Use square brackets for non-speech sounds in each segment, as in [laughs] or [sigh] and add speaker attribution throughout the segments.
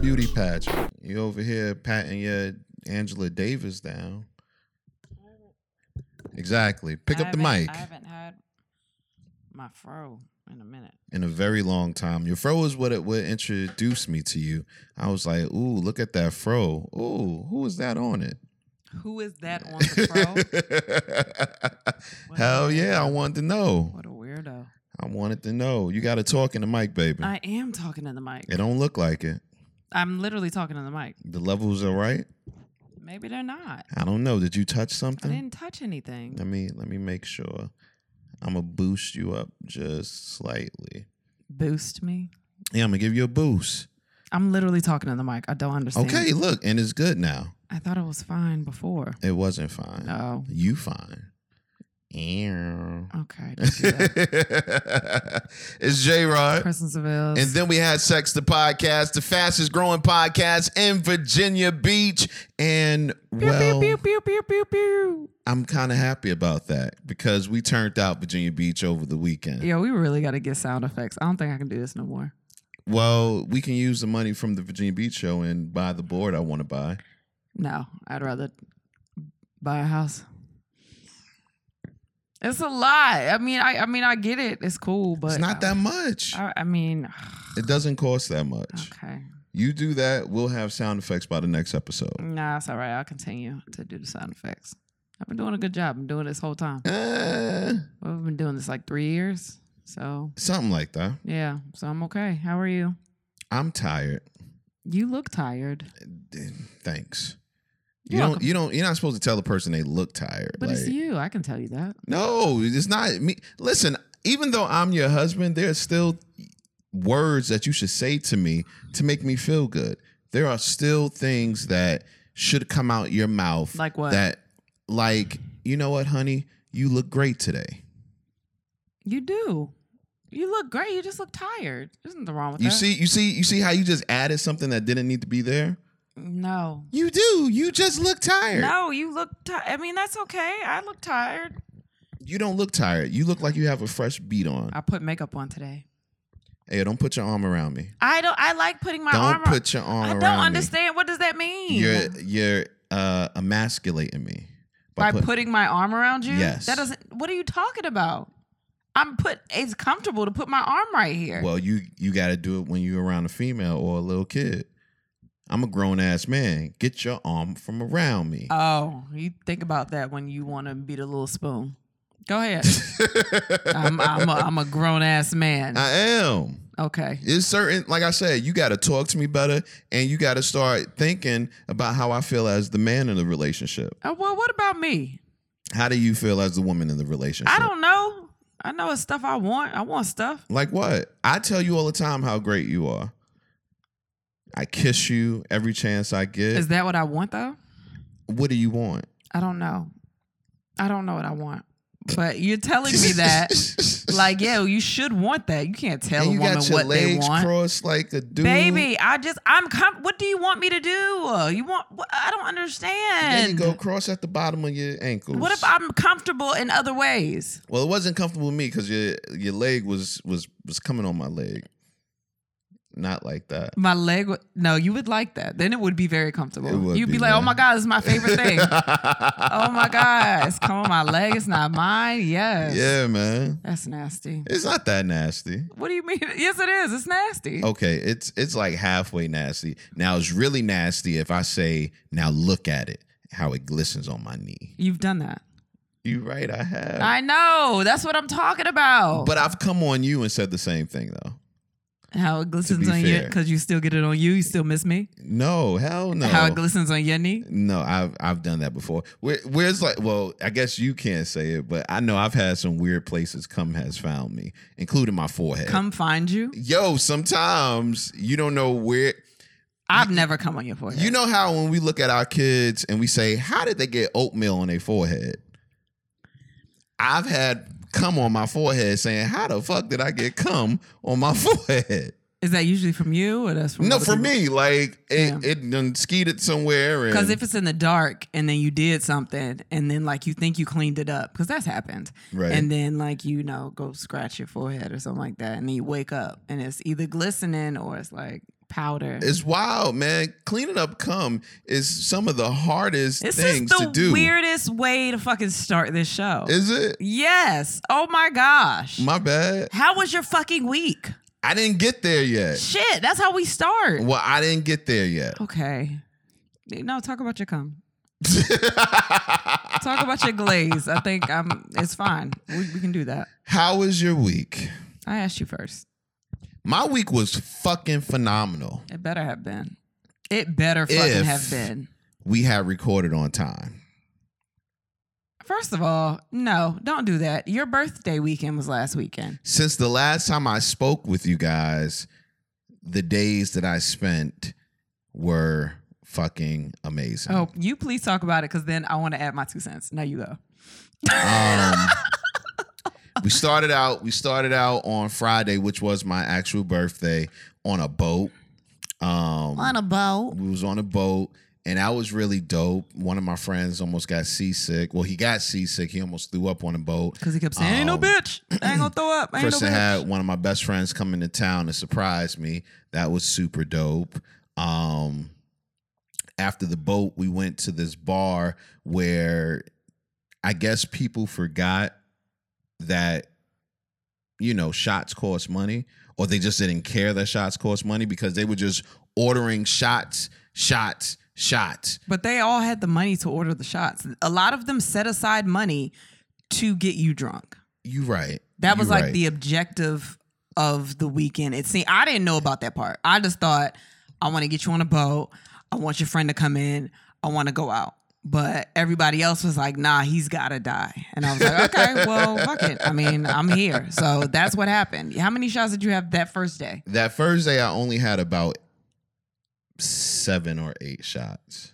Speaker 1: beauty pageant. You over here patting your Angela Davis down. Exactly. Pick
Speaker 2: I
Speaker 1: up the
Speaker 2: haven't-
Speaker 1: mic.
Speaker 2: I haven't had my fro in a minute.
Speaker 1: in a very long time. Your fro is what it what introduced me to you. I was like, ooh, look at that fro. Ooh, who is that on it?
Speaker 2: Who is that on the
Speaker 1: [laughs]
Speaker 2: fro?
Speaker 1: Hell yeah, I wanted to know.
Speaker 2: what a weirdo.
Speaker 1: I wanted to know. You got to talk in the mic, baby.
Speaker 2: I am talking to the mic.
Speaker 1: It don't look like it.
Speaker 2: I'm literally talking to the mic.
Speaker 1: The levels are right.
Speaker 2: Maybe they're not.
Speaker 1: I don't know. Did you touch
Speaker 2: I
Speaker 1: something?
Speaker 2: didn't touch anything.
Speaker 1: Let me let me make sure. I'm gonna boost you up just slightly.
Speaker 2: Boost me.
Speaker 1: Yeah, I'm gonna give you a boost.
Speaker 2: I'm literally talking to the mic. I don't understand.
Speaker 1: Okay, look, and it's good now.
Speaker 2: I thought it was fine before.
Speaker 1: It wasn't fine.
Speaker 2: No.
Speaker 1: You fine. Ew. [laughs]
Speaker 2: Oh, Okay. just do that.
Speaker 1: it's J Rod.
Speaker 2: Kristen Seville.
Speaker 1: And then we had Sex the Podcast, the fastest growing podcast in Virginia Beach. And well,
Speaker 2: pew, pew, pew, pew, pew.
Speaker 1: I'm kind of happy about that because we turned out Virginia Beach over the weekend.
Speaker 2: Yo, we really got to get sound effects. I don't think I can do this no more.
Speaker 1: Well, we can use the money from the Virginia Beach show and buy the board I want to buy.
Speaker 2: No, I'd rather buy a house. It's a lot. I mean, I, I mean, I get it. It's cool, but
Speaker 1: it's not that much.
Speaker 2: I, I mean,
Speaker 1: it doesn't cost that much.
Speaker 2: Oh. okay.
Speaker 1: You do that, we'll have sound effects by the next episode.
Speaker 2: Nah, it's all right. I'll continue to do the sound effects. I've been doing a good job. I'm doing this whole time.
Speaker 1: Eh,
Speaker 2: Well, I've been doing this like three years. So
Speaker 1: something like that.
Speaker 2: yeah, so I'm okay. How are you?
Speaker 1: I'm tired.
Speaker 2: You look tired,
Speaker 1: Thanks.
Speaker 2: You're
Speaker 1: you don't.
Speaker 2: welcome.
Speaker 1: You don't. You're not supposed to tell a person they look tired.
Speaker 2: but it's
Speaker 1: Like,
Speaker 2: you. I can tell you that.
Speaker 1: no, it's not me. Listen, even though I'm your husband, there are still words that you should say to me to make me feel good. There are still things that should come out your mouth.
Speaker 2: Like what?
Speaker 1: That, like, you know what, honey, you look great today.
Speaker 2: You do. You look great. You just look tired. There's nothing wrong with
Speaker 1: You
Speaker 2: that.
Speaker 1: see, you see, you see how you just added something that didn't need to be there.
Speaker 2: No.
Speaker 1: You do. You just look tired.
Speaker 2: No, you look tired. I mean, that's okay. I look tired.
Speaker 1: You don't look tired. You look like you have a fresh beat on.
Speaker 2: I put makeup on today.
Speaker 1: Hey, don't put your arm around me.
Speaker 2: I don't. I like putting my
Speaker 1: don't
Speaker 2: arm. on-
Speaker 1: put your arm
Speaker 2: I
Speaker 1: around
Speaker 2: don't understand. What does that mean?
Speaker 1: me. You're you're uh, emasculating me.
Speaker 2: by
Speaker 1: put-
Speaker 2: putting my arm around you.
Speaker 1: Yes.
Speaker 2: That doesn't. What are you talking about? I'm put. It's comfortable to put my arm right here.
Speaker 1: well, you you got to do it when you're around a female or a little kid. I'm a grown ass man. Get your arm from around me. [laughs]
Speaker 2: Oh, you think about that when you want to beat a little spoon. Go ahead. [laughs] I'm, I'm, a, I'm a grown ass man.
Speaker 1: I am.
Speaker 2: okay.
Speaker 1: It's certain, like I said, you got to talk to me better, and you got to start thinking about how I feel as the man in the relationship.
Speaker 2: Oh, well, what about me?
Speaker 1: How do you feel as the woman in the relationship?
Speaker 2: I don't know. I know it's stuff I want. I want stuff.
Speaker 1: Like what? I tell you all the time how great you are. I kiss you every chance I get.
Speaker 2: Is that what I want though?
Speaker 1: what do you want?
Speaker 2: I don't know. I don't know what I want. But you're telling
Speaker 1: [laughs]
Speaker 2: me that, like, yo, you should want that. You can't tell
Speaker 1: and
Speaker 2: a
Speaker 1: you
Speaker 2: woman
Speaker 1: got your
Speaker 2: what they
Speaker 1: legs
Speaker 2: want.
Speaker 1: crossed like a dude.
Speaker 2: Baby, I just I'm com- what do you want me to do? You want what, I don't
Speaker 1: There you
Speaker 2: understand.
Speaker 1: go, cross at the bottom of your ankles.
Speaker 2: What if I'm comfortable in other ways?
Speaker 1: Well, it wasn't comfortable with me because your your leg was was was coming on my leg. Not like that.
Speaker 2: My leg would no, you would like that. Then it would be very comfortable.
Speaker 1: It would
Speaker 2: You'd be,
Speaker 1: be,
Speaker 2: like, "Oh
Speaker 1: man.
Speaker 2: my god, this is my favorite
Speaker 1: [laughs]
Speaker 2: thing." oh
Speaker 1: oh
Speaker 2: my god, it's coming on my leg. It's not mine. Yes.
Speaker 1: Yeah, man.
Speaker 2: That's nasty.
Speaker 1: It's not that nasty.
Speaker 2: What do you mean? [laughs] Yes, it is. It's nasty.
Speaker 1: Okay, it's it's like halfway nasty. Now it's really nasty if I say, now look at it, how it glistens on my knee.
Speaker 2: You've done that.
Speaker 1: You right, I have.
Speaker 2: [laughs] I know. That's what I'm talking about.
Speaker 1: but I've come on you and said the same thing though.
Speaker 2: how it glistens
Speaker 1: be
Speaker 2: on you
Speaker 1: fair.
Speaker 2: because you still get it on you. You still miss me.
Speaker 1: No, hell no.
Speaker 2: How it glistens on your knee.
Speaker 1: no, I've I've done that before. Where, where's like, well, I guess you can't say it, but I know I've had some weird places come has found me, including my forehead.
Speaker 2: Come find you.
Speaker 1: Yo, sometimes you don't know where.
Speaker 2: I've never come on your forehead.
Speaker 1: You know how when we look at our kids and we say, "How did they get oatmeal on their forehead?" I've had cum on my forehead, saying, "How the fuck did I get cum on my [laughs] forehead?"
Speaker 2: is that usually from you or that's from
Speaker 1: No, for me, like
Speaker 2: Yeah.
Speaker 1: it it done skeeted somewhere, and
Speaker 2: Because if it's in the dark and then you did something and then like you think you cleaned it up because that's happened,
Speaker 1: Right.
Speaker 2: And then like you know go scratch your forehead or something like that, and then you wake up and it's either glistening or it's like powder.
Speaker 1: It's wild, man. Cleaning up cum is some of the hardest
Speaker 2: This
Speaker 1: things
Speaker 2: is
Speaker 1: to
Speaker 2: the
Speaker 1: do.
Speaker 2: weirdest way to fucking start this show.
Speaker 1: Is it?
Speaker 2: yes. Oh my gosh.
Speaker 1: My bad.
Speaker 2: how was your fucking week?
Speaker 1: I didn't get there yet.
Speaker 2: Shit, that's how we start.
Speaker 1: Well, I didn't get there yet.
Speaker 2: Okay. No, talk about your cum. Talk about your glaze. I think I'm. It's fine. We, we can do that.
Speaker 1: [laughs] How was your week?
Speaker 2: I asked you first.
Speaker 1: My week was fucking phenomenal.
Speaker 2: It better have been. It better fucking
Speaker 1: If-
Speaker 2: have been.
Speaker 1: We had recorded on time.
Speaker 2: First of all, no, don't do that. Your birthday weekend was last weekend.
Speaker 1: Since the last time I spoke with you guys, the days that I spent were fucking amazing.
Speaker 2: Oh, you please talk about it because then I want to add my two cents. Now you go. [laughs]
Speaker 1: Um, we started out. We started out on Friday, which was my actual birthday, on a boat. Um,
Speaker 2: a boat.
Speaker 1: we was on a boat, and that was really dope. One of my friends almost got seasick. Well, he got seasick. He almost threw up on a boat.
Speaker 2: Because he kept saying, ain't no
Speaker 1: Um,
Speaker 2: bitch. I ain't going to throw up. I ain't no
Speaker 1: Kristen
Speaker 2: bitch.
Speaker 1: had one of my best friends come into town to surprise me. That was super dope. Um, after the boat, we went to this bar where I guess people forgot that you know shots cost money, or they just didn't care that shots cost money because they were just ordering shots, shots, shots.
Speaker 2: But they all had the money to order the shots. A lot of them set aside money to get you drunk.
Speaker 1: You right.
Speaker 2: That
Speaker 1: You
Speaker 2: was like
Speaker 1: right.
Speaker 2: the objective of the weekend. It seemed I didn't know about that part. I just thought I want to get you on a boat. I want your friend to come in. I want to go out. But everybody else was like, "Nah, he's gotta die." And I was like,
Speaker 1: [laughs]
Speaker 2: "Okay, well, fuck it. I mean, I'm here." So that's what happened. How many shots did you have that first day?
Speaker 1: that first day I only had about seven or eight shots.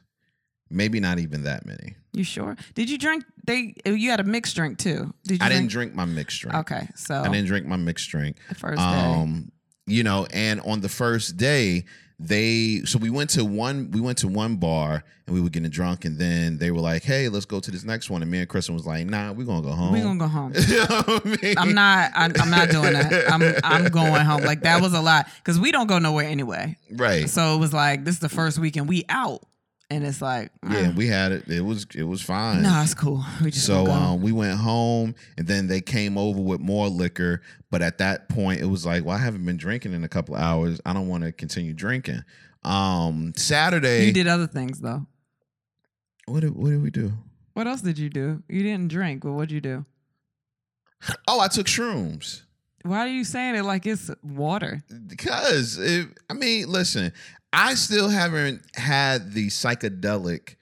Speaker 1: Maybe not even that many.
Speaker 2: You sure? Did you drink? They you had a mixed drink too. Did you?
Speaker 1: I didn't drink my mixed drink.
Speaker 2: Okay, so
Speaker 1: I didn't drink my mixed drink.
Speaker 2: the first day.
Speaker 1: Um, you know, and on the first day, they so we went to one we went to one bar and we were getting drunk and then they were like, Hey, let's go to this next one. And me and Kristen was like, nah, we're gonna go home.
Speaker 2: we gonna go home.
Speaker 1: [laughs] you know what I mean?
Speaker 2: I'm not. I, I'm not doing that. I'm. I'm going home. Like that was a lot because we don't go nowhere anyway.
Speaker 1: right.
Speaker 2: [laughs] So it was like this is the first weekend we out, and it's like
Speaker 1: yeah,
Speaker 2: yeah,
Speaker 1: and we had it. It was it was fine.
Speaker 2: no, it's cool. We just
Speaker 1: So
Speaker 2: gonna go.
Speaker 1: um, we went home, and then they came over with more liquor. But at that point, it was like, well, I haven't been drinking in a couple of hours. I don't want to continue drinking. Um, Saturday,
Speaker 2: you did other things though.
Speaker 1: what did what did we do?
Speaker 2: What else did you do? You didn't drink, but what'd you do?
Speaker 1: Oh, I took shrooms
Speaker 2: Why are you saying it like it's water?
Speaker 1: because it, I mean, listen, I still haven't had the psychedelic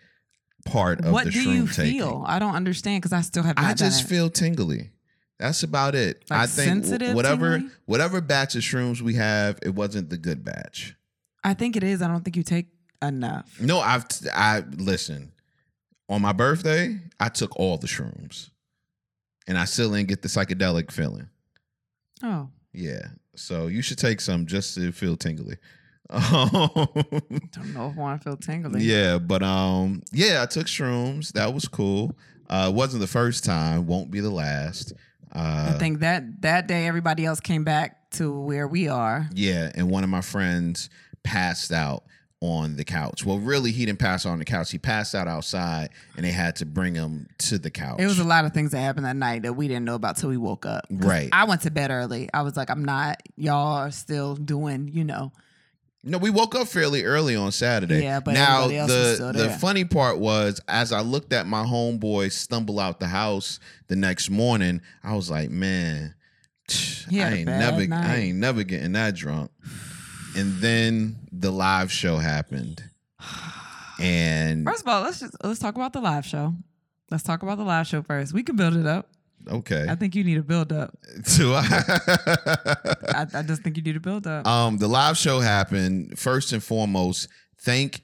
Speaker 1: part of
Speaker 2: what
Speaker 1: the
Speaker 2: do
Speaker 1: shroom
Speaker 2: you
Speaker 1: taking.
Speaker 2: feel? I don't understand because I still have. Not
Speaker 1: I
Speaker 2: done
Speaker 1: just
Speaker 2: it.
Speaker 1: feel tingly. That's about it.
Speaker 2: Like
Speaker 1: I think
Speaker 2: sensitive
Speaker 1: whatever
Speaker 2: tingly?
Speaker 1: whatever batch of shrooms we have, it wasn't the good batch.
Speaker 2: I think it is. I don't think you take enough.
Speaker 1: No, I've t- I listen. On my birthday, I took all the shrooms, and I still didn't get the psychedelic feeling.
Speaker 2: Oh,
Speaker 1: Yeah, so you should take some just to feel tingly. [laughs] Um,
Speaker 2: don't know if I want to feel tingly.
Speaker 1: yeah, but um, yeah, I took shrooms. That was cool. Uh, it wasn't the first time. Won't be the last. Uh,
Speaker 2: I think that that day everybody else came back to where we are.
Speaker 1: Yeah, and one of my friends passed out on the couch. Well, really, he didn't pass out on the couch. He passed out outside, and they had to bring him to the couch.
Speaker 2: It was a lot of things that happened that night that we didn't know about till we woke up. 'Cause
Speaker 1: Right.
Speaker 2: I went to bed early. I was like, I'm not. Y'all are still doing,
Speaker 1: [sighs]
Speaker 2: you know.
Speaker 1: No, we woke up fairly early on Saturday.
Speaker 2: Yeah, but
Speaker 1: now
Speaker 2: everybody else
Speaker 1: the
Speaker 2: was still
Speaker 1: the
Speaker 2: there.
Speaker 1: funny part was as I looked at my homeboy stumble out the house the next morning, I was like, man,
Speaker 2: He
Speaker 1: I
Speaker 2: had a
Speaker 1: ain't
Speaker 2: bad
Speaker 1: never I
Speaker 2: night.
Speaker 1: ain't never getting that drunk. And then the live show happened. And
Speaker 2: First of all, let's just let's talk about the live show. Let's talk about the live show first. We can build it up. I
Speaker 1: okay.
Speaker 2: think you need a build up.
Speaker 1: [laughs] So I
Speaker 2: I, I just think you need a build up.
Speaker 1: Um, the live show happened. First and foremost, thank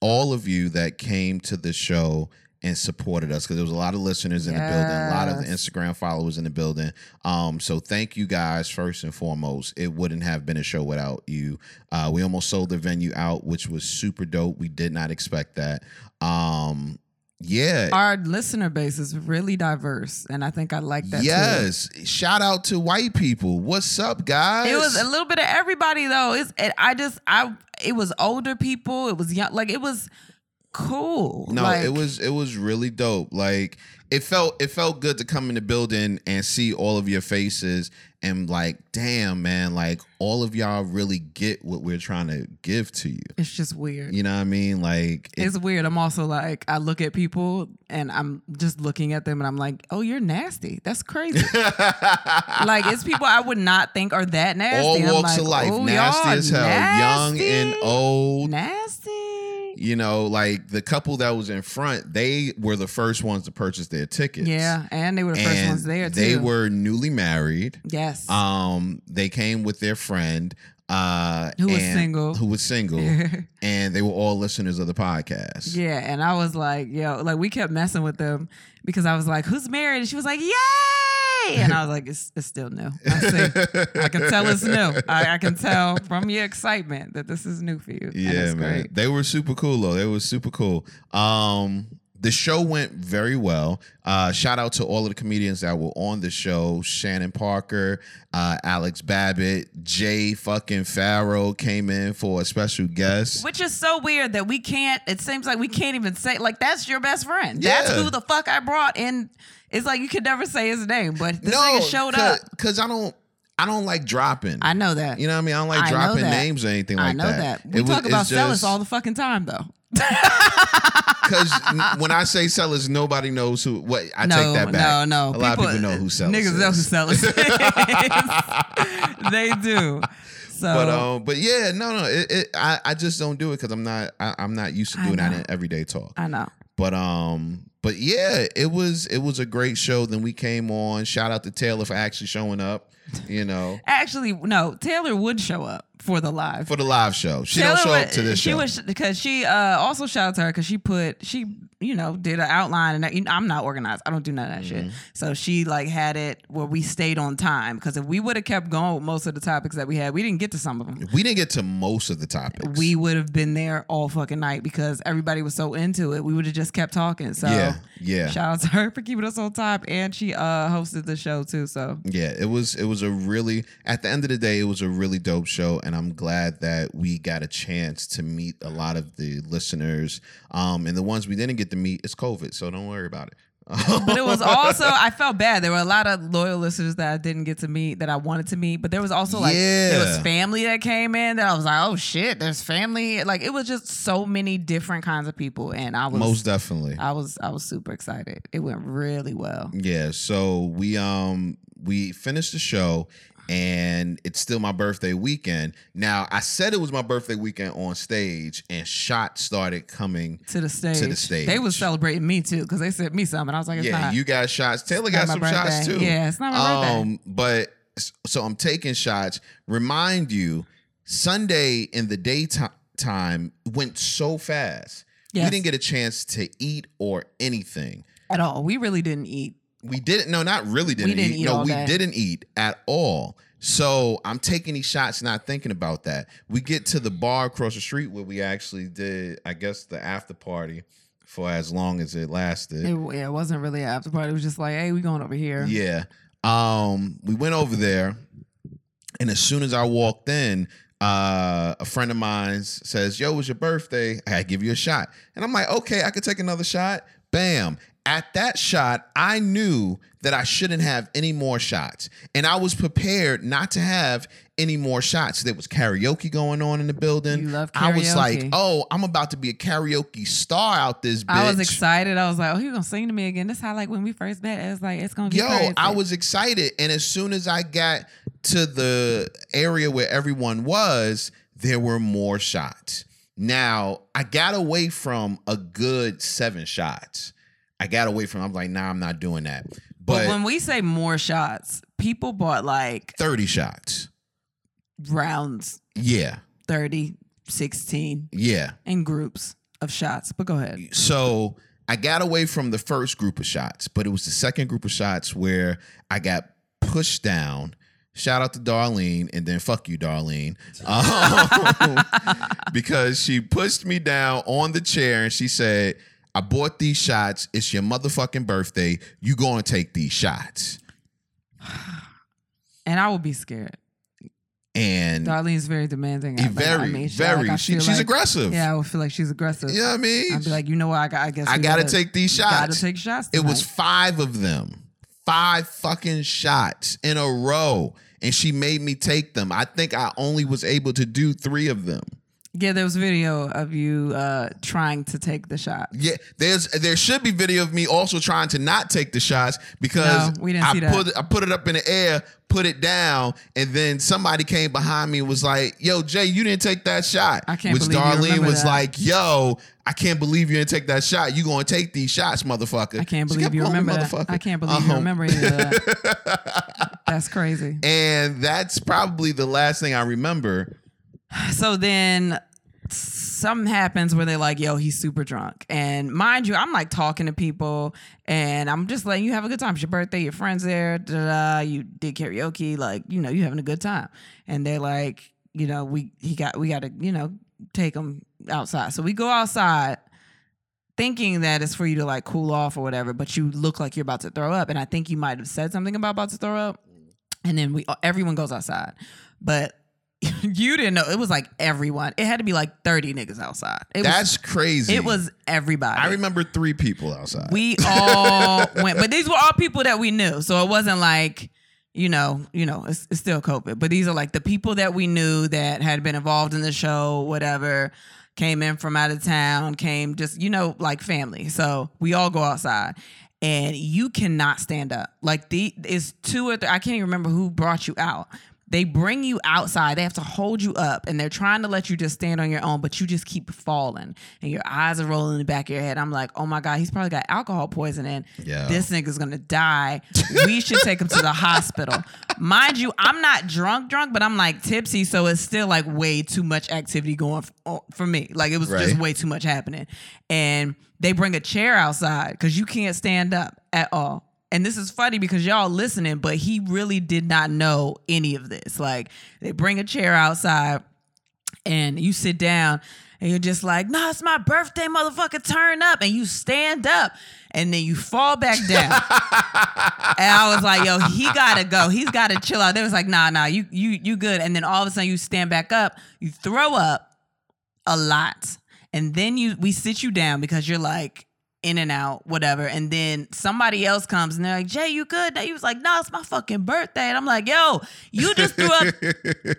Speaker 1: all of you that came to the show and supported us because there was a lot of listeners in the building, a lot of
Speaker 2: Yes.
Speaker 1: Instagram followers in the building. Um, so thank you guys first and foremost. It wouldn't have been a show without you. Uh, we almost sold the venue out, which was super dope. We did not expect that. Um, yeah.
Speaker 2: Our listener base is really diverse, and I think I like that. too.
Speaker 1: yes. Shout out to white people. What's up, guys?
Speaker 2: It was a little bit of everybody though. It's it, I just I it was older people. It was young. Like it was cool.
Speaker 1: No,
Speaker 2: Like,
Speaker 1: it was it was really dope. Like it felt it felt good to come in the building and see all of your faces and like, damn man, like all of y'all really get what we're trying to give to you.
Speaker 2: It's just weird.
Speaker 1: You know what I mean? Like it-
Speaker 2: it's weird. I'm also like I look at people and I'm just looking at them and I'm like, oh, you're nasty.
Speaker 1: [laughs]
Speaker 2: That's crazy. like it's people I would not think are that nasty.
Speaker 1: all
Speaker 2: I'm
Speaker 1: walks
Speaker 2: like,
Speaker 1: of life,
Speaker 2: "Oh,
Speaker 1: nasty
Speaker 2: y'all
Speaker 1: as hell, young and
Speaker 2: nasty?
Speaker 1: old.
Speaker 2: Nasty.
Speaker 1: You know, like the couple that was in front, they were the first ones to purchase their tickets.
Speaker 2: Yeah, and they were the
Speaker 1: and
Speaker 2: first ones there too.
Speaker 1: They were newly married.
Speaker 2: Yes. [laughs]
Speaker 1: Um, they came with their friend, uh,
Speaker 2: Who was
Speaker 1: and-
Speaker 2: single.
Speaker 1: who was single,
Speaker 2: [laughs]
Speaker 1: and they were all listeners of the podcast.
Speaker 2: Yeah, and I was like, yo, like we kept messing with them because I was like, who's married? And she was like, yay! And I was like, it's, it's still new. I see. I can tell it's new. I, I can tell from your excitement that this is new for you.
Speaker 1: [laughs]
Speaker 2: and
Speaker 1: Yeah,
Speaker 2: it's
Speaker 1: man,
Speaker 2: Great.
Speaker 1: they were super cool though. They were super cool. Um, the show went very well. Uh, shout out to all of the comedians that were on the show: Shannon Parker, uh, Alex Babbitt, Jay fucking Farrow came in for a special guest.
Speaker 2: Which is so weird that we can't. It seems like we can't even say like that's your best friend. That's
Speaker 1: Yeah.
Speaker 2: who the fuck I brought in. It's like you could never say his name, but this nigga showed up.
Speaker 1: because I don't, I don't like dropping.
Speaker 2: I know that.
Speaker 1: You know what I mean? I don't like
Speaker 2: I know
Speaker 1: dropping
Speaker 2: that.
Speaker 1: names or anything like
Speaker 2: I know that. We
Speaker 1: It was-
Speaker 2: talk about
Speaker 1: it's
Speaker 2: Celis
Speaker 1: just-
Speaker 2: all the [laughs] fucking time though.
Speaker 1: Because when I say sellers, nobody knows who. What I take that back.
Speaker 2: No, no.
Speaker 1: A lot of people know who sellers.
Speaker 2: Niggas
Speaker 1: is.
Speaker 2: know
Speaker 1: [laughs]
Speaker 2: who sellers is. [laughs] they do. So
Speaker 1: But um, but yeah, no, no. It, it, I I just don't do it because I'm not I, I'm not used to
Speaker 2: I
Speaker 1: doing that
Speaker 2: know.
Speaker 1: in everyday talk.
Speaker 2: I know.
Speaker 1: But um, but yeah, it was it was a great show. Then we came on. Shout out to Taylor for actually showing up. You know,
Speaker 2: Actually, no. Taylor would show up for the live.
Speaker 1: for the live show, she
Speaker 2: Taylor
Speaker 1: don't show
Speaker 2: would-
Speaker 1: up to this
Speaker 2: she
Speaker 1: show.
Speaker 2: was because she uh, also shout out to her because she put she you know did an outline and I, you know, I'm not organized. I don't do none of that
Speaker 1: Mm-hmm.
Speaker 2: shit. So she like had it where we stayed on time because if we would have kept going with most of the topics that we had, we didn't get to some of them.
Speaker 1: we didn't get to most of the topics.
Speaker 2: we would have been there all fucking night because everybody was so into it. We would have just kept talking. So
Speaker 1: yeah yeah
Speaker 2: shout out to her for keeping us on top, and she uh hosted the show too. So
Speaker 1: Yeah, it was it was a really at the end of the day, it was a really dope show, and I'm glad that we got a chance to meet a lot of the listeners. Um, and the ones we didn't get to meet, it's COVID, so don't worry about it. [laughs]
Speaker 2: but it was also I felt bad. There were a lot of loyal listeners that I didn't get to meet that I wanted to meet, but there was also like there was
Speaker 1: Yeah.
Speaker 2: family that came in that I was like, oh shit, there's family. Like it was just so many different kinds of people, and I was
Speaker 1: most definitely.
Speaker 2: I was I was super excited. It went really well.
Speaker 1: Yeah, so we um we finished the show and it's still my birthday weekend. Now, I said it was my birthday weekend on stage and shots started coming
Speaker 2: To the stage,
Speaker 1: stage.
Speaker 2: they was celebrating me too because they sent me something. I was like, it's
Speaker 1: yeah,
Speaker 2: not.
Speaker 1: you got shots. Taylor got
Speaker 2: not my
Speaker 1: some shots
Speaker 2: birthday.
Speaker 1: too.
Speaker 2: Yeah, it's not my birthday.
Speaker 1: Um, but so I'm taking shots. Remind you, Sunday in the daytime time went so fast.
Speaker 2: Yes.
Speaker 1: We didn't get a chance to eat or anything.
Speaker 2: at all. We really didn't eat.
Speaker 1: We didn't. No, not really. Didn't,
Speaker 2: didn't
Speaker 1: eat.
Speaker 2: eat
Speaker 1: No,
Speaker 2: all
Speaker 1: we
Speaker 2: day.
Speaker 1: didn't eat at all. So I'm taking these shots, not thinking about that. We get to the bar across the street where we actually did, I guess, the after party for as long as it lasted.
Speaker 2: It, yeah, it wasn't really an after party. It was just like, hey, we going over here.
Speaker 1: Yeah. Um, we went over there, and as soon as I walked in, uh, a friend of mine says, "Yo, it was your birthday. I gotta give you a shot." And I'm like, "Okay, I could take another shot." Bam. At that shot, I knew that I shouldn't have any more shots, and I was prepared not to have any more shots. There was karaoke going on in the building.
Speaker 2: You love
Speaker 1: I was like,
Speaker 2: karaoke.
Speaker 1: "Oh, I'm about to be a karaoke star out this bitch."
Speaker 2: I was excited. I was like, oh, he gonna sing to me again. This how like when we first met. It was like it's gonna be
Speaker 1: Yo,
Speaker 2: crazy.
Speaker 1: I was excited. And as soon as I got to the area where everyone was, there were more shots. Now, I got away from a good seven shots. I got away from, I'm like, nah, I'm not doing that.
Speaker 2: But
Speaker 1: But,
Speaker 2: when we say more shots, people bought like
Speaker 1: 30 shots.
Speaker 2: rounds
Speaker 1: Yeah.
Speaker 2: 30, 16
Speaker 1: Yeah.
Speaker 2: in groups of shots. But go ahead.
Speaker 1: So I got away from the first group of shots, but it was the second group of shots where I got pushed down. Shout out to Darlene, and then fuck you, Darlene, [laughs] Um, because she pushed me down on the chair and she said, I bought these shots. It's your motherfucking birthday. You go and take these shots.
Speaker 2: and I would be scared.
Speaker 1: And
Speaker 2: Darlene's very demanding. I-
Speaker 1: he
Speaker 2: like, I
Speaker 1: very,
Speaker 2: made sure,
Speaker 1: very.
Speaker 2: like, I
Speaker 1: she,
Speaker 2: feel
Speaker 1: she's
Speaker 2: like-
Speaker 1: aggressive.
Speaker 2: Yeah, I would feel like she's aggressive.
Speaker 1: You know what I mean?
Speaker 2: I'd be like, you know what? I, got- I guess
Speaker 1: I
Speaker 2: we
Speaker 1: gotta
Speaker 2: gotta
Speaker 1: take these
Speaker 2: Gotta
Speaker 1: shots.
Speaker 2: take shots.
Speaker 1: It was
Speaker 2: tonight.
Speaker 1: five of them, five fucking shots in a row, and she made me take them. I think I only was able to do three of them.
Speaker 2: yeah. There was video of you uh, trying to take the shot.
Speaker 1: Yeah, there's there should be video of me also trying to not take the shots because
Speaker 2: No, we didn't
Speaker 1: I
Speaker 2: see that.
Speaker 1: put I put it up in the air, put it down, and then somebody came behind me and was like, "Yo, Jay, you didn't take that shot."
Speaker 2: I can't
Speaker 1: Which
Speaker 2: believe you
Speaker 1: Darlene
Speaker 2: remember
Speaker 1: was
Speaker 2: that.
Speaker 1: like, "Yo, I can't believe you didn't take that shot. You gonna take these shots, motherfucker?"
Speaker 2: I can't
Speaker 1: She
Speaker 2: believe
Speaker 1: kept
Speaker 2: you
Speaker 1: calling me
Speaker 2: remember that. I
Speaker 1: motherfucker.
Speaker 2: can't believe you
Speaker 1: Uh-huh.
Speaker 2: remember any of that.
Speaker 1: [laughs]
Speaker 2: That's crazy.
Speaker 1: And that's probably the last thing I remember.
Speaker 2: So then something happens where they're like, yo, he's super drunk. And mind you, I'm like talking to people and I'm just letting you have a good time. It's your birthday, your friends there, da, da, da, you did karaoke, like, you know, you having a good time. And they're like, you know, we he got we gotta, you know, take him outside. So we go outside thinking that it's for you to like cool off or whatever, but you look like you're about to throw up. And I think you might have said something about about to throw up. And then we uh, everyone goes outside. But [laughs] you didn't know. It was like everyone. It had to be like 30 niggas outside. It was,
Speaker 1: That's crazy.
Speaker 2: it was everybody.
Speaker 1: I remember three people outside.
Speaker 2: we all went, but these were all people that we knew. So it wasn't like, you know, you know, it's, it's still COVID. But these are like the people that we knew that had been involved in the show, whatever, came in from out of town, came just, you know, like family. So we all go outside. And you cannot stand up. Like the it's two or three, I can't even remember who brought you out. They bring you outside. They have to hold you up and they're trying to let you just stand on your own, but you just keep falling and your eyes are rolling in the back of your head. I'm like, oh my God, he's probably got alcohol poisoning.
Speaker 1: Yeah.
Speaker 2: This nigga's gonna die. We should take him to the hospital. Mind you, I'm not drunk, drunk, but I'm like tipsy. So it's still like way too much activity going f- for me. Like it was just
Speaker 1: Right.
Speaker 2: way too much happening. And they bring a chair outside because you can't stand up at all. And this is funny because y'all listening, but he really did not know any of this. Like they bring a chair outside and you sit down and you're just like, no, it's my birthday, motherfucker, turn up. And you stand up and then you fall back down.
Speaker 1: [laughs]
Speaker 2: and I was like, yo, he gotta go. He's gotta chill out. They was like, nah, nah, you you you good. And then all of a sudden you stand back up, you throw up a lot. And then you we sit you down because you're like in and out, whatever. And then somebody else comes and they're like, Jay, you good? He was like, No, it's my fucking birthday. And I'm like, yo, you just threw up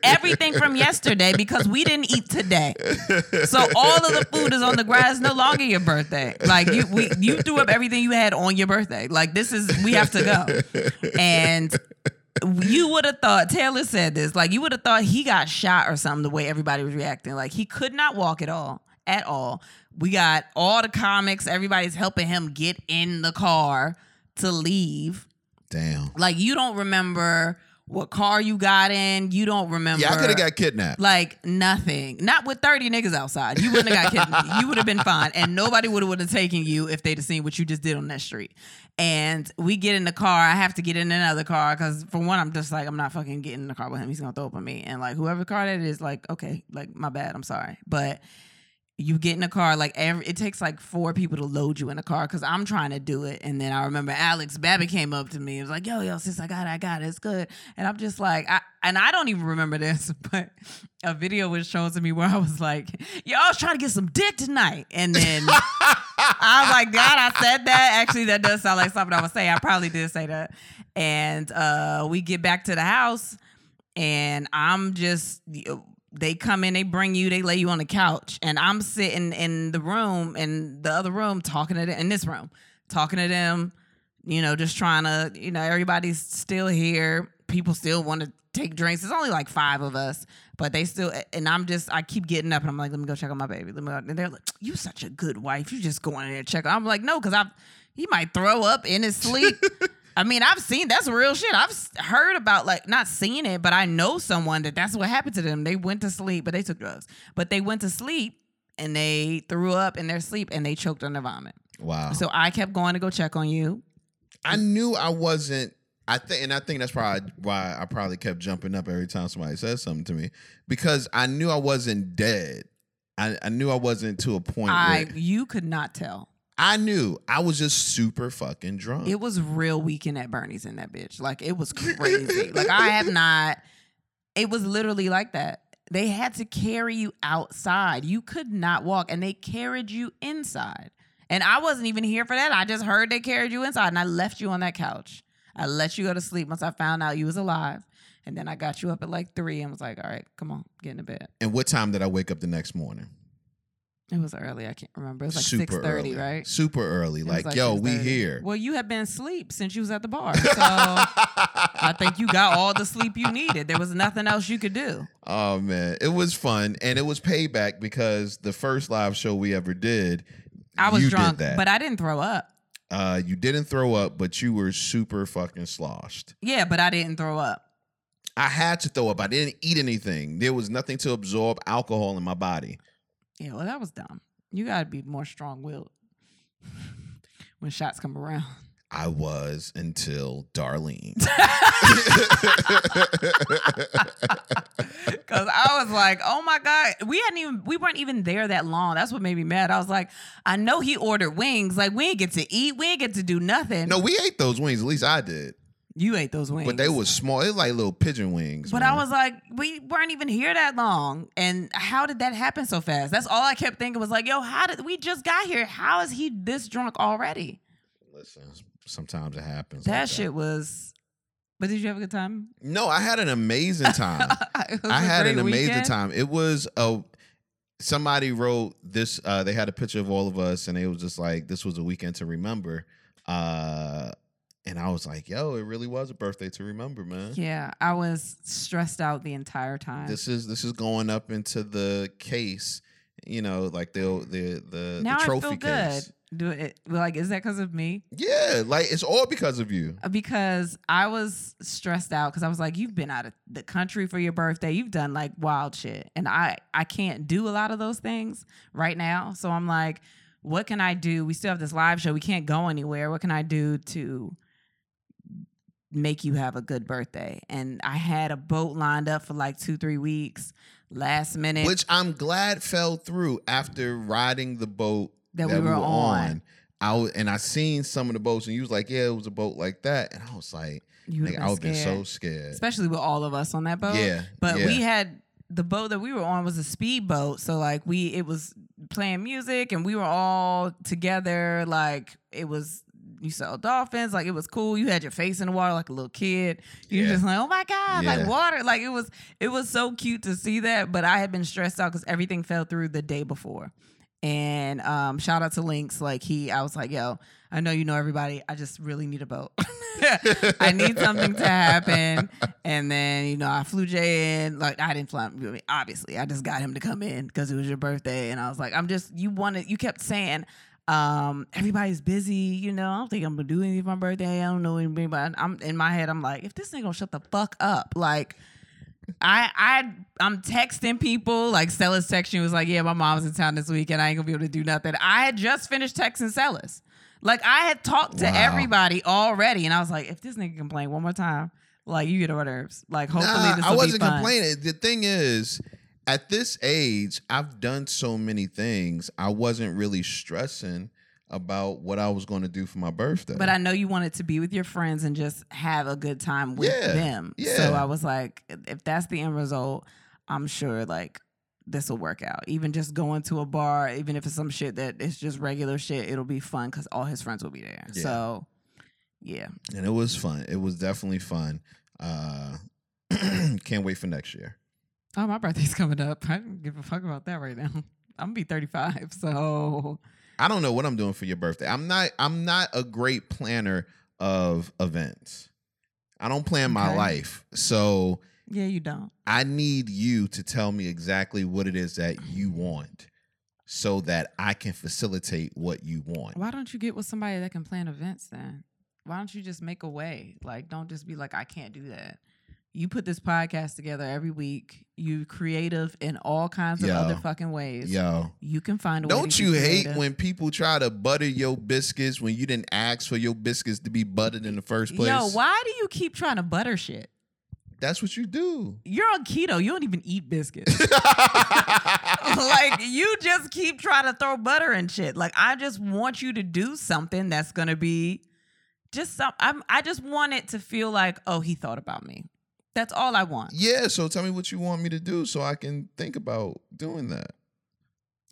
Speaker 2: everything from yesterday because we didn't eat today. So all of the food is on the grass. No longer your birthday. Like you, we, you threw up everything you had on your birthday. Like this is we have to go. And you would have thought Taylor said this. Like you would have thought he got shot or something. The way everybody was reacting, like he could not walk at all. At all. We got all the comics. Everybody's helping him get in the car to leave.
Speaker 1: [laughs] Damn.
Speaker 2: Like you don't remember what car you got in. You don't remember.
Speaker 1: Yeah, I could have got kidnapped.
Speaker 2: Like nothing. Not with 30 niggas outside. You wouldn't have got kidnapped. You would have been fine. And nobody would have would have taken you if they'd have seen what you just did on that street. And we get in the car. I have to get in another car because for one, I'm just like, I'm not fucking getting in the car with him. He's gonna throw up on me. And like whoever car that is, like, okay, like my bad. I'm sorry. But you get in a car like every it takes like four people to load you in a car because i'm trying to do it and then i remember alex babbitt came up to me and was like yo yo sis i got it i got it it's good and i'm just like i and i don't even remember this [laughs] but a video was shown to me where i was like yo i was trying to get some dick tonight and then I was like, God, I said that. Actually, that does sound like something I would say. I probably did say that. And uh, we get back to the house, and I'm just, they come in, they bring you, they lay you on the couch, and I'm sitting in the room, in the other room, talking to them, in this room, talking to them, you know, just trying to, you know, everybody's still here. People still want to take drinks. It's only like five of us, but they still, and I'm just, I keep getting up and I'm like, let me go check on my baby. Let me go. And they're like, you such a good wife. You just going in there and check. I'm like, no, because I've, he might throw up in his sleep. I mean, I've seen that's real shit. I've s- heard about like not seen it, but I know someone that that's what happened to them. They went to sleep, but they took drugs. But they went to sleep and they threw up in their sleep and they choked on their vomit.
Speaker 1: [laughs] Wow.
Speaker 2: So I kept going to go check on you.
Speaker 1: I knew I wasn't. I think, and I think that's probably why I probably kept jumping up every time somebody said something to me because I knew I wasn't dead. I, I knew I wasn't to a point
Speaker 2: I
Speaker 1: where
Speaker 2: you could not tell.
Speaker 1: I knew I was just super fucking drunk.
Speaker 2: It was real weekend at Bernie's in that bitch. Like it was crazy. like I have not. It was literally like that. They had to carry you outside. You could not walk, and they carried you inside. And I wasn't even here for that. I just heard they carried you inside, and I left you on that couch. I let you go to sleep once I found out you was alive, and then I got you up at like three and was like, "All right, come on, get into bed."
Speaker 1: and what time did I wake up the next morning?
Speaker 2: It was early. I can't remember. It was like six thirty,
Speaker 1: early.
Speaker 2: right?
Speaker 1: Super early.
Speaker 2: It was
Speaker 1: Like, yo, we
Speaker 2: 6:30.
Speaker 1: here.
Speaker 2: Well, you have been asleep since you was at the bar,
Speaker 1: [laughs]
Speaker 2: so. I think you got all the sleep you needed. There was nothing else you could do.
Speaker 1: Oh man, it was fun, and it was payback because the first live show we ever did,
Speaker 2: I was
Speaker 1: you
Speaker 2: drunk,
Speaker 1: did that.
Speaker 2: but I didn't throw up.
Speaker 1: uh, you didn't throw up, but you were super fucking sloshed.
Speaker 2: Yeah, but I didn't throw up.
Speaker 1: I had to throw up. I didn't eat anything. There was nothing to absorb alcohol in my body.
Speaker 2: Yeah, well, that was dumb. You got to be more strong willed [laughs] when shots come
Speaker 1: [laughs]
Speaker 2: around.
Speaker 1: I was until
Speaker 2: [laughs]
Speaker 1: Darlene. [laughs]
Speaker 2: Cause I was like, oh my God. We hadn't even we weren't even there that long. That's what made me mad. I was like, I know he ordered wings. Like we ain't get to eat. We ain't get to do nothing.
Speaker 1: no, we ate those wings. At least I did,
Speaker 2: You ate those wings.
Speaker 1: but they were small. They were like little pigeon wings.
Speaker 2: But I
Speaker 1: man.
Speaker 2: was like, we weren't even here that long. And how did that happen so fast? That's all I kept thinking was like, yo, how did we just got here? How is he this drunk already?
Speaker 1: Listen, sometimes it happens. like
Speaker 2: That shit was. But did you have a good time?
Speaker 1: No, I had an
Speaker 2: [laughs]
Speaker 1: amazing time.
Speaker 2: It was
Speaker 1: I
Speaker 2: a
Speaker 1: had
Speaker 2: great
Speaker 1: an amazing
Speaker 2: weekend.
Speaker 1: time. It was a somebody wrote this. Uh, they had a picture of all of us, and it was just like this was a weekend to remember. Uh, and I was like, "Yo, it really was a birthday to remember, man."
Speaker 2: Yeah, I was stressed out the entire time.
Speaker 1: This is this is going up into the case, you know, like the the the,
Speaker 2: now
Speaker 1: the
Speaker 2: I
Speaker 1: trophy
Speaker 2: feel good.
Speaker 1: case.
Speaker 2: Do it like is that because of me?
Speaker 1: Yeah, like it's all because of you.
Speaker 2: because I was stressed out because I was like, you've been out of the country for your birthday, you've done like wild shit, and I I can't do a lot of those things right now. So I'm like, what can I do? We still have this live show. We can't go anywhere. What can I do to make you have a good birthday? And I had a boat lined up for like two three weeks, last minute.
Speaker 1: Which I'm glad fell through after riding the boat
Speaker 2: That we were on.
Speaker 1: I was, and I seen some of the boats, and you was like, "Yeah, it was a boat like that," and I was like,
Speaker 2: you
Speaker 1: "Nigga,
Speaker 2: would've
Speaker 1: I would been
Speaker 2: scared.
Speaker 1: so scared."
Speaker 2: especially with all of us on that boat.
Speaker 1: Yeah,
Speaker 2: But
Speaker 1: yeah.
Speaker 2: we had the boat that we were on was a speedboat, so like we it was playing music and we were all together. Like it was you saw dolphins, like it was cool. You had your face in the water like a little kid. You're
Speaker 1: Yeah.
Speaker 2: just like, oh my god,
Speaker 1: Yeah.
Speaker 2: like water. Like it was it was so cute to see that. But I had been stressed out because everything fell through the day before. And um, shout out to Lynx. Like he, I was like, yo, I know you know everybody. I just really need a boat. [laughs] I need something to happen. And then, you know, I flew Jay in. Like, I didn't fly him, I mean, obviously. I just got him to come in because it was your birthday. And I was like, I'm just, you wanted, you kept saying, um, everybody's busy, you know. I don't think I'm gonna do anything for my birthday. I don't know anybody. But I'm in my head, I'm like, if this nigga gonna shut the fuck up, like I I I'm texting people like Celis texting was like, yeah, my mom's in town this week and I ain't gonna be able to do nothing. I had just finished texting Celis. Like I had talked to
Speaker 1: Wow.
Speaker 2: everybody already, and I was like, if this nigga complain one more time, like you get hors d'oeuvres. Like hopefully
Speaker 1: Nah,
Speaker 2: this will
Speaker 1: I wasn't
Speaker 2: be fun.
Speaker 1: complaining. The thing is, at this age, I've done so many things. I wasn't really stressing about what I was going to do for my birthday.
Speaker 2: But I know you wanted to be with your friends and just have a good time with
Speaker 1: Yeah,
Speaker 2: them.
Speaker 1: yeah.
Speaker 2: So I was like, if that's the end result, I'm sure like this will work out. Even just going to a bar, even if it's some shit that it's just regular shit, it'll be fun because all his friends will be there.
Speaker 1: Yeah.
Speaker 2: So yeah.
Speaker 1: and it was fun. It was definitely fun. Uh, [clears throat] can't wait for next year.
Speaker 2: Oh, my birthday's [laughs] coming up. I don't give a fuck about that right now. [laughs] I'm gonna be 35, so
Speaker 1: I don't know what I'm doing for your birthday. I'm not I'm not a great planner of events. I don't plan my
Speaker 2: Okay.
Speaker 1: life. So
Speaker 2: yeah, you don't.
Speaker 1: I need you to tell me exactly what it is that you want so that I can facilitate what you want.
Speaker 2: Why don't you get with somebody that can plan events then? Why don't you just make a way? Like, don't just be like, I can't do that. You put this podcast together every week. You creative in all kinds of
Speaker 1: Yo.
Speaker 2: other fucking ways.
Speaker 1: Yo.
Speaker 2: You can find a way.
Speaker 1: Don't
Speaker 2: to
Speaker 1: you
Speaker 2: be
Speaker 1: hate
Speaker 2: creative.
Speaker 1: when people try to butter your biscuits when you didn't ask for your biscuits to be buttered in the first place?
Speaker 2: Yo, why do you keep trying to butter shit?
Speaker 1: That's what you do.
Speaker 2: [laughs]
Speaker 1: [laughs]
Speaker 2: You're on keto. You don't even eat biscuits. [laughs] like you just keep trying to throw butter and shit. Like I just want you to do something that's gonna be just some. I'm, I just want it to feel like oh he thought about me. That's all I want.
Speaker 1: Yeah, so tell me what you want me to do so I can think about doing that.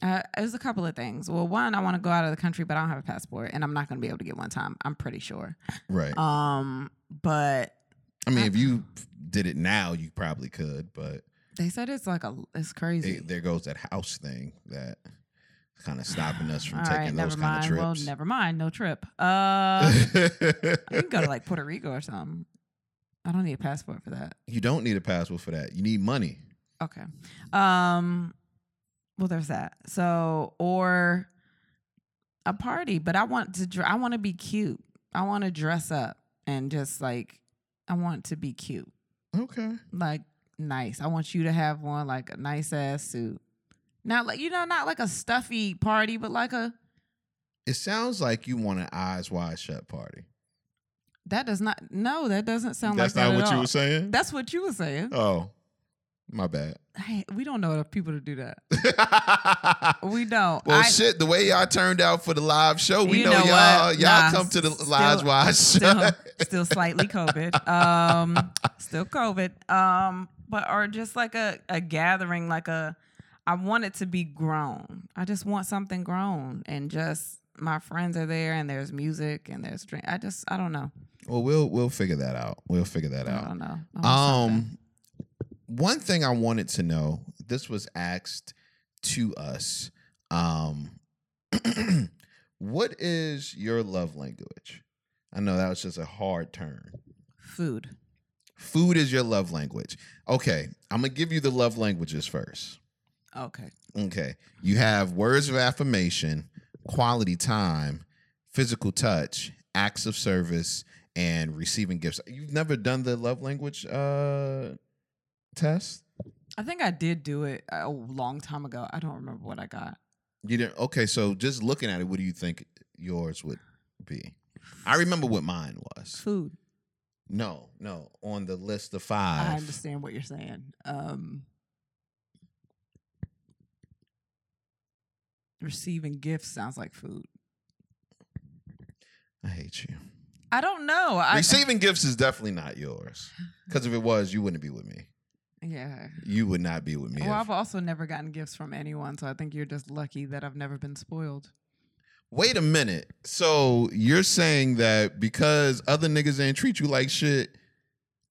Speaker 2: Uh, there's a couple of things. Well, one, I want to go out of the country, but I don't have a passport, and I'm not gonna be able to get one time. I'm pretty sure.
Speaker 1: Right.
Speaker 2: Um, but
Speaker 1: I mean,
Speaker 2: I-
Speaker 1: if you did it now, you probably could, but
Speaker 2: they said it's like a it's crazy.
Speaker 1: it, there goes that house thing that kind of stopping us from
Speaker 2: All
Speaker 1: taking
Speaker 2: right,
Speaker 1: those kind
Speaker 2: never mind.
Speaker 1: of [laughs]
Speaker 2: Well,
Speaker 1: trips.
Speaker 2: never mind. No trip.
Speaker 1: [laughs]
Speaker 2: Uh, you can go to like Puerto Rico or something. I don't need a passport for that.
Speaker 1: you don't need a passport for that. You need money.
Speaker 2: Okay. Um. Well, there's that. So or a party, but I want to. dr- I want to be cute. I want to dress up and just like I want to be cute,
Speaker 1: Okay.
Speaker 2: like nice. I want you to have one like a nice ass suit. Not like you know, not like a stuffy party, but like a
Speaker 1: It sounds like you want an eyes wide shut party.
Speaker 2: that does not. No, that doesn't sound
Speaker 1: That's
Speaker 2: like that
Speaker 1: not
Speaker 2: at
Speaker 1: what you
Speaker 2: all.
Speaker 1: were saying?
Speaker 2: That's what you were saying.
Speaker 1: oh, my
Speaker 2: [laughs]
Speaker 1: bad.
Speaker 2: Hey, we don't know enough people to do that. We don't.
Speaker 1: well,
Speaker 2: I-
Speaker 1: shit, the way y'all turned out for the live show, we
Speaker 2: You
Speaker 1: know,
Speaker 2: know
Speaker 1: y'all
Speaker 2: what?
Speaker 1: y'all
Speaker 2: Nah,
Speaker 1: come to the
Speaker 2: still-
Speaker 1: lives wide
Speaker 2: still,
Speaker 1: shut.
Speaker 2: still
Speaker 1: [laughs]
Speaker 2: slightly COVID. Um, still COVID. Um, but or just like a a gathering, like a. I want it to be grown. I just want something grown, and just my friends are there, and there's music, and there's drink. I just I don't know.
Speaker 1: Well, we'll we'll figure that out. We'll figure that
Speaker 2: I
Speaker 1: out.
Speaker 2: don't know. I want something.
Speaker 1: Um, one thing I wanted to know. This was asked to us. Um, [clears throat] what is your love language? I know that was just a hard turn.
Speaker 2: food.
Speaker 1: Food is your love language. Okay, I'm gonna give you the love languages first.
Speaker 2: Okay.
Speaker 1: Okay, you have words of affirmation, quality time, physical touch, acts of service, and receiving gifts. You've never done the love language uh, test.
Speaker 2: I think I did do it a long time ago. I don't remember what I got.
Speaker 1: You didn't. Okay, so just looking at it, what do you think yours would be? I remember what mine was.
Speaker 2: Food.
Speaker 1: No, no, on the list of
Speaker 2: I
Speaker 1: five.
Speaker 2: understand what you're saying. Um, receiving gifts sounds like food.
Speaker 1: I hate you.
Speaker 2: I don't know. I,
Speaker 1: Receiving gifts is definitely not yours. Because if it was, you wouldn't be with me.
Speaker 2: Yeah.
Speaker 1: You would not be with me.
Speaker 2: Well,
Speaker 1: if-
Speaker 2: I've also never gotten gifts from anyone, so I think you're just lucky that I've never been spoiled.
Speaker 1: Wait a minute. So you're saying that because other niggas didn't treat you like shit,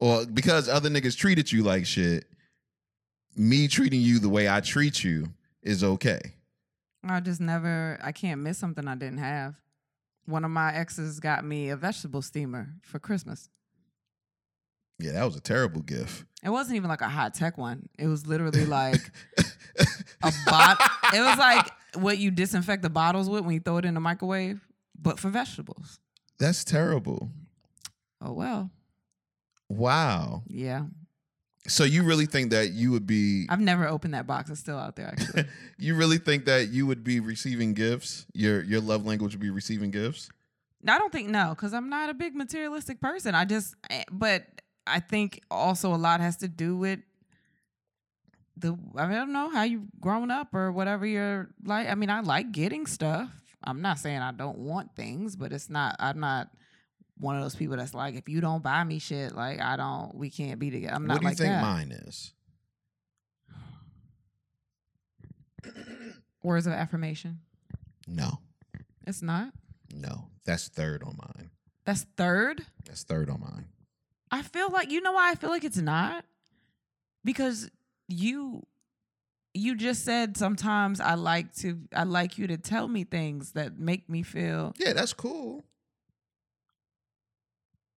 Speaker 1: or because other niggas treated you like shit, me treating you the way I treat you is okay.
Speaker 2: I just never. I can't miss something I didn't have. One of my exes got me a vegetable steamer for Christmas.
Speaker 1: Yeah, that was a terrible gift.
Speaker 2: It wasn't even like a high tech one. It was literally
Speaker 1: [laughs]
Speaker 2: like a bot. It was like what you disinfect the bottles with when you throw it in the microwave, but for vegetables.
Speaker 1: That's terrible.
Speaker 2: Oh well,
Speaker 1: Wow.
Speaker 2: yeah.
Speaker 1: So you really think that you would be
Speaker 2: I've never opened that box. It's still out there actually.
Speaker 1: you really think that you would be receiving gifts? Your your love language would be receiving gifts?
Speaker 2: No, I don't think no, because I'm not a big materialistic person. I just, eh, but I think also a lot has to do with the. I, mean, I don't know how you've grown up or whatever you're like. I mean, I like getting stuff. I'm not saying I don't want things, but it's not. I'm not one of those people that's like, if you don't buy me shit, like I don't. We can't be together. I'm not
Speaker 1: what do you
Speaker 2: like
Speaker 1: think
Speaker 2: that.
Speaker 1: mine is?
Speaker 2: Words of affirmation.
Speaker 1: No.
Speaker 2: It's not.
Speaker 1: No. That's third on mine.
Speaker 2: That's third.
Speaker 1: That's third on mine.
Speaker 2: I feel like you know why I feel like it's not because you you just said sometimes I like to I like you to tell me things that make me feel
Speaker 1: Yeah, that's cool.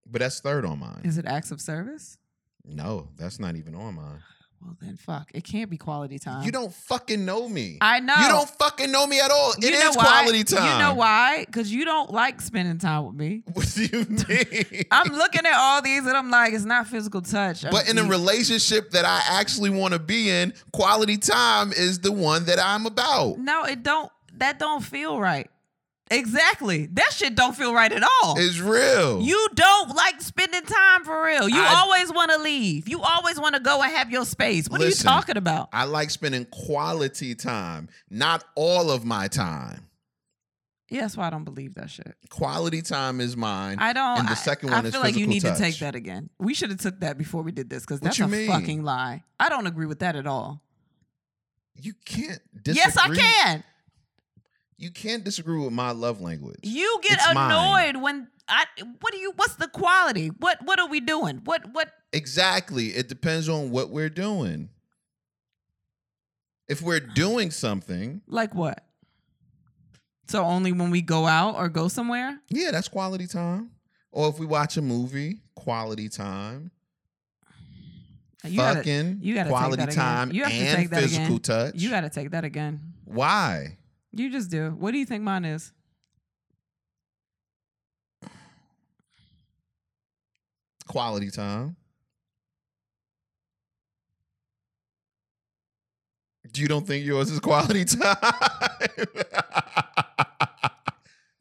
Speaker 1: But that's third on mine.
Speaker 2: is it acts of service?
Speaker 1: no, that's not even on mine.
Speaker 2: Well then fuck. It can't be quality time.
Speaker 1: you don't fucking know me.
Speaker 2: I know.
Speaker 1: You don't fucking know me at all. It
Speaker 2: You
Speaker 1: is
Speaker 2: know why?
Speaker 1: quality time.
Speaker 2: You know why? Cuz you don't like spending time with me.
Speaker 1: [laughs] What do you mean?
Speaker 2: [laughs] I'm looking at all these and I'm like it's not physical touch. I
Speaker 1: But in a
Speaker 2: mean,
Speaker 1: relationship that I actually want to be in, quality time is the one that I'm about.
Speaker 2: No, it don't that don't feel right. Exactly. That shit don't feel right at all.
Speaker 1: It's real.
Speaker 2: You don't like spending time for real. You
Speaker 1: Oh. I-
Speaker 2: always want to leave. You always want to go and have your space. What
Speaker 1: Listen.
Speaker 2: are you talking about?
Speaker 1: I like spending quality time, not all of my time.
Speaker 2: Yeah, that's why I don't believe that shit.
Speaker 1: Quality time is mine.
Speaker 2: I don't.
Speaker 1: And the
Speaker 2: I-
Speaker 1: second
Speaker 2: I,
Speaker 1: one is
Speaker 2: feel like you
Speaker 1: physical touch.
Speaker 2: need to take that again. We should have took that before we did this because
Speaker 1: What
Speaker 2: that's
Speaker 1: you
Speaker 2: a
Speaker 1: mean?
Speaker 2: fucking lie. I don't agree with that at all.
Speaker 1: You can't disagree.
Speaker 2: Yes, I can.
Speaker 1: You can't disagree with my love language.
Speaker 2: You get
Speaker 1: It's mine.
Speaker 2: annoyed when I. What do you? What's the quality? What What are we doing? What What?
Speaker 1: Exactly. It depends on what we're doing. If we're doing something,
Speaker 2: Like what? So only when we go out or go somewhere.
Speaker 1: yeah, that's quality time. Or if we watch a movie, quality time.
Speaker 2: You gotta-
Speaker 1: Fucking
Speaker 2: you gotta take
Speaker 1: quality
Speaker 2: that again.
Speaker 1: time
Speaker 2: You have to
Speaker 1: and
Speaker 2: take that
Speaker 1: physical
Speaker 2: again.
Speaker 1: touch.
Speaker 2: You got to take that again.
Speaker 1: Why?
Speaker 2: You just do. What do you think mine is?
Speaker 1: Quality time. You don't think yours is quality [laughs] time?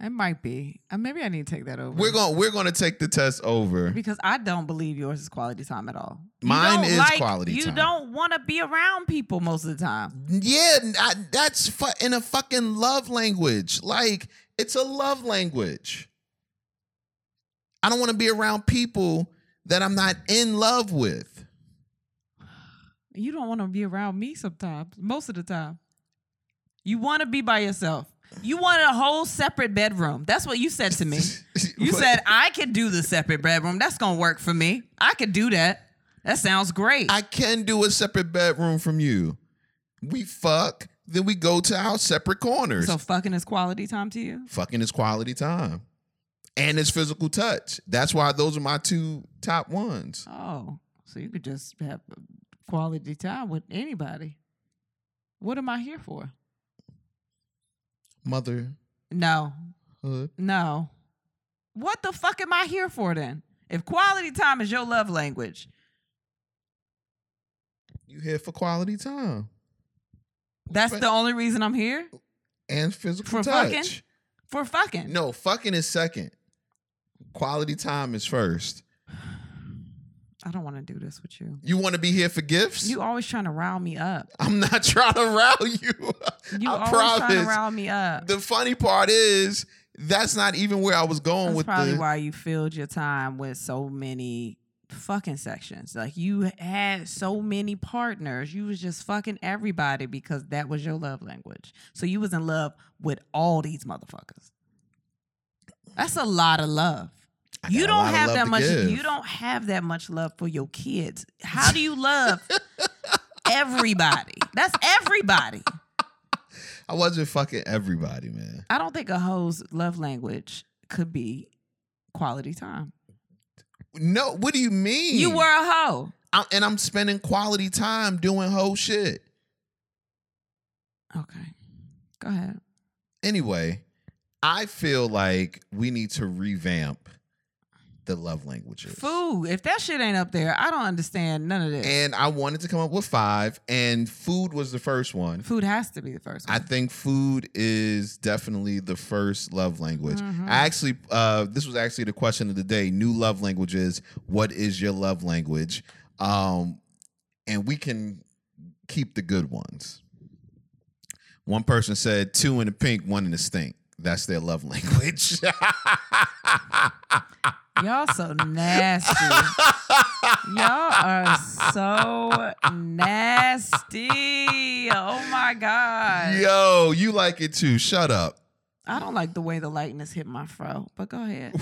Speaker 2: It might be. Uh, Maybe I need to take that over.
Speaker 1: we're going to we're going to take the test over.
Speaker 2: because I don't believe yours is quality time at all. You
Speaker 1: Mine
Speaker 2: don't
Speaker 1: is quality
Speaker 2: You
Speaker 1: time.
Speaker 2: don't want to be around people most of the time.
Speaker 1: Yeah, I, that's fu- in a fucking love language. Like it's a love language. I don't want to be around people that I'm not in love with.
Speaker 2: You don't want to be around me sometimes. Most of the time, you want to be by yourself. You want a whole separate bedroom. That's what you said
Speaker 1: [laughs]
Speaker 2: to me. You
Speaker 1: But-
Speaker 2: said I could do the separate bedroom. That's gonna work for me. I could do that. That sounds great.
Speaker 1: I can do a separate bedroom from you. We fuck, then we go to our separate corners.
Speaker 2: so fucking is quality time to you?
Speaker 1: Fucking is quality time. And it's physical touch. That's why those are my two top ones.
Speaker 2: Oh, so you could just have quality time with anybody. What am I here for?
Speaker 1: Motherhood.
Speaker 2: No, no. What the fuck am I here for then? If quality time is your love language,
Speaker 1: You here for quality time
Speaker 2: that's
Speaker 1: But-
Speaker 2: the only reason I'm here
Speaker 1: and physical
Speaker 2: For
Speaker 1: touch.
Speaker 2: fucking? for fucking.
Speaker 1: No, fucking is second. Quality time is first.
Speaker 2: I don't want to do this with you.
Speaker 1: You want to be here for gifts?
Speaker 2: You always trying to rile me up.
Speaker 1: I'm not [laughs] trying to rile you. [laughs]
Speaker 2: You
Speaker 1: I
Speaker 2: always trying
Speaker 1: promise.
Speaker 2: to rile me up.
Speaker 1: the funny part is that's not even where I was going
Speaker 2: That's
Speaker 1: with
Speaker 2: probably
Speaker 1: the
Speaker 2: why you filled your time with so many fucking sections. Like you had so many partners. You was just fucking everybody because that was your love language. So you was in love with all these motherfuckers. That's a lot of love.
Speaker 1: I got
Speaker 2: You
Speaker 1: a
Speaker 2: don't
Speaker 1: lot of
Speaker 2: have
Speaker 1: love
Speaker 2: that
Speaker 1: to
Speaker 2: much
Speaker 1: give.
Speaker 2: you don't have that much love for your kids. How do you
Speaker 1: [laughs]
Speaker 2: love everybody? That's everybody.
Speaker 1: I wasn't fucking everybody, man.
Speaker 2: I don't think a hoe's love language could be quality time.
Speaker 1: No, what do you mean?
Speaker 2: You were a hoe.
Speaker 1: I, and I'm spending quality time doing whole shit.
Speaker 2: Okay. Go ahead.
Speaker 1: Anyway, I feel like we need to revamp the love languages.
Speaker 2: Food. If that shit ain't up there, I don't understand none of this.
Speaker 1: And I wanted to come up with five, and food was the first one.
Speaker 2: Food has to be the first
Speaker 1: I
Speaker 2: one.
Speaker 1: think food is definitely the first love language.
Speaker 2: Mhm.
Speaker 1: I actually, uh, this was actually the question of the day. New love languages. What is your love language? Um, and we can keep the good ones. One person said two in the pink, one in the stink. That's their love [laughs] language.
Speaker 2: Y'all
Speaker 1: [laughs]
Speaker 2: so nasty. Y'all are so nasty. Oh my God.
Speaker 1: Yo, you like it too. Shut up. [laughs]
Speaker 2: I don't like the way the lightness hit my fro, but go ahead.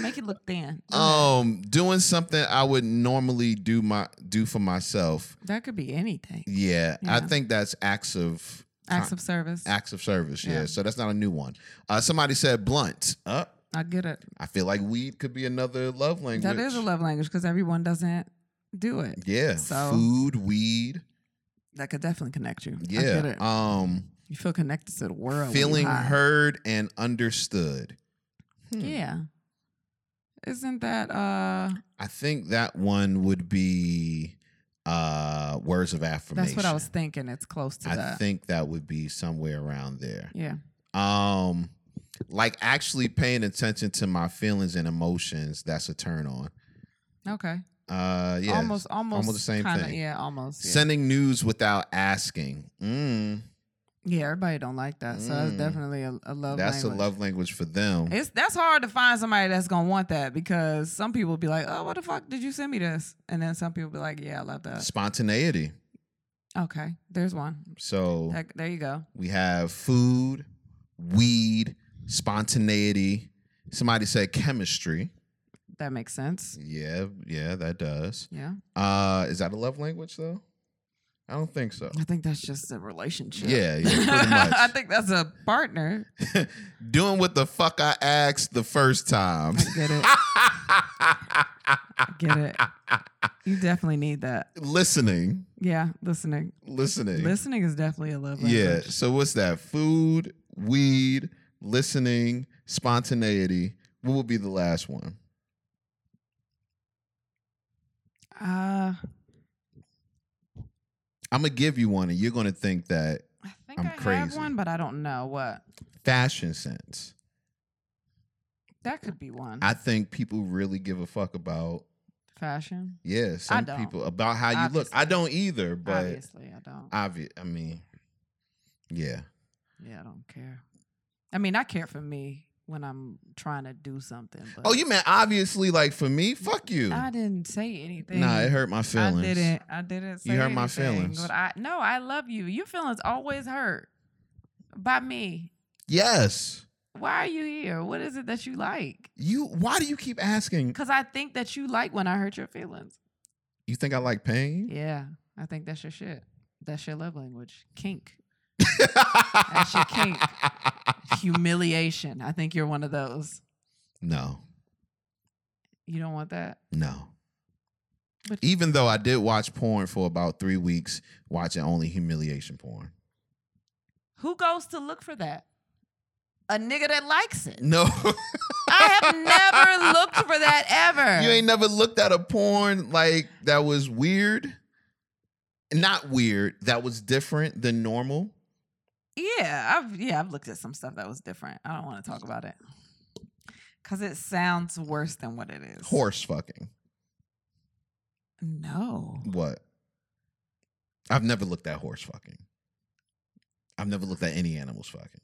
Speaker 2: Make it look thin. Go ahead.
Speaker 1: [laughs] um, doing something I would normally do my do for myself.
Speaker 2: that could be anything.
Speaker 1: Yeah, I
Speaker 2: Yeah.
Speaker 1: think that's acts of
Speaker 2: Acts of service.
Speaker 1: acts of service. Yeah.
Speaker 2: Yeah.
Speaker 1: so that's not a new one. Uh, somebody said blunt. Uh,
Speaker 2: I get it.
Speaker 1: I feel like weed could be another love language.
Speaker 2: That is a love language because everyone doesn't do it.
Speaker 1: Yeah,
Speaker 2: So-
Speaker 1: food, weed.
Speaker 2: That could definitely connect you. I get
Speaker 1: Yeah,
Speaker 2: it.
Speaker 1: um,
Speaker 2: you feel connected to the world. when you
Speaker 1: feeling
Speaker 2: high.
Speaker 1: heard and understood. Hmm.
Speaker 2: Yeah. Isn't that uh
Speaker 1: I think that one would be uh words of affirmation.
Speaker 2: that's what I was thinking. It's close to
Speaker 1: I
Speaker 2: that.
Speaker 1: think that would be somewhere around there.
Speaker 2: yeah.
Speaker 1: Um, like actually paying attention to my feelings and emotions, that's a turn on.
Speaker 2: Okay.
Speaker 1: Uh, yeah,
Speaker 2: almost, almost,
Speaker 1: almost the same
Speaker 2: kinda,
Speaker 1: thing.
Speaker 2: Yeah, almost. Yeah.
Speaker 1: sending news without asking. Mm,
Speaker 2: Yeah, everybody don't like that, so that's
Speaker 1: Mm.
Speaker 2: definitely a, a love.
Speaker 1: that's
Speaker 2: language.
Speaker 1: a love language for them.
Speaker 2: It's that's hard to find somebody that's gonna want that because some people be like, "Oh, what the fuck did you send me this?" And then some people be like, "Yeah, I love that."
Speaker 1: Spontaneity.
Speaker 2: Okay, there's one.
Speaker 1: So
Speaker 2: That- there you go.
Speaker 1: we have food, weed, spontaneity. Somebody said chemistry.
Speaker 2: That makes sense.
Speaker 1: Yeah, yeah, that does.
Speaker 2: Yeah,
Speaker 1: Uh, is that a love language though? I don't think
Speaker 2: [laughs]
Speaker 1: so.
Speaker 2: I think that's just a relationship.
Speaker 1: Yeah, yeah, pretty much.
Speaker 2: [laughs] I think that's a partner.
Speaker 1: Doing what the fuck I asked the first time. [laughs]
Speaker 2: I get it. I get it. You definitely need that.
Speaker 1: [laughs] listening,
Speaker 2: Yeah, listening.
Speaker 1: listening.
Speaker 2: Listening is definitely a love language.
Speaker 1: yeah. So what's that? Food, weed, listening, spontaneity. What would be the last one?
Speaker 2: Uh,
Speaker 1: I'm gonna give you one, and you're gonna think that
Speaker 2: I think i
Speaker 1: I'm
Speaker 2: have
Speaker 1: crazy.
Speaker 2: one, but I don't know what.
Speaker 1: fashion sense.
Speaker 2: That could be one.
Speaker 1: I think people really give a fuck about
Speaker 2: Fashion.
Speaker 1: yeah, some
Speaker 2: don't.
Speaker 1: people about how you look.
Speaker 2: Obviously.
Speaker 1: I don't either, but
Speaker 2: Obviously, I don't.
Speaker 1: obvious. I mean, yeah.
Speaker 2: Yeah, I don't care. I mean, I care for me when I'm trying to do something. But
Speaker 1: Oh, you meant obviously like for me? Fuck you.
Speaker 2: I didn't say anything.
Speaker 1: Nah, it hurt my
Speaker 2: I
Speaker 1: feelings.
Speaker 2: didn't. I didn't. Say
Speaker 1: You hurt my
Speaker 2: anything,
Speaker 1: feelings.
Speaker 2: But I no, I love you. Your feelings always hurt by me.
Speaker 1: Yes.
Speaker 2: Why are you here? What is it that you like?
Speaker 1: You why do you keep asking?
Speaker 2: Because I think that you like when I hurt your feelings.
Speaker 1: You think I like pain?
Speaker 2: Yeah, I think that's your shit. That's your love language. Kink. That's your kink. Humiliation. I think you're one of those.
Speaker 1: [laughs] No.
Speaker 2: You don't want that.
Speaker 1: No.
Speaker 2: But-
Speaker 1: Even though I did watch porn for about three weeks, watching only humiliation porn. [laughs]
Speaker 2: Who goes to look for that? A nigga that
Speaker 1: [laughs]
Speaker 2: likes it.
Speaker 1: No.
Speaker 2: I have never looked for that ever.
Speaker 1: You ain't never looked at a porn like that was weird. Not weird, that was different than normal.
Speaker 2: yeah, I've yeah, I've looked at some stuff that was different. I don't want to talk about it. Cause it sounds worse than what it is.
Speaker 1: Horse fucking.
Speaker 2: No.
Speaker 1: What? I've never looked at horse fucking. I've never looked at any animals fucking.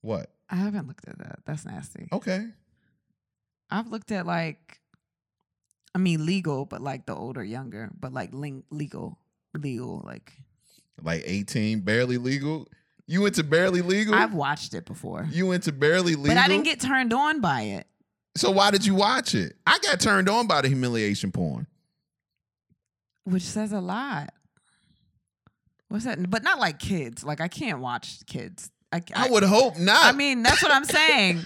Speaker 1: What?
Speaker 2: I haven't looked at that. That's nasty.
Speaker 1: Okay.
Speaker 2: I've looked at like I mean legal, but like the older, younger, but like ling- legal. Legal, like
Speaker 1: Like 18, barely legal. You into barely legal?
Speaker 2: I've watched it before.
Speaker 1: you into barely legal.
Speaker 2: But I didn't get turned on by it.
Speaker 1: So why did you watch it? I got turned on by the humiliation porn.
Speaker 2: which says a lot. What's that? But not like kids. Like I can't watch kids. I,
Speaker 1: I, would hope not.
Speaker 2: I mean, that's what I'm saying.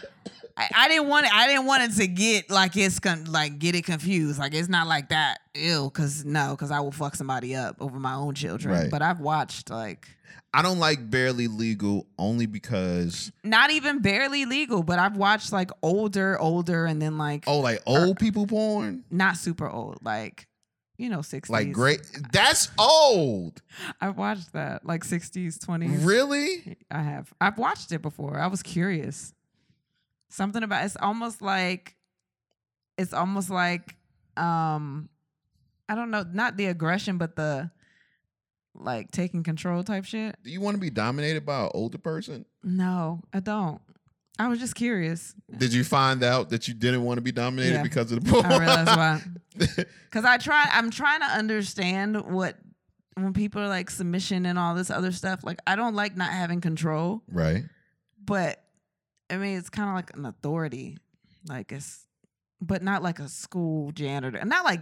Speaker 2: I, I didn't want it. I didn't want it to get like it's con- like get it confused. Like it's not like that. Ew. Because no. Because I will fuck somebody up over my own children.
Speaker 1: Right.
Speaker 2: But I've watched like
Speaker 1: I don't like barely legal only because
Speaker 2: not even barely legal. But I've watched like older, older, and then like
Speaker 1: oh, like old people porn,
Speaker 2: not super old. Like you know, sixties.
Speaker 1: like great. That's old,
Speaker 2: [laughs] I've watched that like sixties, twenties.
Speaker 1: really.
Speaker 2: I have. I've watched it before. I was curious. Something about it's almost like it's almost like um I don't know, not the aggression but the like taking control type shit.
Speaker 1: Do you want to be dominated by an older person?
Speaker 2: No, I don't. I was just curious.
Speaker 1: Did you find out that you didn't want to be dominated
Speaker 2: Yeah.
Speaker 1: because of the porn?
Speaker 2: I realized why.
Speaker 1: [laughs]
Speaker 2: [laughs] Cuz I try I'm trying to understand what when people are like submission and all this other stuff, like I don't like not having control.
Speaker 1: right.
Speaker 2: but I mean, it's kind of like an authority, like it's, but not like a school janitor, not like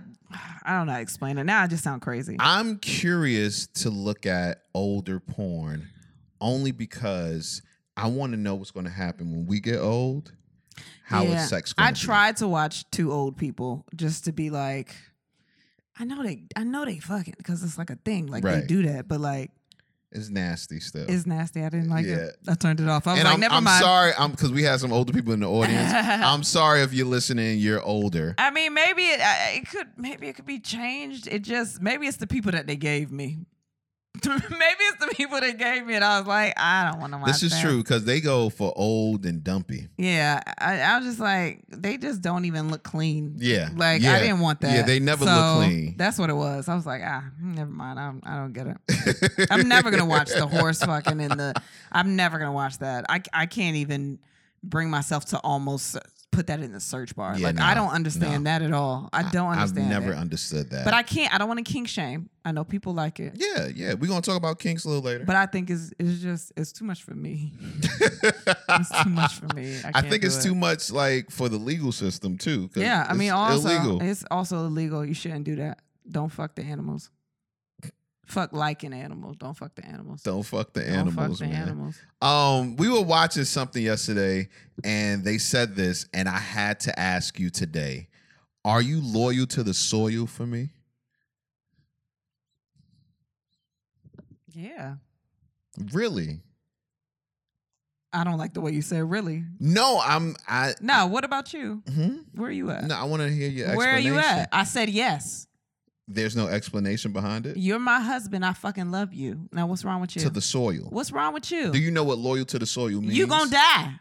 Speaker 2: I don't know how to explain it. Now I just sound crazy.
Speaker 1: I'm curious to look at older porn only because I want to know what's going to happen when we get old. How is
Speaker 2: Yeah.
Speaker 1: sex going
Speaker 2: I tried to watch two old people just to be like, I know they, I know they fucking because it's like a thing, like they
Speaker 1: Right.
Speaker 2: do that, but like
Speaker 1: It's nasty still.
Speaker 2: it's nasty. I didn't like it. I turned it off. I was
Speaker 1: and
Speaker 2: like,
Speaker 1: I'm,
Speaker 2: never
Speaker 1: I'm
Speaker 2: mind.
Speaker 1: sorry, I'm because we had some older people in the
Speaker 2: [laughs]
Speaker 1: audience. I'm sorry if you're listening. You're older.
Speaker 2: I mean, maybe it, I- it could, maybe it could be changed. It just, maybe it's the people that they gave me. [laughs] Maybe it's the people that gave me it. I was like, I don't want to watch.
Speaker 1: This is
Speaker 2: that.
Speaker 1: true because they go for old and dumpy.
Speaker 2: Yeah, I, I was just like, they just don't even look clean.
Speaker 1: Yeah,
Speaker 2: Like
Speaker 1: yeah.
Speaker 2: I didn't want that.
Speaker 1: Yeah, they never look
Speaker 2: So,
Speaker 1: clean.
Speaker 2: That's what it was. I was like, ah, never mind. I'm, I don't get it.
Speaker 1: [laughs]
Speaker 2: I'm never gonna watch the horse fucking in the. I'm never gonna watch that. I I can't even bring myself to almost put that in the search bar.
Speaker 1: Yeah,
Speaker 2: like
Speaker 1: no,
Speaker 2: I don't understand
Speaker 1: no.
Speaker 2: that at all. I don't understand.
Speaker 1: I've never
Speaker 2: it.
Speaker 1: understood that.
Speaker 2: But I can't. I don't want to kink shame. I know people like it.
Speaker 1: yeah, yeah. We're gonna talk about kinks a little later.
Speaker 2: But I think it's it's just it's too much
Speaker 1: [laughs]
Speaker 2: for me. It's too much for me. I,
Speaker 1: I
Speaker 2: can't
Speaker 1: think
Speaker 2: do
Speaker 1: it's
Speaker 2: it.
Speaker 1: too much like for the legal system too. 'cause
Speaker 2: Yeah, I
Speaker 1: it's
Speaker 2: mean, also
Speaker 1: illegal.
Speaker 2: it's also illegal. You shouldn't do that. Don't fuck the animals. Fuck liking animals. Don't fuck the animals.
Speaker 1: Don't fuck the
Speaker 2: Don't
Speaker 1: animals,
Speaker 2: fuck the
Speaker 1: man.
Speaker 2: animals.
Speaker 1: Um, we were watching something yesterday, and they said this, and I had to ask you today: Are you loyal to the soil for me?
Speaker 2: Yeah,
Speaker 1: Really?
Speaker 2: I don't like the way you said really.
Speaker 1: No, I'm. I
Speaker 2: Now, what about you?
Speaker 1: Hmm?
Speaker 2: Where are you at?
Speaker 1: no. I want to hear your explanation.
Speaker 2: Where are you at? I said yes.
Speaker 1: There's no explanation behind it.
Speaker 2: You're my husband. I fucking love you. Now, what's wrong with you?
Speaker 1: To the soil.
Speaker 2: what's wrong with you?
Speaker 1: Do you know what loyal to the soil means?
Speaker 2: you gonna die.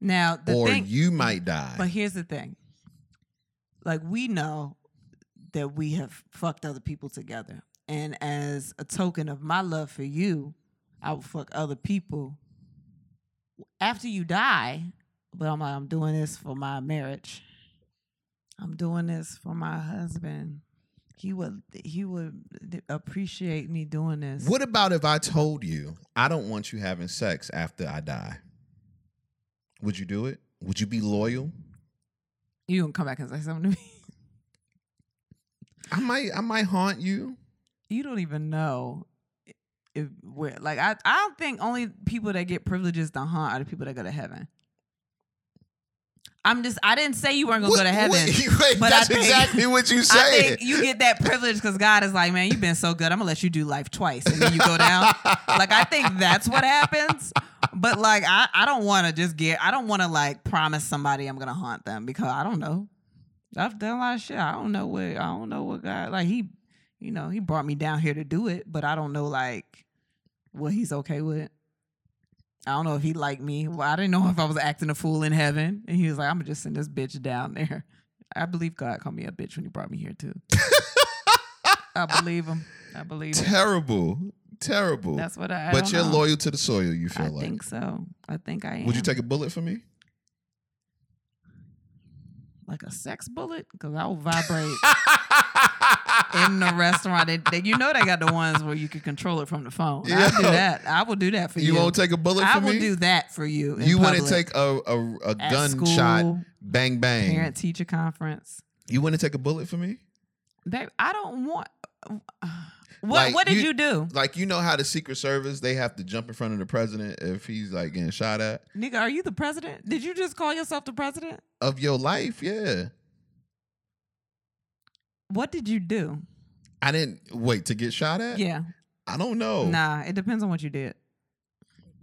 Speaker 2: Now, the
Speaker 1: or
Speaker 2: thing,
Speaker 1: you might die.
Speaker 2: But here's the thing. Like we know that we have fucked other people together. And as a token of my love for you, I will fuck other people after you die. But I'm like, I'm doing this for my marriage. I'm doing this for my husband. He would he would appreciate me doing this.
Speaker 1: what about if I told you I don't want you having sex after I die? Would you do it? Would you be loyal?
Speaker 2: You gonna come back and say something to me?
Speaker 1: I might. I might haunt you.
Speaker 2: you don't even know if where like I, I don't think only people that get privileges to haunt are the people that go to heaven. I'm just I didn't say you weren't gonna
Speaker 1: What-
Speaker 2: go
Speaker 1: [laughs]
Speaker 2: to heaven.
Speaker 1: what- wait,
Speaker 2: but I
Speaker 1: that's
Speaker 2: think-
Speaker 1: exactly what you
Speaker 2: [laughs] I
Speaker 1: said.
Speaker 2: think you get that privilege because God is like, man, you've been so good. I'm gonna let you do life twice, and then you go down. like
Speaker 1: [laughs]
Speaker 2: I think that's what happens. But like I, I don't want to just get. I don't want to like promise somebody I'm gonna haunt them because I don't know. I've done a lot of shit. I don't know what. I don't know what God like. He, you know, he brought me down here to do it, but I don't know like what he's okay with. I don't know if he liked me. Well, I didn't know if I was acting a fool in heaven, and he was like, "I'm gonna just send this bitch down there." I believe God called me a bitch when he brought me here too. I believe him. I believe him.
Speaker 1: terrible, terrible.
Speaker 2: That's what I. I
Speaker 1: but
Speaker 2: don't
Speaker 1: you're
Speaker 2: know.
Speaker 1: loyal to the soil. You feel
Speaker 2: I
Speaker 1: like.
Speaker 2: think so. I think I am.
Speaker 1: Would you take a bullet for
Speaker 2: [laughs]
Speaker 1: me?
Speaker 2: like a sex bullet? Because I will vibrate
Speaker 1: [laughs]
Speaker 2: in the restaurant. They, they, you know, they got the ones where you can control it from the phone. I'll do
Speaker 1: Yo.
Speaker 2: that. I will do that for you.
Speaker 1: You won't take a bullet
Speaker 2: I
Speaker 1: for
Speaker 2: will
Speaker 1: me.
Speaker 2: do that for you. in
Speaker 1: you wouldn't
Speaker 2: public.
Speaker 1: take a a, a
Speaker 2: At
Speaker 1: gunshot,
Speaker 2: school,
Speaker 1: bang bang.
Speaker 2: parent teacher conference.
Speaker 1: You wouldn't take a bullet for me.
Speaker 2: Babe, I don't want. [sighs] What
Speaker 1: Like,
Speaker 2: What did
Speaker 1: you-
Speaker 2: you, do,
Speaker 1: Like you know how the Secret Service they have to jump in front of the president if he's like getting shot at
Speaker 2: nigga? Are you the president? Did you just call yourself the president?
Speaker 1: of your life. Yeah,
Speaker 2: What did you do?
Speaker 1: I didn't wait to get shot at.
Speaker 2: Yeah,
Speaker 1: I don't know.
Speaker 2: nah. It depends on what you did.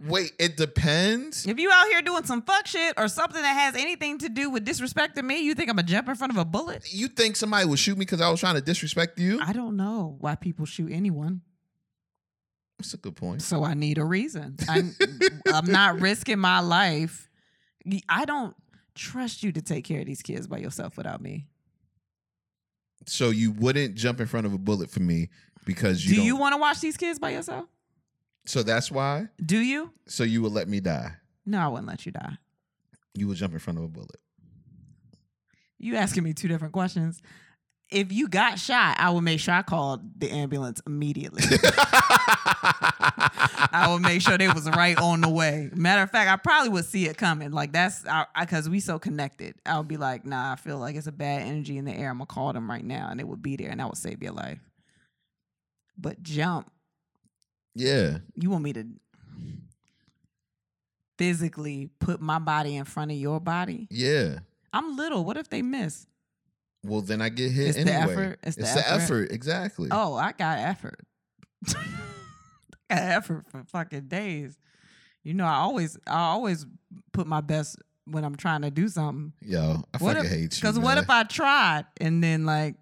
Speaker 1: Wait, it depends.
Speaker 2: If you out here doing some fuck shit or something that has anything to do with disrespecting me, you think I'm gonna jump in front of a bullet?
Speaker 1: You think somebody would shoot me because I was trying to disrespect you?
Speaker 2: I don't know why people shoot anyone,
Speaker 1: That's a good point.
Speaker 2: so I need a reason.
Speaker 1: [laughs]
Speaker 2: I'm, I'm not risking my life. I don't trust you to take care of these kids by yourself without me.
Speaker 1: So you wouldn't jump in front of a bullet for me because you
Speaker 2: do
Speaker 1: don't.
Speaker 2: you want to watch these kids by yourself?
Speaker 1: so that's why.
Speaker 2: Do you?
Speaker 1: So you would let me die.
Speaker 2: No, I wouldn't let you die.
Speaker 1: You would jump in front of a bullet.
Speaker 2: You asking me two different questions. If you got shot, I would make sure I called the ambulance immediately. [laughs] I would make sure they was right on the way. Matter of fact, I probably would see it coming. Like that's I because we so connected. I would be like, nah, I feel like it's a bad energy in the air. I'm gonna call them right now, and they would be there, and I would save your life. But jump,
Speaker 1: [laughs] yeah.
Speaker 2: you want me to physically put my body in front of your body?
Speaker 1: Yeah.
Speaker 2: I'm little. What if they miss?
Speaker 1: Well, then I get hit
Speaker 2: It's the
Speaker 1: anyway.
Speaker 2: effort. It's the effort.
Speaker 1: Exactly.
Speaker 2: Oh, I got effort. [laughs] I got effort for fucking days. You know, I always I always put my best when I'm trying to do something.
Speaker 1: Yo, I
Speaker 2: What
Speaker 1: fucking
Speaker 2: if-
Speaker 1: hate you.
Speaker 2: Because what
Speaker 1: man.
Speaker 2: if I tried and then like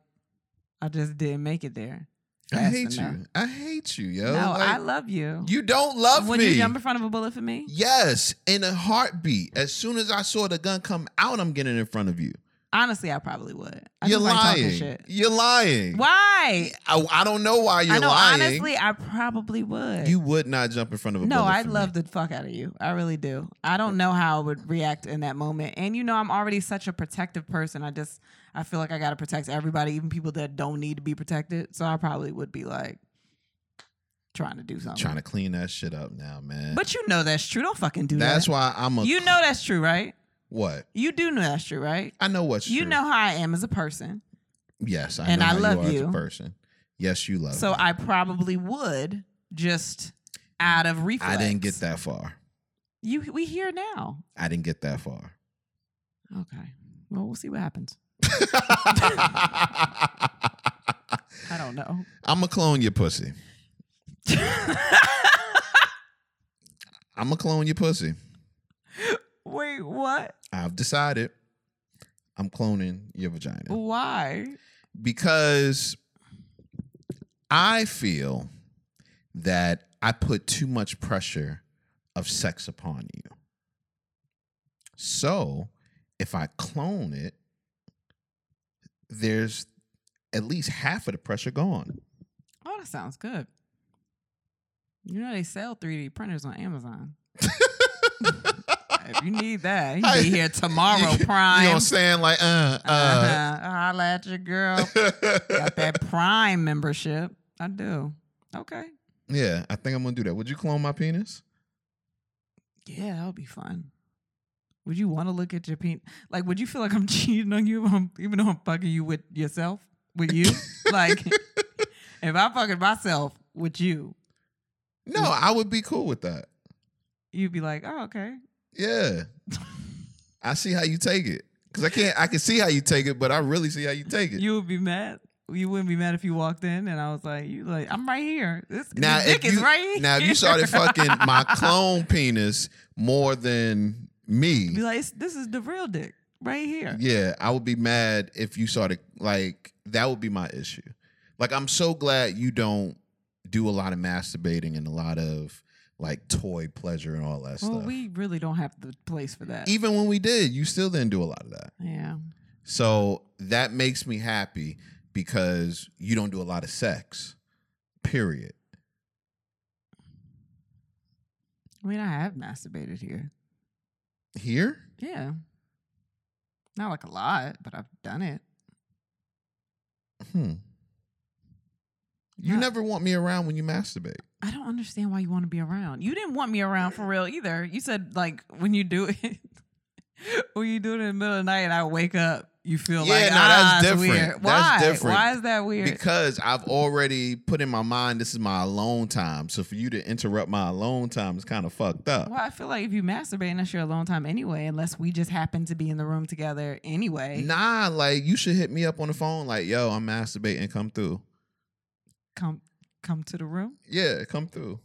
Speaker 2: I just didn't make it there?
Speaker 1: I
Speaker 2: fast
Speaker 1: hate
Speaker 2: enough.
Speaker 1: you. I hate you, yo.
Speaker 2: no,
Speaker 1: Like,
Speaker 2: I love you.
Speaker 1: you don't love
Speaker 2: Would
Speaker 1: me.
Speaker 2: you jump in front of a bullet for me?
Speaker 1: yes, in a heartbeat. As soon as I saw the gun come out, I'm getting in front of you.
Speaker 2: Honestly, I probably would. I
Speaker 1: you're
Speaker 2: just like talking
Speaker 1: lying.
Speaker 2: shit.
Speaker 1: You're lying.
Speaker 2: Why?
Speaker 1: I, I don't know why you're
Speaker 2: I know.
Speaker 1: lying.
Speaker 2: Honestly, I probably would.
Speaker 1: you would not jump in front of a
Speaker 2: no,
Speaker 1: bullet
Speaker 2: I
Speaker 1: for
Speaker 2: love the fuck out of you. I really do. I don't know how I would react in that moment. And you know, I'm already such a protective person. I just I feel like I gotta protect everybody, even people that don't need to be protected. So I probably would be like trying to do
Speaker 1: me.
Speaker 2: something.
Speaker 1: Trying to clean that shit up now, man.
Speaker 2: but you know that's true. Don't fucking do
Speaker 1: that's
Speaker 2: that.
Speaker 1: why I'm a
Speaker 2: you know that's true, right?
Speaker 1: what
Speaker 2: You do know that's true, right?
Speaker 1: I know what's
Speaker 2: You
Speaker 1: true.
Speaker 2: know how I am as a person.
Speaker 1: Yes, I
Speaker 2: and
Speaker 1: know
Speaker 2: I
Speaker 1: how
Speaker 2: love
Speaker 1: you. Are As
Speaker 2: you.
Speaker 1: a person, yes, you love.
Speaker 2: So
Speaker 1: me.
Speaker 2: I probably would just out of reflex.
Speaker 1: I didn't get that far.
Speaker 2: You we here now.
Speaker 1: I didn't get that far.
Speaker 2: Okay. Well, we'll see what happens. I don't know.
Speaker 1: I'm gonna clone your pussy. I'm gonna clone your pussy. [laughs]
Speaker 2: Wait, what?
Speaker 1: I've decided. I'm cloning your vagina
Speaker 2: Why?
Speaker 1: because I feel that I put too much pressure of sex upon you. So, if I clone it, there's at least half of the pressure gone.
Speaker 2: Oh, that sounds good. You know they sell 3D printers on Amazon. if you need that, you can be here tomorrow,
Speaker 1: You- You know what
Speaker 2: Prime.
Speaker 1: I'm saying? Like, uh, uh.
Speaker 2: uh-huh. Holla at your girl.
Speaker 1: [laughs]
Speaker 2: Got that Prime membership. I do. Okay.
Speaker 1: yeah, I think I'm gonna do that. Would you clone my penis?
Speaker 2: Yeah, that would be fun. Would you want to look at your penis? Like, would you feel like I'm [laughs] cheating on you, if I'm- even though I'm fucking you with yourself,
Speaker 1: [laughs]
Speaker 2: with you? like, if I'm fucking myself with you,
Speaker 1: No, I would be cool with that.
Speaker 2: you'd be like, oh, okay.
Speaker 1: Yeah. [laughs] I see how you take it. Cause I can't I can see how you take it, but I really see how you take it.
Speaker 2: You would be mad. You wouldn't be mad if you walked in and I was like, you like, I'm right here. This,
Speaker 1: now
Speaker 2: this
Speaker 1: if
Speaker 2: dick
Speaker 1: you,
Speaker 2: is right here.
Speaker 1: now if you started fucking
Speaker 2: [laughs]
Speaker 1: my clone penis more than me,
Speaker 2: be like, "It's- this is the real dick right here.
Speaker 1: yeah, I would be mad if you started like that would be my issue. Like I'm so glad you don't do a lot of masturbating and a lot of like toy pleasure and all that
Speaker 2: well,
Speaker 1: stuff.
Speaker 2: we uh, really don't have the place for that.
Speaker 1: Even when we did, you still didn't do a lot of that.
Speaker 2: yeah.
Speaker 1: So that makes me happy because you don't do a lot of sex. Period.
Speaker 2: I mean, I have masturbated here.
Speaker 1: Here?
Speaker 2: Yeah. Not like a lot, but I've done it.
Speaker 1: Hmm. You
Speaker 2: Not-
Speaker 1: never want me around when you masturbate.
Speaker 2: I don't understand why you want to be around. You didn't want me around for real either. You said like when you do it, [laughs] when you do it in the middle of the night and I wake up, you feel
Speaker 1: Yeah,
Speaker 2: like
Speaker 1: no,
Speaker 2: ah,
Speaker 1: that's
Speaker 2: it's
Speaker 1: different.
Speaker 2: Weird.
Speaker 1: That's
Speaker 2: why?
Speaker 1: different.
Speaker 2: Why is that weird?
Speaker 1: Because I've already put in my mind this is my alone time. So for you to interrupt my alone time is kind of fucked up.
Speaker 2: well, I feel like if you masturbate, that's your alone time anyway, unless we just happen to be in the room together anyway.
Speaker 1: Nah, like you should hit me up on the phone, like, yo, I'm masturbating, come through.
Speaker 2: Come, come to the room,
Speaker 1: Yeah, come through.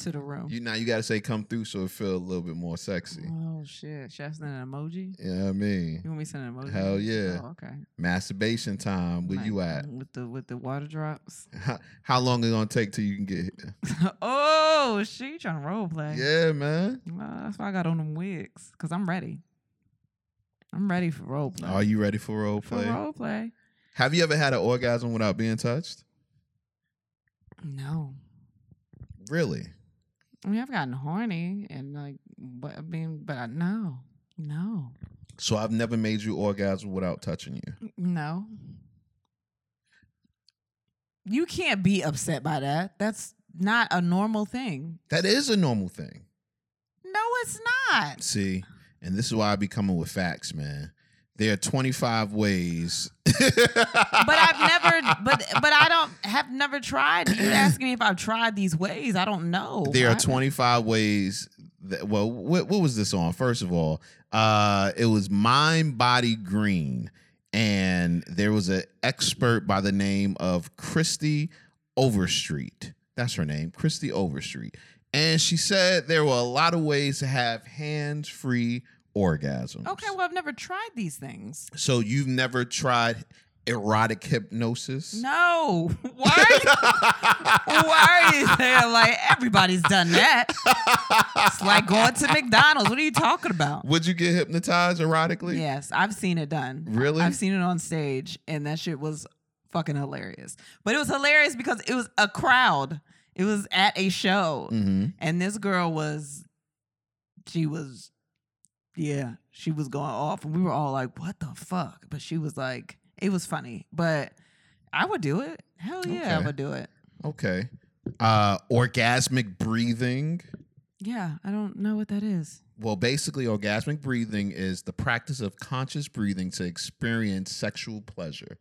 Speaker 2: to the room.
Speaker 1: You now you gotta say come through so it feel a little bit more sexy.
Speaker 2: oh shit! Should I send an emoji?
Speaker 1: You know what I mean?
Speaker 2: You want me to send an emoji?
Speaker 1: Hell yeah.
Speaker 2: Oh, okay.
Speaker 1: Masturbation time, where you
Speaker 2: Like,
Speaker 1: at?
Speaker 2: With the with the water drops. [laughs]
Speaker 1: [laughs] How, how long it gonna take till you can get here?
Speaker 2: oh, she trying to role play.
Speaker 1: Yeah, man.
Speaker 2: Well, that's why I got on them wigs because I'm ready. I'm ready for role play.
Speaker 1: Are you ready for role
Speaker 2: for
Speaker 1: play?
Speaker 2: role play?
Speaker 1: Have you ever had an orgasm without being touched?
Speaker 2: No,
Speaker 1: Really?
Speaker 2: I mean I've gotten horny and like, but I mean, but I, no, no,
Speaker 1: So I've never made you orgasm without touching you.
Speaker 2: no. You can't be upset by that. That's not a normal thing.
Speaker 1: That is a normal thing.
Speaker 2: No, it's not.
Speaker 1: See, and this is why I be coming with facts, man. There are 25 ways. [laughs]
Speaker 2: But I've never, but but I don't have never tried. You're asking me if I've tried these ways. I don't know.
Speaker 1: There are
Speaker 2: I-
Speaker 1: 25 ways that, well, what, what was this on? First of all, uh, it was Mind Body Green. And there was an expert by the name of Christy Overstreet. That's her name, Christy Overstreet. And she said there were a lot of ways to have hands free orgasms.
Speaker 2: Okay, well I've never tried these things.
Speaker 1: So you've never tried erotic hypnosis.
Speaker 2: No. [laughs] Why are you, why are you there? Like, everybody's done that. It's like going to McDonald's. What are you talking
Speaker 1: [laughs]
Speaker 2: about?
Speaker 1: Would you get hypnotized erotically?
Speaker 2: Yes, I've seen it done.
Speaker 1: Really?
Speaker 2: I've seen it on stage, and that shit was fucking hilarious. But it was hilarious because it was a crowd. It was at a show,
Speaker 1: hmm
Speaker 2: and this girl was, she was, yeah, she was going off, and we were all like, "What the fuck?" But she was like, "It was funny," but I would do it. Hell yeah, I
Speaker 1: Okay.
Speaker 2: would do it.
Speaker 1: Okay. Uh, orgasmic breathing.
Speaker 2: Yeah, I don't know what that is.
Speaker 1: Well, basically, orgasmic breathing is the practice of conscious breathing to experience sexual pleasure.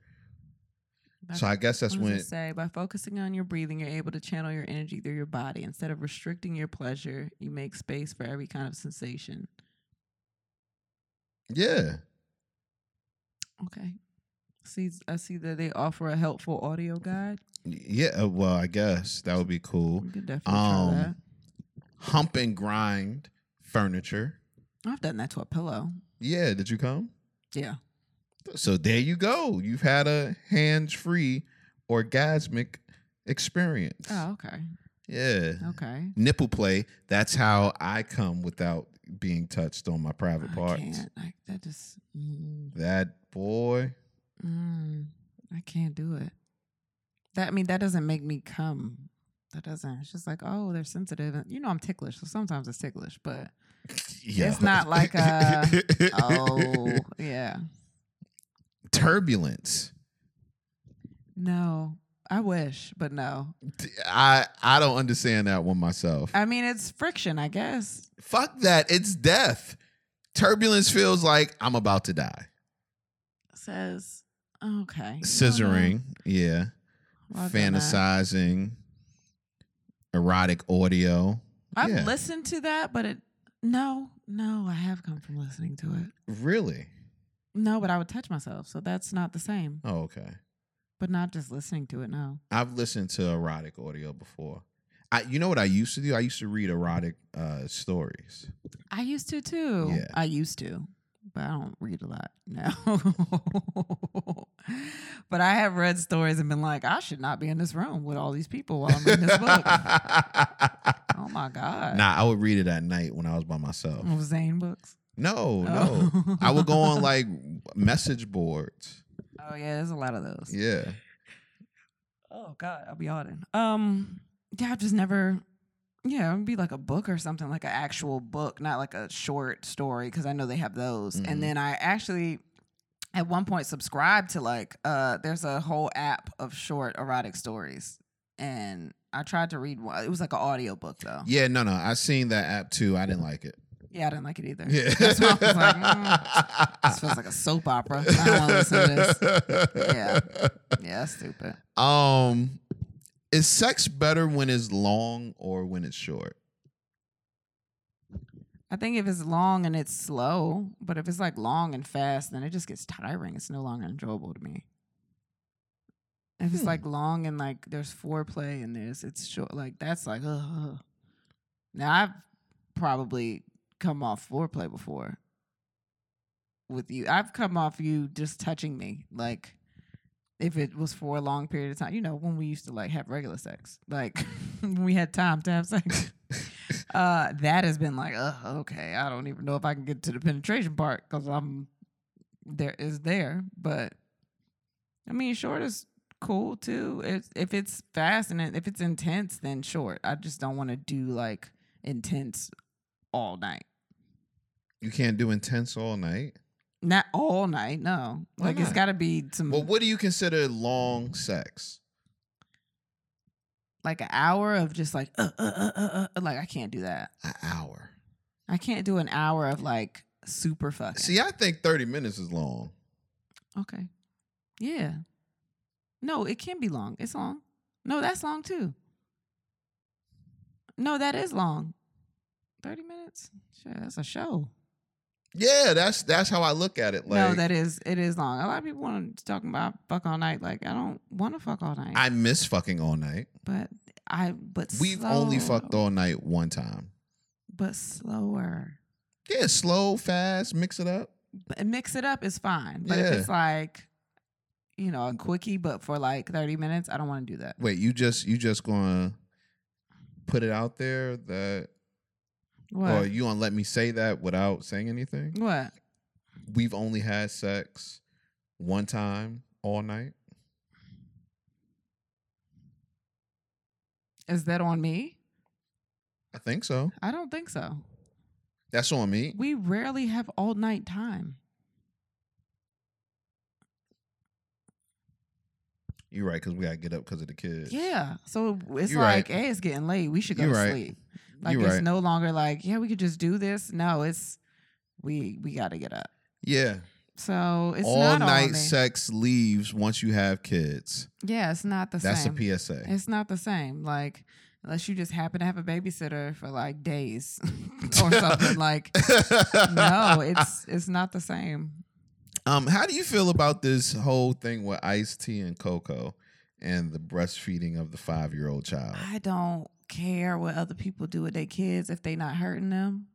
Speaker 1: So I guess that's
Speaker 2: what does
Speaker 1: when
Speaker 2: it say by focusing on your breathing, you're able to channel your energy through your body instead of restricting your pleasure. You make space for every kind of sensation.
Speaker 1: yeah.
Speaker 2: Okay, see, I see that they offer a helpful audio guide.
Speaker 1: Yeah, uh, well, I guess that would be cool.
Speaker 2: We can definitely try
Speaker 1: Um
Speaker 2: that.
Speaker 1: hump and grind furniture.
Speaker 2: I've done that to a pillow.
Speaker 1: Yeah, did you come?
Speaker 2: Yeah,
Speaker 1: So there you go. You've had a hands-free orgasmic experience.
Speaker 2: Oh, okay.
Speaker 1: Yeah.
Speaker 2: Okay.
Speaker 1: Nipple play, that's how I come without being touched on my private
Speaker 2: I
Speaker 1: parts.
Speaker 2: can't. I, that just. Mm,
Speaker 1: That boy. [laughs]
Speaker 2: mm, I can't do it. That I mean, that doesn't make me come. That doesn't. It's just like, oh, they're sensitive. And, you know, I'm ticklish, so sometimes it's ticklish, but
Speaker 1: Yeah.
Speaker 2: It's not like a-
Speaker 1: [laughs]
Speaker 2: oh, yeah.
Speaker 1: turbulence.
Speaker 2: No, I wish, but no.
Speaker 1: I I don't understand that one myself.
Speaker 2: I mean, it's friction, I guess.
Speaker 1: Fuck that. It's death. Turbulence feels like I'm about to die.
Speaker 2: Says, okay.
Speaker 1: Scissoring, yeah.
Speaker 2: Well, uh, I've done that.
Speaker 1: Fantasizing, erotic audio.
Speaker 2: I've
Speaker 1: yeah.
Speaker 2: listened to that, but it, no, no, I have come from listening to it.
Speaker 1: Really?
Speaker 2: No, but I would touch myself, so that's not the same.
Speaker 1: Oh, okay.
Speaker 2: But not just listening to it. No.
Speaker 1: I've listened to erotic audio before. I, you know what I used to do? I used to read erotic uh, stories.
Speaker 2: I used to too.
Speaker 1: Yeah.
Speaker 2: I used to, but I don't read a lot now. [laughs] but I have read stories and been like, I should not be in this room with all these people while I'm reading
Speaker 1: [laughs]
Speaker 2: this book. oh my God.
Speaker 1: Nah, I would read it at night when I was by myself.
Speaker 2: Of Zane books.
Speaker 1: No,
Speaker 2: [laughs]
Speaker 1: no.
Speaker 2: Oh.
Speaker 1: I would go on like message boards.
Speaker 2: Oh yeah, there's a lot of those.
Speaker 1: Yeah.
Speaker 2: Oh God, I'll be yawning. Um, yeah, I've just never. Yeah, it would be like a book or something, like an actual book, not like a short story, because I know they have those.
Speaker 1: Mhm.
Speaker 2: And then I actually, at one point, subscribed to like uh, there's a whole app of short erotic stories, and I tried to read one. It was like an audio book though. Yeah,
Speaker 1: Yeah, no, no. I seen that app too. I didn't like it.
Speaker 2: I didn't like it either.
Speaker 1: Yeah.
Speaker 2: That's why I
Speaker 1: [laughs]
Speaker 2: was like, mm, this feels like a soap opera. I don't want to listen to this. Yeah. Yeah, that's stupid.
Speaker 1: [laughs] Um, is sex better when it's long or when it's short?
Speaker 2: I think if it's long and it's slow, but if it's like long and fast, then it just gets tiring. It's no longer enjoyable to me. If it's
Speaker 1: Hmm.
Speaker 2: like long and like there's foreplay and there's it's short, like that's like ugh, ugh. Now I've probably come off foreplay before with you. I've come off you just touching me, like if it was for a long period of time. You know when we used to like have regular sex, like [laughs] when we had time to have sex uh, that has been like, uh, okay, I don't even know if I can get to the penetration part because I'm there is there, but I mean, short is cool too. It's, if it's fast and if it's intense, then short. I just don't want to do like intense all night.
Speaker 1: you can't do intense all night.
Speaker 2: Not all night, no.
Speaker 1: Why
Speaker 2: like it's
Speaker 1: not?
Speaker 2: got to be some
Speaker 1: Well, what do you consider long sex?
Speaker 2: like an hour of just like, uh, uh, uh, uh, uh, like I can't do that.
Speaker 1: An hour.
Speaker 2: I can't do an hour of like super fucking.
Speaker 1: See, I think thirty minutes is long.
Speaker 2: Okay. Yeah. No, it can be long. It's long. No, that's long too. No, that is long. 30 minutes? Sure, that's a show.
Speaker 1: Yeah, that's that's how I look at it. Like
Speaker 2: no, that is it is long. A lot of people want to talk about fuck all night. Like I don't want to fuck all night.
Speaker 1: I miss fucking all night.
Speaker 2: but I but
Speaker 1: We've only
Speaker 2: slow-
Speaker 1: fucked all night one time.
Speaker 2: but slower.
Speaker 1: Yeah, slow, fast, mix it up.
Speaker 2: But mix it up is fine. But if
Speaker 1: Yeah.
Speaker 2: it's like you know, a quickie, but for like 30 minutes, I don't want to do that.
Speaker 1: Wait, you just you just gonna put it out there that
Speaker 2: What?
Speaker 1: or you gonna let me say that without saying anything?
Speaker 2: what?
Speaker 1: We've only had sex one time all night.
Speaker 2: Is that on me?
Speaker 1: I think so.
Speaker 2: I don't think so.
Speaker 1: That's on me.
Speaker 2: We rarely have all night time.
Speaker 1: You're right, because we gotta get up because of the kids.
Speaker 2: Yeah. So it's
Speaker 1: You're right.
Speaker 2: like, hey, it's getting late. We should go
Speaker 1: You're
Speaker 2: to
Speaker 1: right.
Speaker 2: sleep. Like
Speaker 1: You're
Speaker 2: it's
Speaker 1: right.
Speaker 2: no longer like, yeah, we could just do this. No, it's we we gotta get up.
Speaker 1: Yeah.
Speaker 2: So it's
Speaker 1: all
Speaker 2: not
Speaker 1: night
Speaker 2: all day.
Speaker 1: sex leaves once you have kids.
Speaker 2: Yeah, it's not the
Speaker 1: That's
Speaker 2: same.
Speaker 1: a PSA.
Speaker 2: It's not the same. Like unless you just happen to have a babysitter for
Speaker 1: [laughs]
Speaker 2: like days [laughs] or something. Like no, it's it's not the same.
Speaker 1: Um, how do you feel about this whole thing with iced tea and cocoa and the breastfeeding of the five year old child?
Speaker 2: I don't care what other people do with their kids if they not hurting them.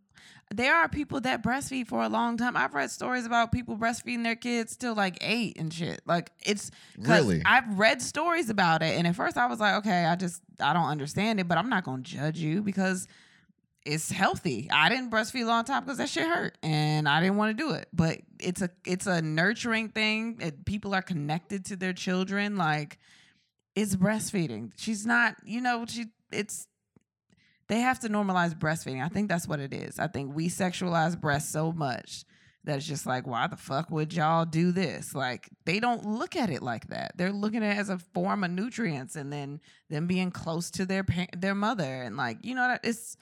Speaker 2: There are people that breastfeed for a long time. I've read stories about people breastfeeding their kids till like eight and shit. Like it's 'cause
Speaker 1: Really?
Speaker 2: I've read stories about it, and at first I was like, okay, I just I don't understand it, but I'm not gonna judge you because it's healthy. I didn't breastfeed a long time because that shit hurt, and I didn't want to do it. But it's a it's a nurturing thing. It, people are connected to their children. Like it's breastfeeding. She's not, you know, she it's they have to normalize breastfeeding. I think that's what it is. I think we sexualize breasts so much that it's just like, why the fuck would y'all do this? Like they don't look at it like that. They're looking at it as a form of nutrients, and then them being close to their pa- their mother, and like you know, that it's.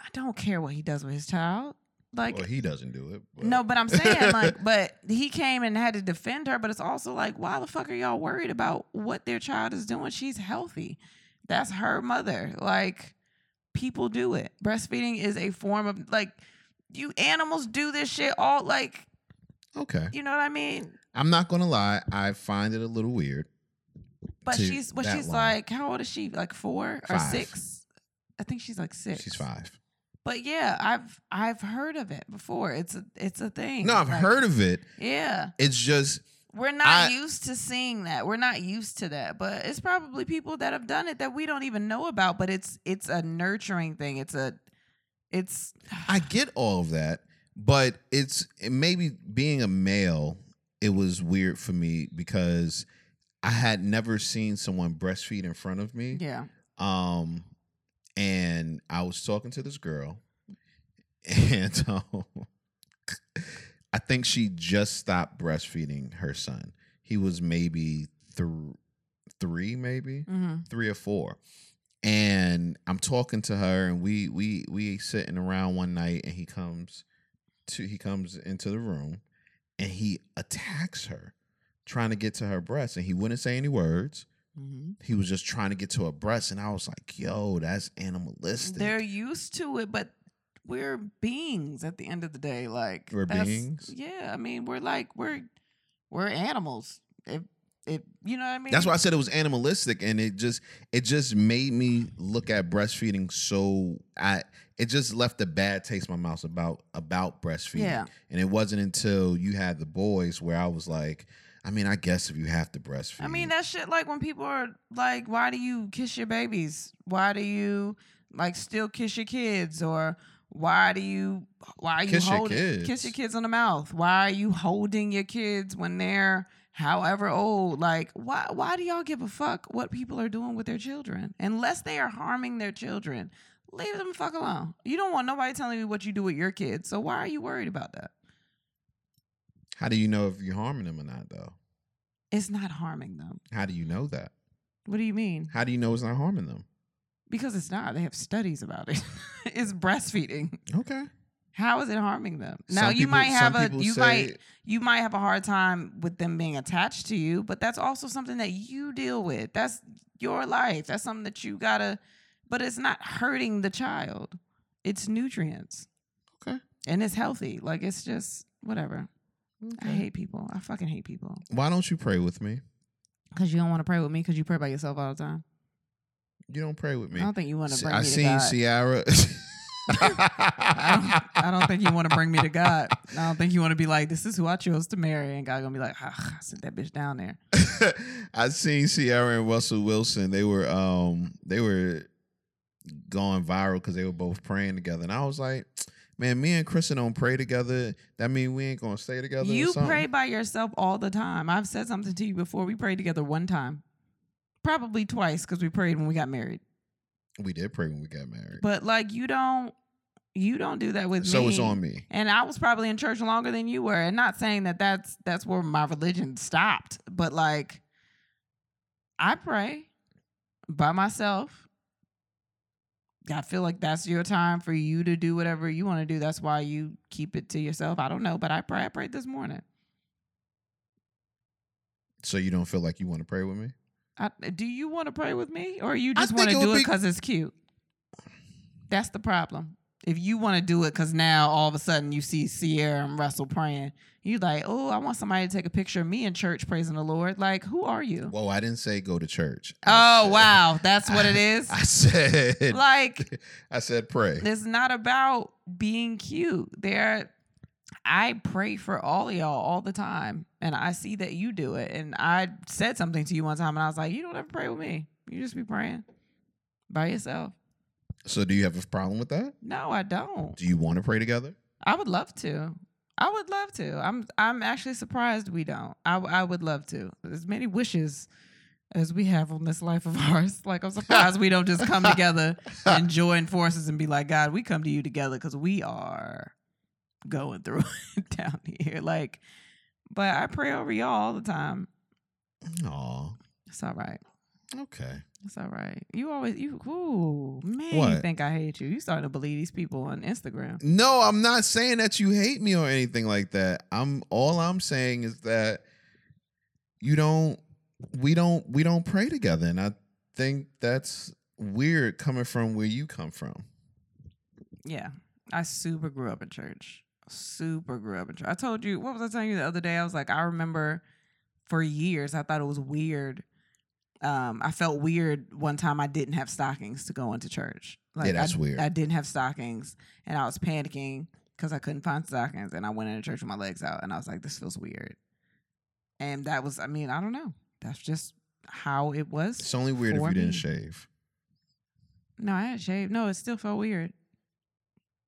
Speaker 2: I don't care what he does with his child. Like
Speaker 1: well, he doesn't do it. but-
Speaker 2: no, but I'm saying like, [laughs] but he came and had to defend her. But it's also like, why the fuck are y'all worried about what their child is doing? She's healthy. That's her mother. Like, people do it. Breastfeeding is a form of like, you animals do this shit all like,
Speaker 1: okay.
Speaker 2: you know what I mean?
Speaker 1: I'm not gonna lie. I find it a little weird.
Speaker 2: But
Speaker 1: To
Speaker 2: she's but
Speaker 1: that
Speaker 2: she's
Speaker 1: long.
Speaker 2: like, how old is she? Like four or
Speaker 1: Five.
Speaker 2: six? I think she's like six.
Speaker 1: She's five.
Speaker 2: But yeah, I've I've heard of it before. It's a it's a thing.
Speaker 1: No, I've
Speaker 2: Like,
Speaker 1: heard of it.
Speaker 2: Yeah.
Speaker 1: It's just
Speaker 2: We're not
Speaker 1: I-
Speaker 2: used to seeing that. We're not used to that. But it's probably people that have done it that we don't even know about. But it's it's a nurturing thing. It's a it's
Speaker 1: I get all of that, but it's it maybe being a male, it was weird for me because I had never seen someone breastfeed in front of me.
Speaker 2: [sighs] yeah.
Speaker 1: Um, and I was talking to this girl, [laughs] and um, I think she just stopped breastfeeding her son. He was maybe thr three, maybe
Speaker 2: Mm-hmm.
Speaker 1: three or four. And I'm talking to her, and we we we sitting around one night, and he comes to he comes into the room, and he attacks her, trying to get to her breast, and he wouldn't say any words
Speaker 2: Mm-hmm.
Speaker 1: he was just trying to get to her breast, and I was like, "Yo, that's animalistic."
Speaker 2: They're used to it, but we're beings at the end of the day. Like
Speaker 1: We're
Speaker 2: that's-
Speaker 1: beings?
Speaker 2: Yeah, I mean we're like we're we're animals. If if you know what I mean.
Speaker 1: that's why I said it was animalistic, and it just it just made me look at breastfeeding so I it just left a bad taste in my mouth about about breastfeeding.
Speaker 2: Yeah.
Speaker 1: And it wasn't until you had the boys where I was like, I mean, I guess if you have to breastfeed,
Speaker 2: I mean, that shit like when people are like, why do you kiss your babies? Why do you like still kiss your kids? Or why do you why are you
Speaker 1: Kiss your
Speaker 2: holding
Speaker 1: kids.
Speaker 2: kiss your kids on the mouth? Why are you holding your kids when they're however old? Like, why why do y'all give a fuck what people are doing with their children? Unless they are harming their children. Leave them fuck alone. You don't want nobody telling you what you do with your kids. So why are you worried about that?
Speaker 1: how do you know if you're harming them or not, though?
Speaker 2: It's not harming them.
Speaker 1: How do you know that?
Speaker 2: What do you mean?
Speaker 1: How do you know it's not harming them?
Speaker 2: Because it's not. They have studies about it. [laughs] it's breastfeeding.
Speaker 1: Okay.
Speaker 2: How is it harming them? Now
Speaker 1: Some
Speaker 2: you
Speaker 1: people-
Speaker 2: might
Speaker 1: some
Speaker 2: have a
Speaker 1: people
Speaker 2: you
Speaker 1: say-
Speaker 2: might you might have a hard time with them being attached to you, but that's also something that you deal with. That's your life. That's something that you gotta but it's not hurting the child. It's nutrients.
Speaker 1: Okay.
Speaker 2: And it's healthy. Like it's just whatever. I
Speaker 1: okay.
Speaker 2: hate people. I fucking hate people.
Speaker 1: Why don't you pray with me?
Speaker 2: Cause you don't want to pray with me because you pray by yourself all the time.
Speaker 1: You don't pray with me.
Speaker 2: I don't think you want to
Speaker 1: See,
Speaker 2: bring
Speaker 1: I
Speaker 2: me to
Speaker 1: seen
Speaker 2: God.
Speaker 1: Ciara.
Speaker 2: [laughs] I
Speaker 1: [laughs]
Speaker 2: don't think you want to bring me to God. I don't think you want to be like, this is who I chose to marry. And God gonna be like, ah, I sent that bitch down there.
Speaker 1: [laughs] I seen Ciara and Russell Wilson. They were um they were going viral because they were both praying together, and I was like, man, me and Kristen don't pray together. That mean we ain't gonna stay together. or
Speaker 2: You
Speaker 1: something?"
Speaker 2: pray by yourself all the time. I've said something to you before. We prayed together one time, probably twice, because we prayed when we got married.
Speaker 1: We did pray when we got married,
Speaker 2: But like, you don't, you don't do that with me.
Speaker 1: so it's on me.
Speaker 2: And I was probably in church longer than you were. And not saying that that's that's where my religion stopped, but like, I pray by myself. I feel like that's your time for you to do whatever you want to do. That's why you keep it to yourself. I don't know, but I pray. I prayed this morning.
Speaker 1: So you don't feel like you want to pray with me?
Speaker 2: I, do you want to pray with me, or you
Speaker 1: I
Speaker 2: just
Speaker 1: think
Speaker 2: want to
Speaker 1: it
Speaker 2: do
Speaker 1: would
Speaker 2: it
Speaker 1: be-
Speaker 2: because it's cute? That's the problem. If you want to do it because now all of a sudden you see Sierra and Russell praying, you like, oh, I want somebody to take a picture of me in church praising the Lord. Like, who are you?
Speaker 1: Well, I didn't say go to church. I
Speaker 2: Oh
Speaker 1: said-
Speaker 2: wow, that's what it is.
Speaker 1: [laughs] I said.
Speaker 2: Like,
Speaker 1: I said pray.
Speaker 2: it's not about being cute. There, I pray for all of y'all all the time, and I see that you do it. And I said something to you one time, and I was like, "You don't ever pray with me. You just be praying by yourself."
Speaker 1: So do you have a problem with that?
Speaker 2: No, I don't.
Speaker 1: Do you want to pray together?
Speaker 2: I would love to. I would love to. I'm I'm actually surprised we don't. I w- I would love to. As many wishes as we have on this life of [laughs] ours, like I'm surprised we don't just come together and join forces and be like, God, we come to you together because we are going through [laughs] it down here. Like, but I pray over y'all all the time.
Speaker 1: Aw,
Speaker 2: It's all right.
Speaker 1: okay.
Speaker 2: It's all right. You always you ooh man, you
Speaker 1: What?
Speaker 2: think I hate you. You starting to believe these people on Instagram.
Speaker 1: No, I'm not saying that you hate me or anything like that. I'm all I'm saying is that you don't we don't we don't pray together and I think that's weird coming from where you come from.
Speaker 2: Yeah. I super grew up in church. Super grew up in church. I told you, what was I telling you the other day? I was like, I remember for years I thought it was weird. Um, I felt weird one time I didn't have stockings to go into church. Like
Speaker 1: that's
Speaker 2: I,
Speaker 1: weird.
Speaker 2: I didn't have stockings and I was panicking because I couldn't find stockings and I went into church with my legs out and I was like, this feels weird. And that was, I mean, I don't know. That's just how it was.
Speaker 1: It's only weird
Speaker 2: For
Speaker 1: if you
Speaker 2: me.
Speaker 1: didn't shave.
Speaker 2: No, I didn't shave. No, it still felt weird.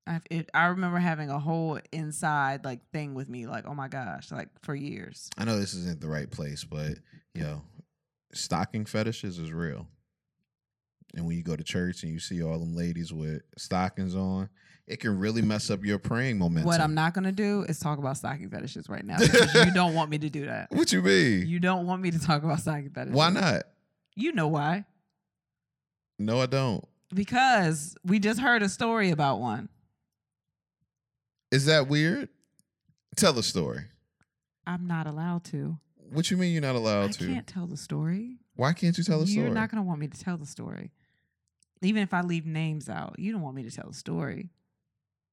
Speaker 2: I it, I remember having a whole inside like thing with me, like oh my gosh, like for years.
Speaker 1: I know this isn't the right place, but you know, stocking fetishes is real. And when you go to church and you see all them ladies with stockings on, it can really mess up your praying momentum.
Speaker 2: What I'm not gonna do is talk about stocking fetishes
Speaker 1: [laughs]
Speaker 2: right now because you don't want me to do that.
Speaker 1: What you mean?
Speaker 2: You don't want me to talk about stocking fetishes.
Speaker 1: Why not?
Speaker 2: You know why?
Speaker 1: No, I don't.
Speaker 2: Because we just heard a story about one.
Speaker 1: Is that weird? Tell the story.
Speaker 2: I'm not allowed to.
Speaker 1: What you mean you're not allowed
Speaker 2: I
Speaker 1: to?
Speaker 2: can't tell the story.
Speaker 1: Why can't you tell the
Speaker 2: You're
Speaker 1: story?
Speaker 2: not gonna want me to tell the story, even if I leave names out. You don't want me to tell the story.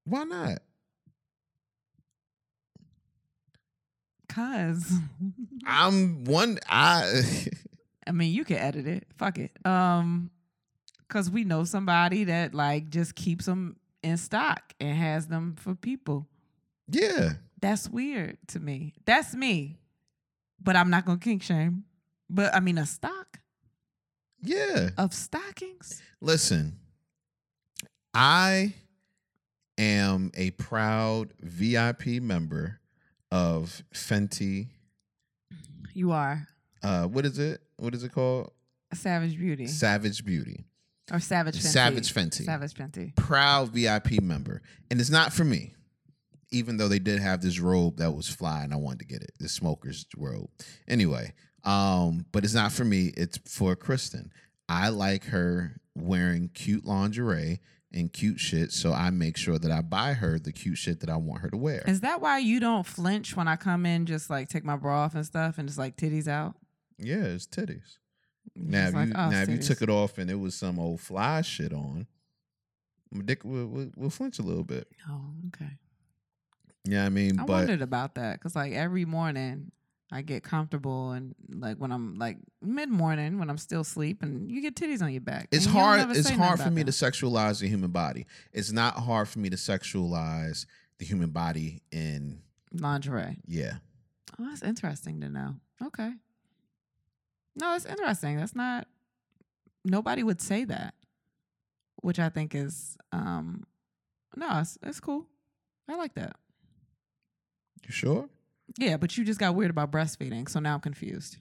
Speaker 1: Why not?
Speaker 2: Cause [laughs] Mm-hmm.
Speaker 1: I'm one. I [laughs]
Speaker 2: I mean, you can edit it. Fuck it. Um, cause we know somebody that like just keeps them in stock and has them for people.
Speaker 1: yeah.
Speaker 2: That's weird to me. That's me. But I'm not gonna kink shame. But I mean, a stock
Speaker 1: Yeah.
Speaker 2: of stockings.
Speaker 1: Listen, I am a proud VIP member of Fenty.
Speaker 2: You are
Speaker 1: Uh, what is it? What is it called?
Speaker 2: a savage beauty
Speaker 1: Savage Beauty.
Speaker 2: or savage Fenty.
Speaker 1: Savage Fenty.
Speaker 2: Savage Fenty.
Speaker 1: proud VIP member, and it's not for me. Even though they did have this robe that was fly, and I wanted to get it, the smoker's robe. Anyway, um, but it's not for me. It's for Kristen. I like her wearing cute lingerie and cute shit, so I make sure that I buy her the cute shit that I want her to wear.
Speaker 2: Is that why you don't flinch when I come in? Just like take my bra off and stuff, and just like titties out.
Speaker 1: yeah, it's titties.
Speaker 2: You're
Speaker 1: Now, if
Speaker 2: just like,
Speaker 1: you,
Speaker 2: "Oh,
Speaker 1: now if you
Speaker 2: titties."
Speaker 1: took it off and it was some old fly shit on, my dick will, will, will flinch a little bit.
Speaker 2: Oh, okay.
Speaker 1: Yeah, I mean,
Speaker 2: I
Speaker 1: but
Speaker 2: wondered about that because like every morning I get comfortable and like when I'm like mid morning when I'm still asleep and you get titties on your back.
Speaker 1: It's
Speaker 2: and you don't
Speaker 1: hard.
Speaker 2: ever
Speaker 1: It's
Speaker 2: say nothing
Speaker 1: hard for
Speaker 2: about
Speaker 1: me
Speaker 2: that.
Speaker 1: to sexualize the human body. It's not hard for me to sexualize the human body in
Speaker 2: lingerie.
Speaker 1: yeah.
Speaker 2: Oh, that's interesting to know. Okay. No, that's interesting. That's not nobody would say that. Which I think is um no, it's, it's cool. I like that.
Speaker 1: You sure?
Speaker 2: Yeah, but you just got weird about breastfeeding, so now I'm confused.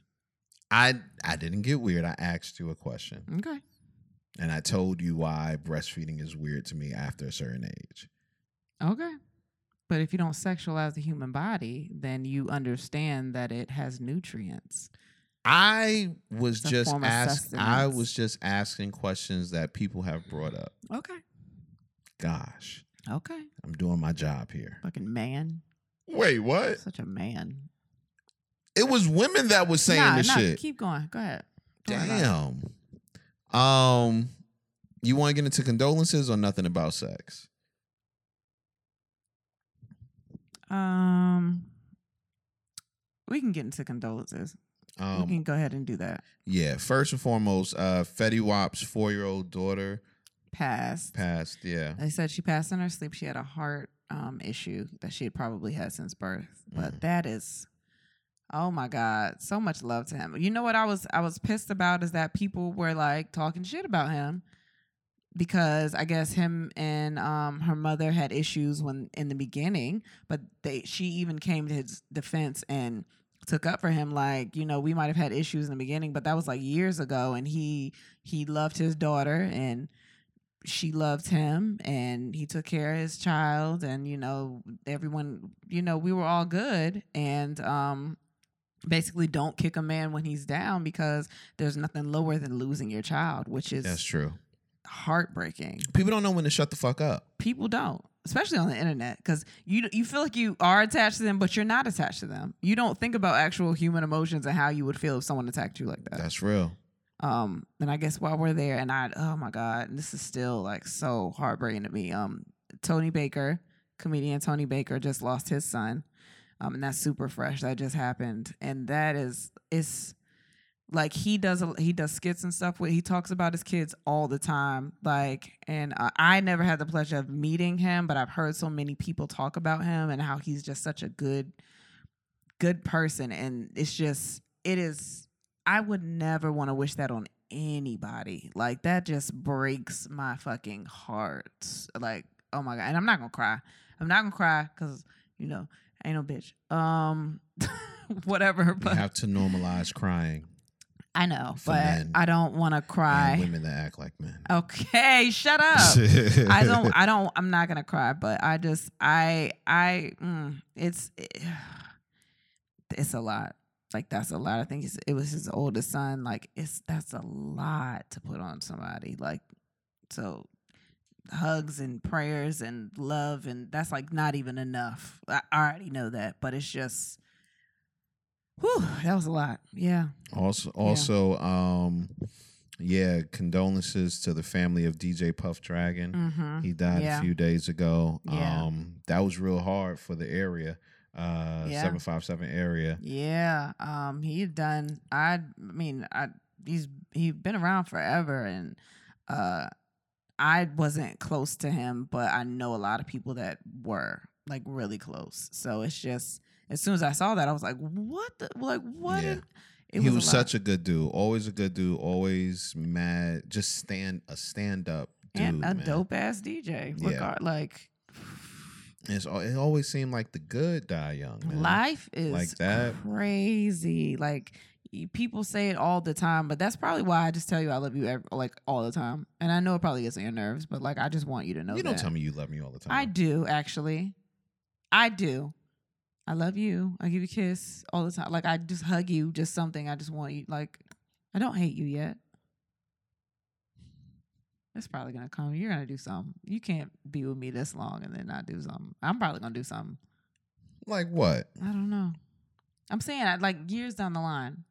Speaker 1: I I didn't get weird. I asked you a question,
Speaker 2: Okay.
Speaker 1: and I told you why breastfeeding is weird to me after a certain age.
Speaker 2: Okay. But if you don't sexualize the human body, then you understand that it has nutrients.
Speaker 1: I was
Speaker 2: It's a
Speaker 1: just
Speaker 2: form of
Speaker 1: asking. I
Speaker 2: sustenance.
Speaker 1: was just asking questions that people have brought up.
Speaker 2: Okay.
Speaker 1: Gosh,
Speaker 2: Okay.
Speaker 1: I'm doing my job here.
Speaker 2: Fucking man.
Speaker 1: Wait, what?
Speaker 2: Such a man.
Speaker 1: It was women that was saying
Speaker 2: nah,
Speaker 1: this
Speaker 2: nah,
Speaker 1: shit.
Speaker 2: Keep going. Go ahead. Don't worry about it.
Speaker 1: Damn. Um, you want to get into condolences or nothing about sex?
Speaker 2: Um, we can get into condolences. we can
Speaker 1: Um,
Speaker 2: go ahead and do that.
Speaker 1: yeah. First and foremost, uh, Fetty Wap's four-year-old daughter
Speaker 2: Passed.
Speaker 1: passed. Yeah,
Speaker 2: They said she passed in her sleep. She had a heart um issue that she had probably had since birth. But
Speaker 1: Mhm.
Speaker 2: that is, oh my god, so much love to him. You know what I was I was pissed about is that people were like talking shit about him because I guess him and um her mother had issues when in the beginning, but they she even came to his defense and took up for him like you know we might have had issues in the beginning but that was like years ago and he he loved his daughter and she loved him and he took care of his child and you know everyone you know we were all good and um basically don't kick a man when he's down because there's nothing lower than losing your child which is
Speaker 1: that's true.
Speaker 2: heartbreaking
Speaker 1: People don't know when to shut the fuck up.
Speaker 2: people don't especially on the internet because you you feel like you are attached to them but you're not attached to them you don't think about actual human emotions and how you would feel if someone attacked you like that
Speaker 1: That's real.
Speaker 2: [laughs] um and i guess while we're there and i oh my god and this is still like so heartbreaking to me um tony baker comedian tony baker just lost his son um and that's super fresh that just happened and that is it's like he does a, he does skits and stuff where he talks about his kids all the time like and uh, i never had the pleasure of meeting him but i've heard so many people talk about him and how he's just such a good good person and it's just it is i would never want to wish that on anybody like that just breaks my fucking heart like oh my god and i'm not gonna cry i'm not gonna cry because you know I ain't no bitch um [laughs] whatever
Speaker 1: You
Speaker 2: but
Speaker 1: have to normalize crying
Speaker 2: I know,
Speaker 1: for
Speaker 2: but
Speaker 1: men
Speaker 2: I don't want to
Speaker 1: and
Speaker 2: cry.
Speaker 1: women that act like men.
Speaker 2: Okay,
Speaker 1: [laughs]
Speaker 2: shut up. I don't. I don't. I'm not gonna cry, but I just. I. I. Mm, it's. it's a lot. Like that's a lot. I think it's, it was his oldest son. Like it's that's a lot to put on somebody. Like so, hugs and prayers and love and that's like not even enough. I already know that, but it's just. Whew, that was a lot. Yeah.
Speaker 1: Also, also, um, yeah, condolences to the family of DJ Puff Dragon.
Speaker 2: Mm-hmm.
Speaker 1: He died
Speaker 2: Yeah.
Speaker 1: a few days ago.
Speaker 2: Yeah.
Speaker 1: Um, that was real hard for the area, uh,
Speaker 2: Yeah.
Speaker 1: seven five seven area.
Speaker 2: Yeah, um, he had done. I mean, I he's he's been around forever, and uh, I wasn't close to him, but I know a lot of people that were like really close. So it's just as soon as I saw that, I was like, "What? The, like what?"
Speaker 1: Yeah.
Speaker 2: in-
Speaker 1: he
Speaker 2: a
Speaker 1: was
Speaker 2: lot.
Speaker 1: such a good dude. Always a good dude. Always mad. Just stand a stand up dude.
Speaker 2: and a
Speaker 1: man.
Speaker 2: dope ass DJ.
Speaker 1: Yeah.
Speaker 2: Regard like
Speaker 1: It's, al- it always seemed like the good die young. Man.
Speaker 2: Life is
Speaker 1: Like that.
Speaker 2: crazy. Like y- people say it all the time, but that's probably why I just tell you I love you ev like all the time. And I know it probably gets on your nerves, but like I just want you to know.
Speaker 1: You don't
Speaker 2: that.
Speaker 1: tell me you love me all the time.
Speaker 2: I do actually. I do. I love you. I give you a kiss all the time. Like I just hug you. Just something. I just want you. Like I don't hate you yet. It's probably gonna come. You're gonna do something. You can't be with me this long and then not do something. I'm probably gonna do something.
Speaker 1: Like what?
Speaker 2: I don't know. I'm saying I, like years down the line.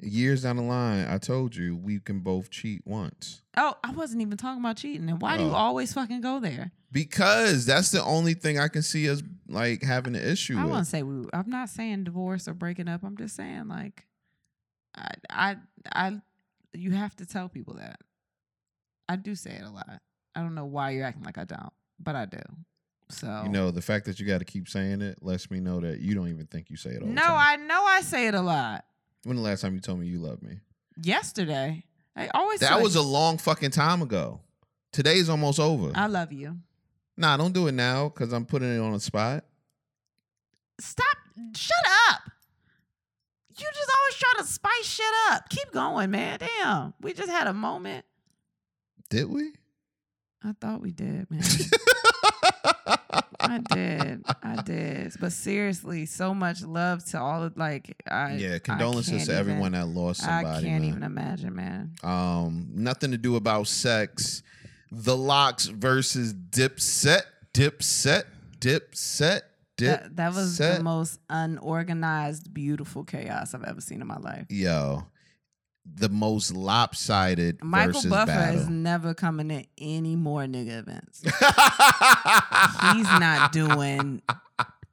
Speaker 1: Years down the line, I told you we can both cheat once.
Speaker 2: Oh, I wasn't even talking about cheating. And why do you
Speaker 1: Oh.
Speaker 2: always fucking go there?
Speaker 1: Because that's the only thing I can see us like having an issue
Speaker 2: I
Speaker 1: with.
Speaker 2: want to say we. I'm not saying divorce or breaking up. I'm just saying like, I, I, I, you have to tell people that. I do say it a lot. I don't know why you're acting like I don't, but I do. So
Speaker 1: You know, the fact that you got to keep saying it lets me know that you don't even think you say it all the
Speaker 2: no,
Speaker 1: time.
Speaker 2: I know I say it a lot.
Speaker 1: When the last time you told me you love me?
Speaker 2: Yesterday, I always
Speaker 1: That
Speaker 2: say,
Speaker 1: was a long fucking time ago. Today's almost over.
Speaker 2: I love you.
Speaker 1: nah, don't do it now because I'm putting it on the spot.
Speaker 2: Stop. Shut up. You just always try to spice shit up. Keep going, man. Damn. We just had a moment.
Speaker 1: Did we?
Speaker 2: I thought we did, man. I did. I did. But seriously, so much love to all of like [laughs] I
Speaker 1: yeah,
Speaker 2: I
Speaker 1: condolences
Speaker 2: can't
Speaker 1: to everyone
Speaker 2: even-
Speaker 1: that lost
Speaker 2: I
Speaker 1: somebody.
Speaker 2: can't
Speaker 1: man.
Speaker 2: even imagine, man.
Speaker 1: Um, nothing to do about sex. The Locks versus Dipset. Dipset. Dipset. Dip.
Speaker 2: That, that was
Speaker 1: set.
Speaker 2: the most unorganized, beautiful chaos I've ever seen in my life.
Speaker 1: Yo, the most lopsided
Speaker 2: Michael
Speaker 1: versus
Speaker 2: Buffer
Speaker 1: battle.
Speaker 2: is never coming to any more nigga
Speaker 1: [laughs]
Speaker 2: events. He's not doing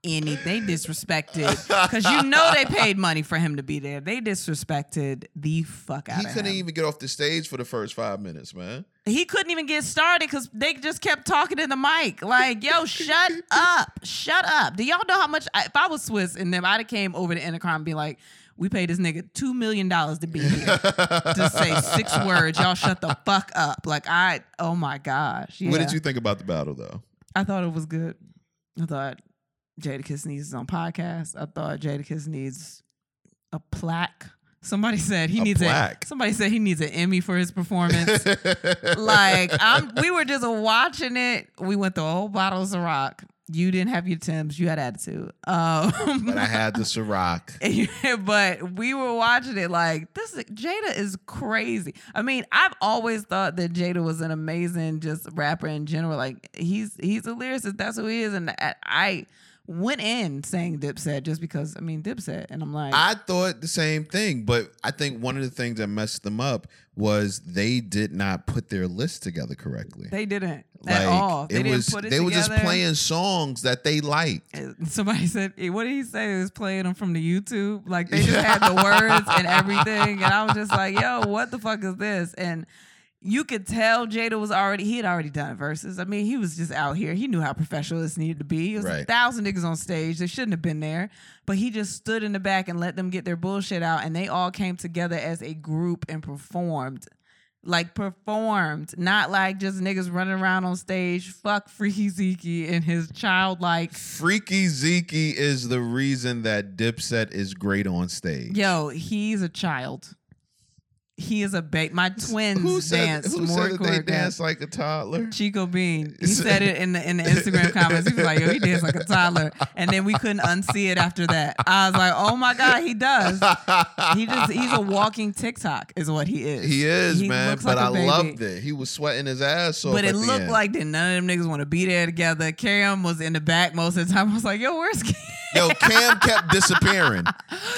Speaker 2: any. They disrespected because you know they paid money for him to be there. They disrespected the fuck out
Speaker 1: He
Speaker 2: of
Speaker 1: couldn't
Speaker 2: him.
Speaker 1: even get off the stage for the first five minutes,
Speaker 2: [laughs]
Speaker 1: man.
Speaker 2: he couldn't even get started because they just kept talking in the mic. Like, yo,
Speaker 1: [laughs]
Speaker 2: shut up, shut up. Do y'all know how much? I, if I was Swiss and them, I'd have came over to Intercom and be like, "We paid this nigga two million dollars to be here to say
Speaker 1: [laughs]
Speaker 2: six words. Y'all shut the fuck up." Like, I, oh my gosh,
Speaker 1: What
Speaker 2: Yeah.
Speaker 1: did you think about the battle, though?
Speaker 2: I thought it was good. I thought Jadakiss needs his own podcast. I thought Jadakiss needs a plaque. Somebody [laughs] said he
Speaker 1: A
Speaker 2: needs
Speaker 1: plaque?
Speaker 2: a somebody said he needs an Emmy for
Speaker 1: [laughs]
Speaker 2: his performance. like I'm, we were just watching it. We went through a whole bottle of Ciroc. You didn't have your Tim's. You had attitude. Um, [laughs]
Speaker 1: but I had the Ciroc.
Speaker 2: but we were watching it like this is- Jada is crazy. I mean, I've always thought that Jada was an amazing just rapper in general. Like he's he's a lyricist. That's who he is. And I, I went in saying Dipset just because I mean Dipset, and I'm like,
Speaker 1: I thought the same thing, but I think one of the things that messed them up was they did not put their list together correctly.
Speaker 2: they didn't at all. They didn't
Speaker 1: was
Speaker 2: put it.
Speaker 1: they were just
Speaker 2: together.
Speaker 1: playing songs that they liked.
Speaker 2: Uh, [laughs] Somebody said, eh, "What did he say? He was playing them from the YouTube. Like they just had the words and everything." And I was just like, "Yo, what the fuck is this?" And you could tell Jada was already he had already done verses. I mean, he was just out here. He knew how professional this needed to be. It was a
Speaker 1: Right.
Speaker 2: thousand niggas on stage. They shouldn't have been there, but he just stood in the back and let them get their bullshit out. And they all came together as a group and performed like performed, not like just niggas running around on stage. Fuck Freaky Zeke and his childlike.
Speaker 1: Freaky Zeke is the reason that Dipset is great on stage.
Speaker 2: Yo, he's a child. He is a baby. My twins
Speaker 1: who said,
Speaker 2: dance
Speaker 1: who
Speaker 2: more
Speaker 1: said that they
Speaker 2: choreographed.
Speaker 1: dance like a toddler? [laughs]
Speaker 2: Chico Bean. He said it in the in the Instagram comments. He was like, "Yo, he danced like a toddler," and then we couldn't unsee it after that. I was like, "Oh my god, he does." He just—he's a walking TikTok, is what he is.
Speaker 1: He is,
Speaker 2: He
Speaker 1: man.
Speaker 2: looks
Speaker 1: But
Speaker 2: like a
Speaker 1: I
Speaker 2: baby.
Speaker 1: loved it. He was sweating his ass off.
Speaker 2: But
Speaker 1: at
Speaker 2: it
Speaker 1: the
Speaker 2: looked
Speaker 1: end.
Speaker 2: like that none of them niggas want to be there together. Cam was in the back most of the time. I was like, "Yo, where's Cam?"
Speaker 1: yo,
Speaker 2: [laughs]
Speaker 1: Cam kept disappearing.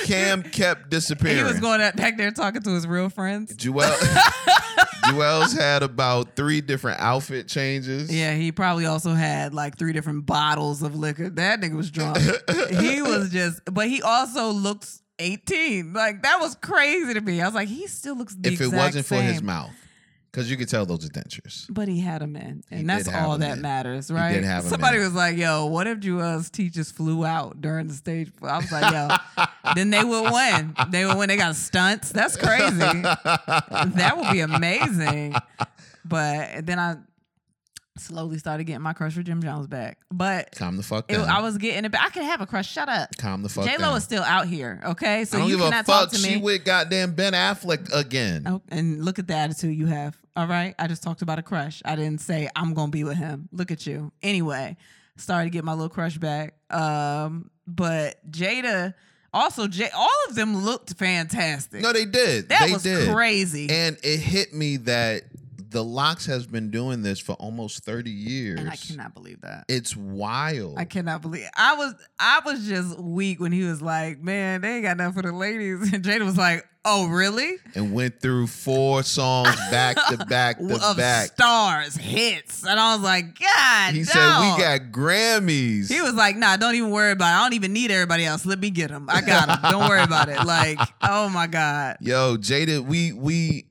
Speaker 1: Cam kept disappearing.
Speaker 2: He was going out back there talking to his real friends. [laughs]
Speaker 1: Joel, Joel's had about three different outfit changes.
Speaker 2: Yeah, he probably also had like three different bottles of liquor. That nigga
Speaker 1: [laughs]
Speaker 2: was drunk. he was just, but he also looks 18. Like that was crazy to me. I was like, he still looks the
Speaker 1: if it
Speaker 2: exact
Speaker 1: wasn't for his
Speaker 2: same.
Speaker 1: mouth, because you could tell those are
Speaker 2: [laughs]
Speaker 1: dentures.
Speaker 2: But he had him in, and
Speaker 1: He
Speaker 2: that's
Speaker 1: did have
Speaker 2: all
Speaker 1: him
Speaker 2: that
Speaker 1: in.
Speaker 2: matters,
Speaker 1: did
Speaker 2: right?
Speaker 1: have him
Speaker 2: Somebody
Speaker 1: in.
Speaker 2: was like, "Yo, what if Joel's teachers flew out during the stage?" play?" I was like,
Speaker 1: [laughs]
Speaker 2: "Yo, then they would win. They would win. They got stunts. That's crazy. that would be amazing." But then I slowly started getting my crush for Jim Jones back. But
Speaker 1: Calm the fuck
Speaker 2: it,
Speaker 1: down.
Speaker 2: I was getting it. back. I could have a crush. Shut up.
Speaker 1: Calm the fuck
Speaker 2: J
Speaker 1: down.
Speaker 2: Lo is still out here. Okay, so
Speaker 1: I don't
Speaker 2: you
Speaker 1: give a
Speaker 2: cannot talk
Speaker 1: fuck.
Speaker 2: to
Speaker 1: She
Speaker 2: me.
Speaker 1: with goddamn Ben Affleck again.
Speaker 2: Oh, and look at the attitude you have. All right. I just talked about a crush. I didn't say I'm gonna be with him. Look at you. Anyway, started to get my little crush back. Um, but Jada also J all of them looked fantastic.
Speaker 1: No, they did.
Speaker 2: that
Speaker 1: they
Speaker 2: was
Speaker 1: did.
Speaker 2: crazy.
Speaker 1: And it hit me that the locks has been doing this for almost 30 years
Speaker 2: And I cannot believe that.
Speaker 1: it's wild
Speaker 2: I cannot believe I was I was just weak when he was like, Man, they ain't got nothing for the ladies. [laughs] And Jada was like, Oh, really?
Speaker 1: and went through four songs back
Speaker 2: [laughs]
Speaker 1: to back to
Speaker 2: of
Speaker 1: back
Speaker 2: stars, hits. And I was like, God,
Speaker 1: he
Speaker 2: dog.
Speaker 1: said we got grammys
Speaker 2: He was like, "Nah, don't even worry about it. I don't even need everybody else. Let me get them. I got them. Don't worry about it."
Speaker 1: [laughs]
Speaker 2: Like, oh my god,
Speaker 1: Yo, Jada, we we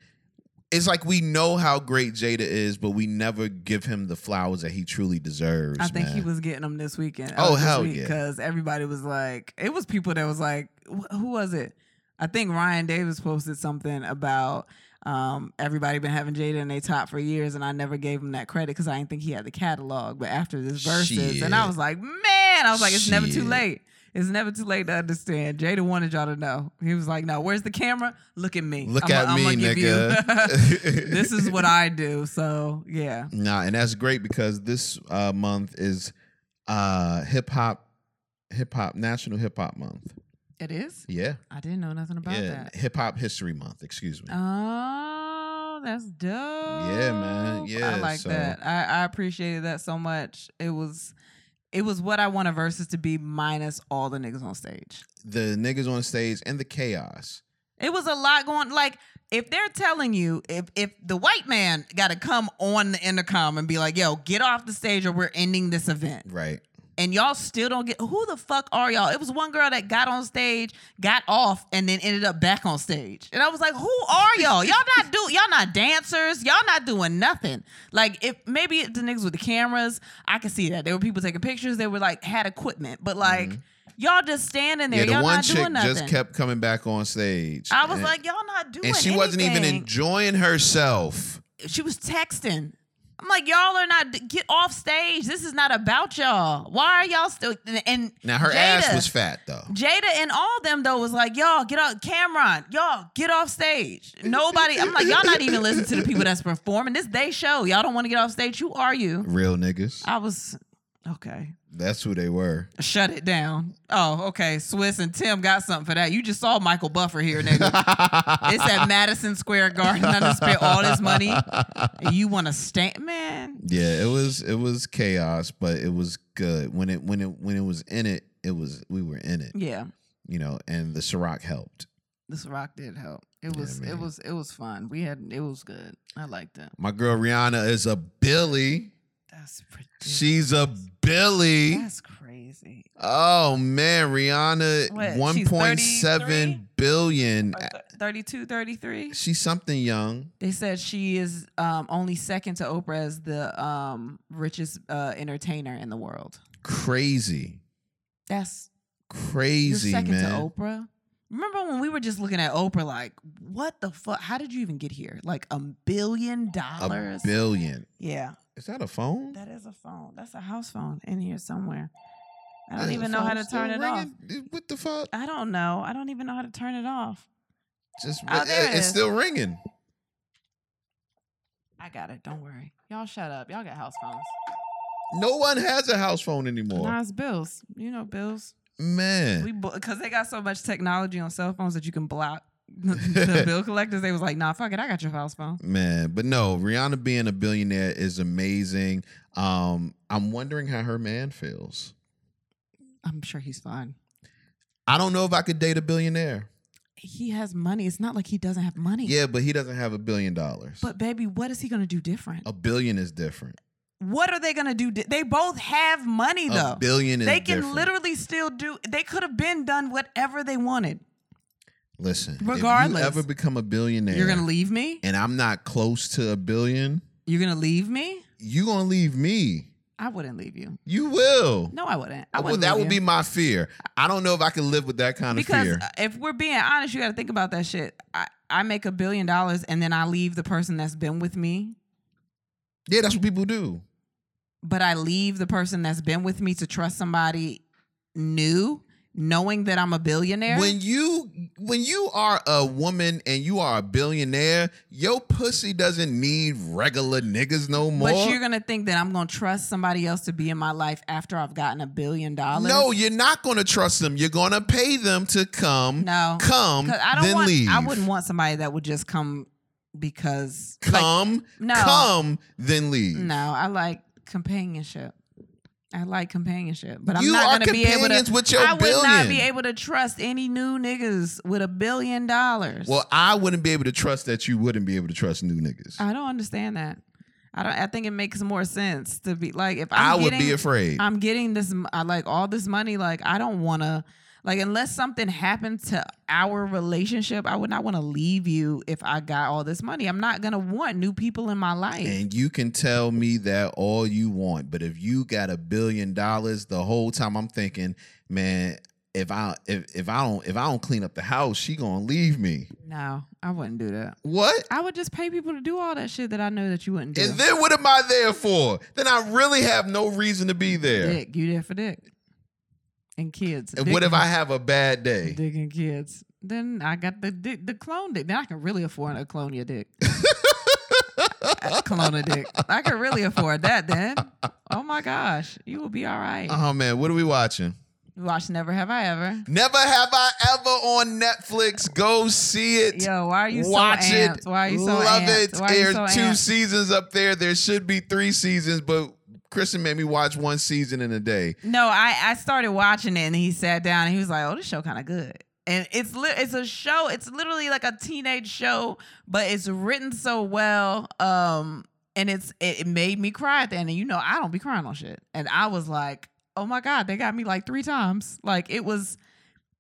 Speaker 1: it's like we know how great Jada is, but we never give him the flowers that he truly deserves.
Speaker 2: I think
Speaker 1: man.
Speaker 2: he was getting them this weekend.
Speaker 1: Oh, hell yeah.
Speaker 2: Because everybody was like, it was people that was like, wh- who was it? I think Ryan Davis posted something about um, everybody been having Jada in their top for years, and I never gave him that credit because I didn't think he had the catalog. But after this verses, and I
Speaker 1: Shit.
Speaker 2: was like, man, I was like, it's never too
Speaker 1: Shit.
Speaker 2: late. It's never too late to understand. Jada wanted y'all to know. He was like, no, where's the camera? Look at me.
Speaker 1: Look
Speaker 2: I'ma-
Speaker 1: at me,
Speaker 2: I'ma give you-
Speaker 1: nigga.
Speaker 2: [laughs] this
Speaker 1: [laughs]
Speaker 2: is what I do. So yeah.
Speaker 1: Nah, and that's great because this uh, month is uh hip hop hip hop national hip hop month.
Speaker 2: It is?
Speaker 1: Yeah.
Speaker 2: I didn't know nothing about
Speaker 1: yeah.
Speaker 2: that.
Speaker 1: Hip hop history month, excuse me.
Speaker 2: Oh, that's dope. Yeah,
Speaker 1: man.
Speaker 2: I
Speaker 1: Yeah,
Speaker 2: like
Speaker 1: so-
Speaker 2: that. I, I appreciated that so much. It was it was what I want a versus to be minus all the niggas on stage.
Speaker 1: the niggas on stage and the chaos.
Speaker 2: It was a lot going like if they're telling you if if the white man gotta come on the intercom and be like, yo, get off the stage or we're ending this event.
Speaker 1: Right.
Speaker 2: and y'all still don't get who the fuck are y'all? It was one girl that got on stage, got off, and then ended up back on stage. And I was like, who are y'all? Y'all not do y'all not dancers. Y'all not doing nothing. Like if maybe the niggas with the cameras, I could see that. There were people taking pictures. They were like had equipment, but like y'all just standing there.
Speaker 1: Mm-hmm. Yeah, the
Speaker 2: y'all
Speaker 1: one
Speaker 2: not
Speaker 1: chick
Speaker 2: doing nothing.
Speaker 1: just kept coming back on stage.
Speaker 2: I was
Speaker 1: and,
Speaker 2: like, y'all not doing.
Speaker 1: and she wasn't even
Speaker 2: anything."
Speaker 1: enjoying herself.
Speaker 2: she was texting. I'm like, y'all are not get off stage. This is not about y'all. Why are y'all still and
Speaker 1: Now her
Speaker 2: Jada-
Speaker 1: ass was fat though.
Speaker 2: Jada and all them though was like, y'all get off Cameron, y'all get off stage. Nobody, I'm like, y'all not even listening to the people that's performing. This they show. Y'all don't want to get off stage. Who are you?
Speaker 1: Real niggas.
Speaker 2: I was okay.
Speaker 1: That's who they were.
Speaker 2: Shut it down. Oh, okay. Swiss and Tim got something for that. You just saw Michael Buffer here, nigga. it's at Madison Square Garden. I done spent all this money.
Speaker 1: [laughs]
Speaker 2: And you want to stand, man?
Speaker 1: Yeah, it was it was chaos, but it was good. When it when it when it was in it, it was we were in it.
Speaker 2: Yeah,
Speaker 1: You know, and the Ciroc helped.
Speaker 2: this rock did help. It
Speaker 1: Yeah,
Speaker 2: was, it
Speaker 1: man.
Speaker 2: was, it was fun. We had, it was good. I liked it.
Speaker 1: My girl Rihanna is a Billy.
Speaker 2: That's ridiculous.
Speaker 1: She's a Billy.
Speaker 2: That's crazy.
Speaker 1: Oh man, Rihanna
Speaker 2: What, she's
Speaker 1: 1.7 billion.
Speaker 2: Or th- 32, 33.
Speaker 1: She's something young.
Speaker 2: They said she is um, only second to Oprah as the um, richest uh, entertainer in the world.
Speaker 1: Crazy.
Speaker 2: That's you're
Speaker 1: Crazy,
Speaker 2: second
Speaker 1: man.
Speaker 2: to Oprah. Remember when we were just looking at Oprah, like, what the fuck? How did you even get here? Like a billion
Speaker 1: A
Speaker 2: dollars?
Speaker 1: billion.
Speaker 2: yeah,
Speaker 1: Is that a phone?
Speaker 2: that is a phone. That's a house phone in here somewhere. I
Speaker 1: Is
Speaker 2: don't
Speaker 1: the
Speaker 2: even know how
Speaker 1: phone
Speaker 2: to
Speaker 1: still
Speaker 2: turn it off.
Speaker 1: ringing? What the fuck?
Speaker 2: I don't know. I don't even know how to turn it off.
Speaker 1: Just
Speaker 2: Oh, there it
Speaker 1: it's
Speaker 2: is.
Speaker 1: still ringing.
Speaker 2: I got it. Don't worry. Y'all shut up. Y'all got house phones.
Speaker 1: No one has a house phone anymore.
Speaker 2: Nah, it's bills. You know bills.
Speaker 1: Man.
Speaker 2: We because they got so much technology on cell phones that you can block [laughs]
Speaker 1: [laughs]
Speaker 2: the bill collectors. They was like, nah, fuck it, I got your house phone.
Speaker 1: Man, but no, Rihanna being a billionaire is amazing. Um, I'm wondering how her man feels.
Speaker 2: I'm sure he's fine.
Speaker 1: I don't know if I could date a billionaire.
Speaker 2: He has money. It's not like he doesn't have money.
Speaker 1: Yeah, but he doesn't have a billion dollars.
Speaker 2: But baby, what is he gonna do different?
Speaker 1: a billion is different.
Speaker 2: What are they gonna do? Di- they both have money though.
Speaker 1: A billion is
Speaker 2: They can
Speaker 1: different.
Speaker 2: literally still do. They could have been done whatever they wanted.
Speaker 1: listen.
Speaker 2: Regardless.
Speaker 1: if you ever become a billionaire,
Speaker 2: You're gonna leave me.
Speaker 1: and I'm not close to a billion,
Speaker 2: You're gonna leave me.
Speaker 1: you gonna leave me.
Speaker 2: I wouldn't leave you.
Speaker 1: You will.
Speaker 2: No, I wouldn't. I
Speaker 1: well,
Speaker 2: wouldn't.
Speaker 1: that
Speaker 2: leave
Speaker 1: would be
Speaker 2: you.
Speaker 1: my fear. I don't know if I can live with that kind of
Speaker 2: because
Speaker 1: fear.
Speaker 2: uh, if we're being honest, you got to think about that shit. I, I make a billion dollars and then I leave the person that's been with me,
Speaker 1: Yeah, that's what people do.
Speaker 2: but I leave the person that's been with me to trust somebody new, knowing that I'm a billionaire.
Speaker 1: When you when you are a woman and you are a billionaire, your pussy doesn't need regular niggas no more.
Speaker 2: but you're gonna think that I'm gonna trust somebody else to be in my life after I've gotten a billion dollars.
Speaker 1: no, you're not gonna trust them. You're gonna pay them to come,
Speaker 2: no,
Speaker 1: come,
Speaker 2: because I don't
Speaker 1: then
Speaker 2: want.
Speaker 1: leave.
Speaker 2: I wouldn't want somebody that would just come because like,
Speaker 1: Come,
Speaker 2: no.
Speaker 1: come, then leave.
Speaker 2: no, I like companionship. I like companionship, but I'm
Speaker 1: you
Speaker 2: not
Speaker 1: are
Speaker 2: gonna be able
Speaker 1: companions
Speaker 2: to.
Speaker 1: with your
Speaker 2: I
Speaker 1: billion.
Speaker 2: would not be able to trust any new niggas with a billion dollars.
Speaker 1: well, I wouldn't be able to trust that you wouldn't be able to trust new niggas. I,
Speaker 2: I don't understand that. I don't. I think it makes more sense to be like if I'm
Speaker 1: would
Speaker 2: getting,
Speaker 1: be afraid.
Speaker 2: I'm getting this. m- I like all this money. Like I don't want to. Like unless something happened to our relationship, I would not want to leave you if I got all this money. I'm not gonna want new people in my life.
Speaker 1: and you can tell me that all you want, but if you got a billion dollars, the whole time I'm thinking, man, if I if, if I don't if I don't clean up the house, she gonna leave me.
Speaker 2: no, I wouldn't do that.
Speaker 1: What?
Speaker 2: I would just pay people to do all that shit that I know that you wouldn't do.
Speaker 1: And then what am I there for? Then I really have no reason to be there.
Speaker 2: Dick, you there for dick and kids.
Speaker 1: And
Speaker 2: Dick
Speaker 1: what if
Speaker 2: and-
Speaker 1: I have a bad day?
Speaker 2: [laughs] dick and kids? Then I got the dick, the clone dick. Then I can really afford a clone
Speaker 1: [laughs]
Speaker 2: your dick. a clone a dick. I can really afford that. Then, oh my gosh, you will be all right.
Speaker 1: Oh man, what are we watching?
Speaker 2: Watch Never Have I Ever.
Speaker 1: Never have I ever on Netflix. Go see it.
Speaker 2: Yo, why are you
Speaker 1: Watch
Speaker 2: so amped?
Speaker 1: it.
Speaker 2: Why are you so
Speaker 1: Love
Speaker 2: amped?
Speaker 1: it.
Speaker 2: Why are you
Speaker 1: There's
Speaker 2: so
Speaker 1: two
Speaker 2: amped?
Speaker 1: seasons up there. There should be three seasons, but Kristen made me watch one season in a day.
Speaker 2: No, I I started watching it and he sat down and he was like, "Oh, this show kind of good." And it's li- it's a show. It's literally like a teenage show, but it's written so well. Um, and it's it, it made me cry at the end. And you know, I don't be crying on shit. And I was like, "Oh my god, they got me like three times." Like it was,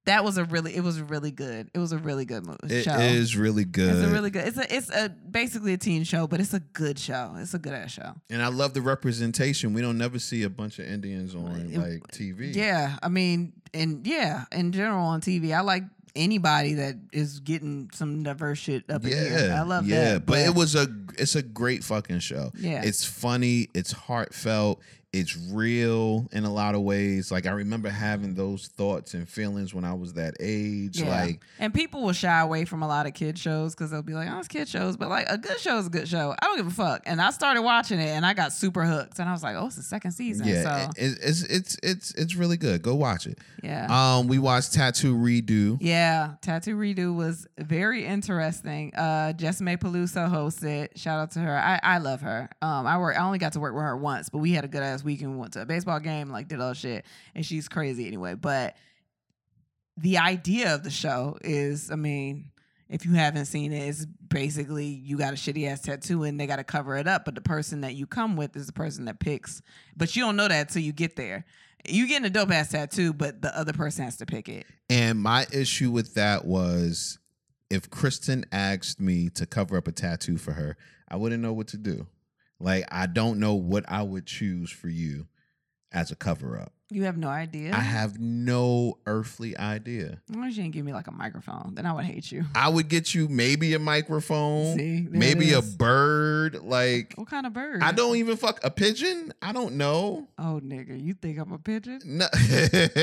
Speaker 2: that was a really it was really good. It was a really good movie
Speaker 1: It is
Speaker 2: show.
Speaker 1: really good.
Speaker 2: It's a really good. It's a it's a basically a teen show, but it's a good show. It's a good ass show.
Speaker 1: and I love the representation. We don't never see a bunch of Indians on
Speaker 2: It-
Speaker 1: like TV.
Speaker 2: Yeah, I mean, and yeah, in general on TV, I like anybody that is getting some diverse shit up in here. I love
Speaker 1: yeah,
Speaker 2: that.
Speaker 1: but it was a it's a great fucking show.
Speaker 2: Yeah.
Speaker 1: It's funny, it's heartfelt, it's real in a lot of ways. Like I remember having those thoughts and feelings when I was that age.
Speaker 2: Yeah.
Speaker 1: Like
Speaker 2: and people will shy away from a lot of kid shows because they'll be like, "Oh, it's kid shows," but like a good show is a good show. I don't give a fuck. And I started watching it, and I got super hooked, and I was like, "Oh, it's the second season."
Speaker 1: yeah,
Speaker 2: so
Speaker 1: it- it's it's it's it's really good. Go watch it.
Speaker 2: yeah.
Speaker 1: Um, we watched Tattoo Redo.
Speaker 2: Yeah, Tattoo Redo was very interesting. Uh Jesme Peluso hosted. Shout out to her. I, I love her. Um I work I only got to work with her once, but we had a good ass weekend. We went to a baseball game, like did all shit. And she's crazy anyway. But the idea of the show is, I mean, if you haven't seen it, it's basically you got a shitty ass tattoo and they gotta cover it up, but the person that you come with is the person that picks. But you don't know that till you get there. You getting a dope ass tattoo, but the other person has to pick it.
Speaker 1: And my issue with that was if Kristen asked me to cover up a tattoo for her, I wouldn't know what to do. Like, I don't know what I would choose for you as a cover up.
Speaker 2: You have no idea.
Speaker 1: I have no earthly idea.
Speaker 2: As long as you didn't give me like a microphone, then I would hate you.
Speaker 1: I would get you maybe a microphone,
Speaker 2: [laughs] See, there
Speaker 1: Oh, maybe
Speaker 2: it
Speaker 1: a
Speaker 2: is.
Speaker 1: bird. Like,
Speaker 2: What kind of bird?
Speaker 1: I don't e-, even fuck a pigeon. I don't know.
Speaker 2: Oh, nigga, you think I'm a pigeon?
Speaker 1: [laughs] No.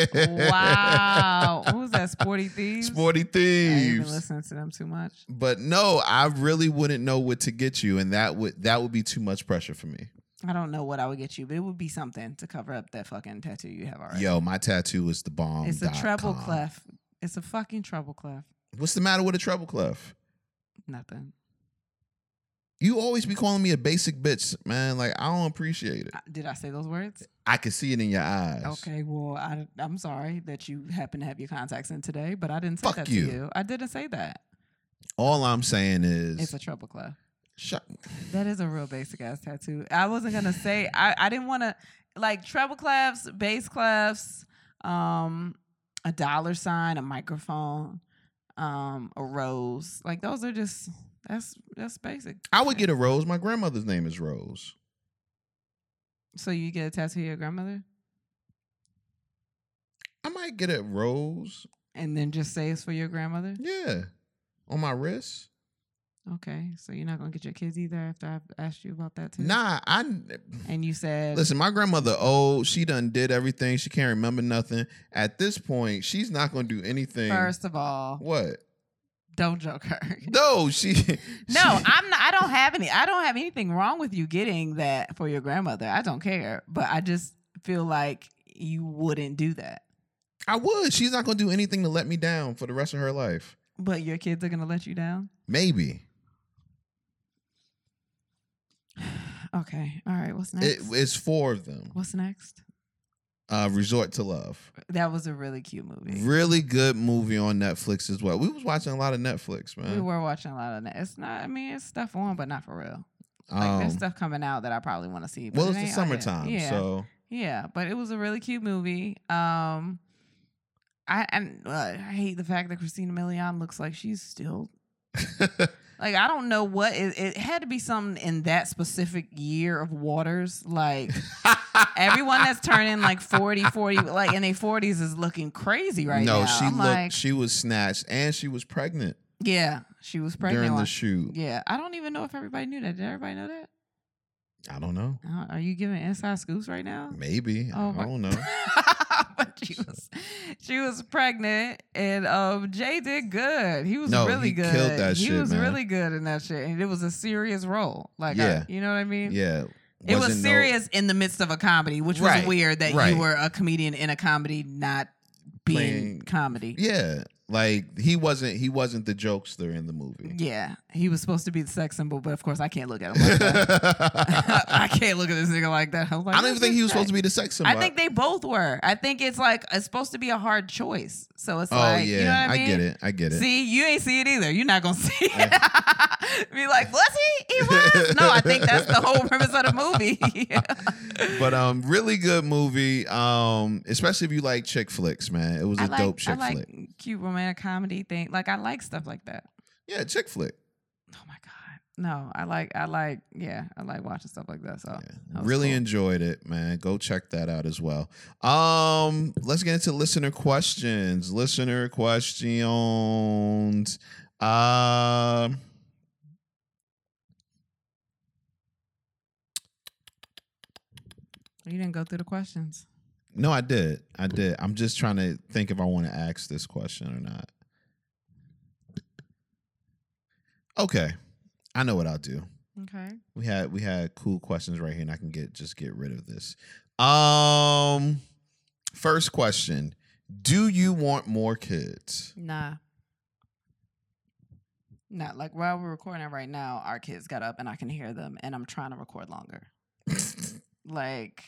Speaker 1: [laughs]
Speaker 2: wow. What was that? Sporty thieves.
Speaker 1: Sporty
Speaker 2: I ain't been
Speaker 1: thieves.
Speaker 2: listening to them too much.
Speaker 1: but no, I really wouldn't know what to get you, and that would that would be too much pressure for me.
Speaker 2: I don't know what I would get you, but it would be something to cover up that fucking tattoo you have already.
Speaker 1: Yo, my tattoo is the bomb.
Speaker 2: it's a
Speaker 1: dot
Speaker 2: treble
Speaker 1: com.
Speaker 2: clef. It's a fucking treble clef.
Speaker 1: What's the matter with a treble clef?
Speaker 2: Nothing.
Speaker 1: You always be calling me a basic bitch, man. Like I don't appreciate it.
Speaker 2: I- Uh, Did I say those words?
Speaker 1: I can see it in your eyes.
Speaker 2: Okay, well, I, I'm sorry that you happen to have your contacts in today, but I didn't say
Speaker 1: Fuck
Speaker 2: that
Speaker 1: you.
Speaker 2: to you. I didn't say that.
Speaker 1: All I'm saying is,
Speaker 2: It's a treble clef.
Speaker 1: shut.
Speaker 2: That is a real basic ass tattoo. I wasn't gonna say I, I didn't wanna like treble clefs, bass clefs, um, a dollar sign, a microphone, um, a rose. Like those are just that's that's basic.
Speaker 1: I would get a rose. My grandmother's name is Rose.
Speaker 2: So you get a tattoo of your grandmother
Speaker 1: I might get a rose.
Speaker 2: and then just say it's for your grandmother?
Speaker 1: Yeah, on my wrist.
Speaker 2: Okay. So you're not gonna get your kids either after I've asked you about that too.
Speaker 1: Nah, I
Speaker 2: And you said
Speaker 1: Listen, my grandmother old. She done did everything. She can't remember nothing. At this point, she's not gonna do anything.
Speaker 2: first of all,
Speaker 1: What?
Speaker 2: don't joke her.
Speaker 1: No, she. [laughs]
Speaker 2: No, I'm not, I don't have any. I don't have anything wrong with you getting that for your grandmother. I don't care, but I just feel like you wouldn't do that.
Speaker 1: I would. She's not gonna do anything to let me down for the rest of her life.
Speaker 2: But your kids are gonna let you down.
Speaker 1: Maybe.
Speaker 2: Okay. All right. What's
Speaker 1: It,
Speaker 2: next?
Speaker 1: it's four of them.
Speaker 2: What's next?
Speaker 1: Uh, Resort to Love.
Speaker 2: That was a really cute movie.
Speaker 1: Really good movie on Netflix as well. We was watching a lot of Netflix, man.
Speaker 2: We were watching a lot of that. It's not. I mean, it's stuff on, but not for real. Like
Speaker 1: Um,
Speaker 2: there's stuff coming out that I probably want to see. but
Speaker 1: well,
Speaker 2: it
Speaker 1: it's the
Speaker 2: ain't out yet.
Speaker 1: summertime,
Speaker 2: Yeah.
Speaker 1: so
Speaker 2: Yeah, but it was a really cute movie. Um, I and uh, I hate the fact that Christina Milian looks like she's still like I don't know what it, it had to be something in that specific year of Waters. Like
Speaker 1: [laughs]
Speaker 2: everyone that's turning like 40, 40, like in their forties is looking crazy right
Speaker 1: no,
Speaker 2: now.
Speaker 1: she
Speaker 2: I'm
Speaker 1: looked.
Speaker 2: like,
Speaker 1: she was snatched, and she was pregnant,
Speaker 2: yeah, she was pregnant.
Speaker 1: during
Speaker 2: while-
Speaker 1: the shoot.
Speaker 2: yeah, I don't even know if everybody knew that. Did everybody know that?
Speaker 1: I don't know.
Speaker 2: Uh, Are you giving inside scoops right now?
Speaker 1: Maybe
Speaker 2: Oh
Speaker 1: I
Speaker 2: my-
Speaker 1: don't know.
Speaker 2: [laughs] but she was she was pregnant and um Jay did good. He was
Speaker 1: No,
Speaker 2: really
Speaker 1: he
Speaker 2: good.
Speaker 1: killed that
Speaker 2: he
Speaker 1: shit,
Speaker 2: was
Speaker 1: man.
Speaker 2: really good in that shit. And it was a serious role. Like I-
Speaker 1: Yeah.
Speaker 2: you know what I mean?
Speaker 1: Yeah,
Speaker 2: [laughs] It was
Speaker 1: Wasn't no-
Speaker 2: serious in the midst of a comedy, which was
Speaker 1: Right,
Speaker 2: weird that
Speaker 1: right.
Speaker 2: you were a comedian in a comedy not being
Speaker 1: Playing-
Speaker 2: comedy.
Speaker 1: yeah, like he wasn't. He wasn't the jokester in the movie. [laughs]
Speaker 2: Yeah. He was supposed to be the sex symbol, but of course I can't look at him like
Speaker 1: [laughs]
Speaker 2: that. [laughs] I can't look at this nigga like that. I'm like,
Speaker 1: I don't even think he was supposed
Speaker 2: be.
Speaker 1: to be the sex symbol.
Speaker 2: I think they both were. I think it's like it's supposed to be a hard choice. So it's
Speaker 1: Oh
Speaker 2: like,
Speaker 1: yeah,
Speaker 2: you know what I mean?
Speaker 1: get it. I get it.
Speaker 2: See, you ain't see it either. You're not gonna [laughs] see it. be like, was he? He
Speaker 1: [laughs]
Speaker 2: was. No, I think that's the whole premise of the movie.
Speaker 1: [laughs]
Speaker 2: [laughs]
Speaker 1: but um, really good movie. Um, especially if you like chick flicks, man. It was a
Speaker 2: I like,
Speaker 1: dope chick
Speaker 2: I like
Speaker 1: flick.
Speaker 2: cute romantic comedy thing. Like I like stuff like that.
Speaker 1: Yeah, chick flick.
Speaker 2: Oh my god. No, I like I like yeah, I like watching stuff like that. So
Speaker 1: Yeah.
Speaker 2: that was
Speaker 1: Really
Speaker 2: cool.
Speaker 1: enjoyed it, man. Go check that out as well. Um, let's get into listener questions. Listener questions. Um.
Speaker 2: you didn't go through the questions.
Speaker 1: No, I did. I did. I'm just trying to think if I want to ask this question or not. Okay. I know what I'll do.
Speaker 2: Okay.
Speaker 1: We had we had cool questions right here and I can get just get rid of this. Um first question. Do you want more kids?
Speaker 2: Nah. Not like while we're recording it right now, our kids got up and I can hear them, and I'm trying to record
Speaker 1: [laughs]
Speaker 2: longer. Like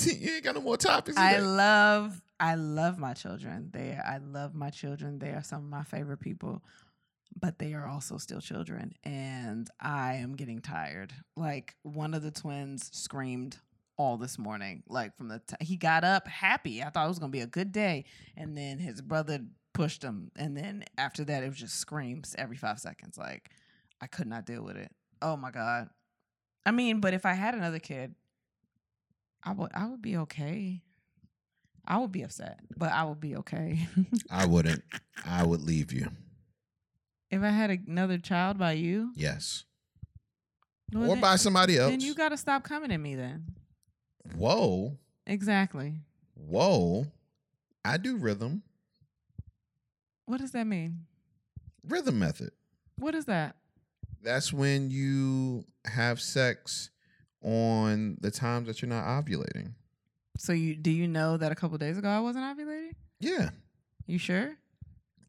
Speaker 1: you ain't got no more topics.
Speaker 2: I
Speaker 1: today.
Speaker 2: love, I love my children. They, I love my children. They are some of my favorite people, but they are also still children, and I am getting tired. Like one of the twins screamed all this morning. Like from the t- he got up happy. I thought it was gonna be a good day, and then his brother pushed him, and then after that it was just screams every five seconds. Like I could not deal with it. Oh my god. I mean, but if I had another kid, I would I would be okay. I would be upset, but I would be okay. [laughs]
Speaker 1: I wouldn't. I would leave you.
Speaker 2: if I had another child by you,
Speaker 1: Yes.
Speaker 2: well,
Speaker 1: or
Speaker 2: then,
Speaker 1: by somebody else.
Speaker 2: then you got to stop coming at me then.
Speaker 1: Whoa.
Speaker 2: Exactly.
Speaker 1: Whoa. I do rhythm.
Speaker 2: What does that mean?
Speaker 1: Rhythm method.
Speaker 2: What is that?
Speaker 1: That's when you have sex on the times that you're not ovulating.
Speaker 2: So you do you know that a couple days ago I wasn't ovulating?
Speaker 1: Yeah,
Speaker 2: You sure?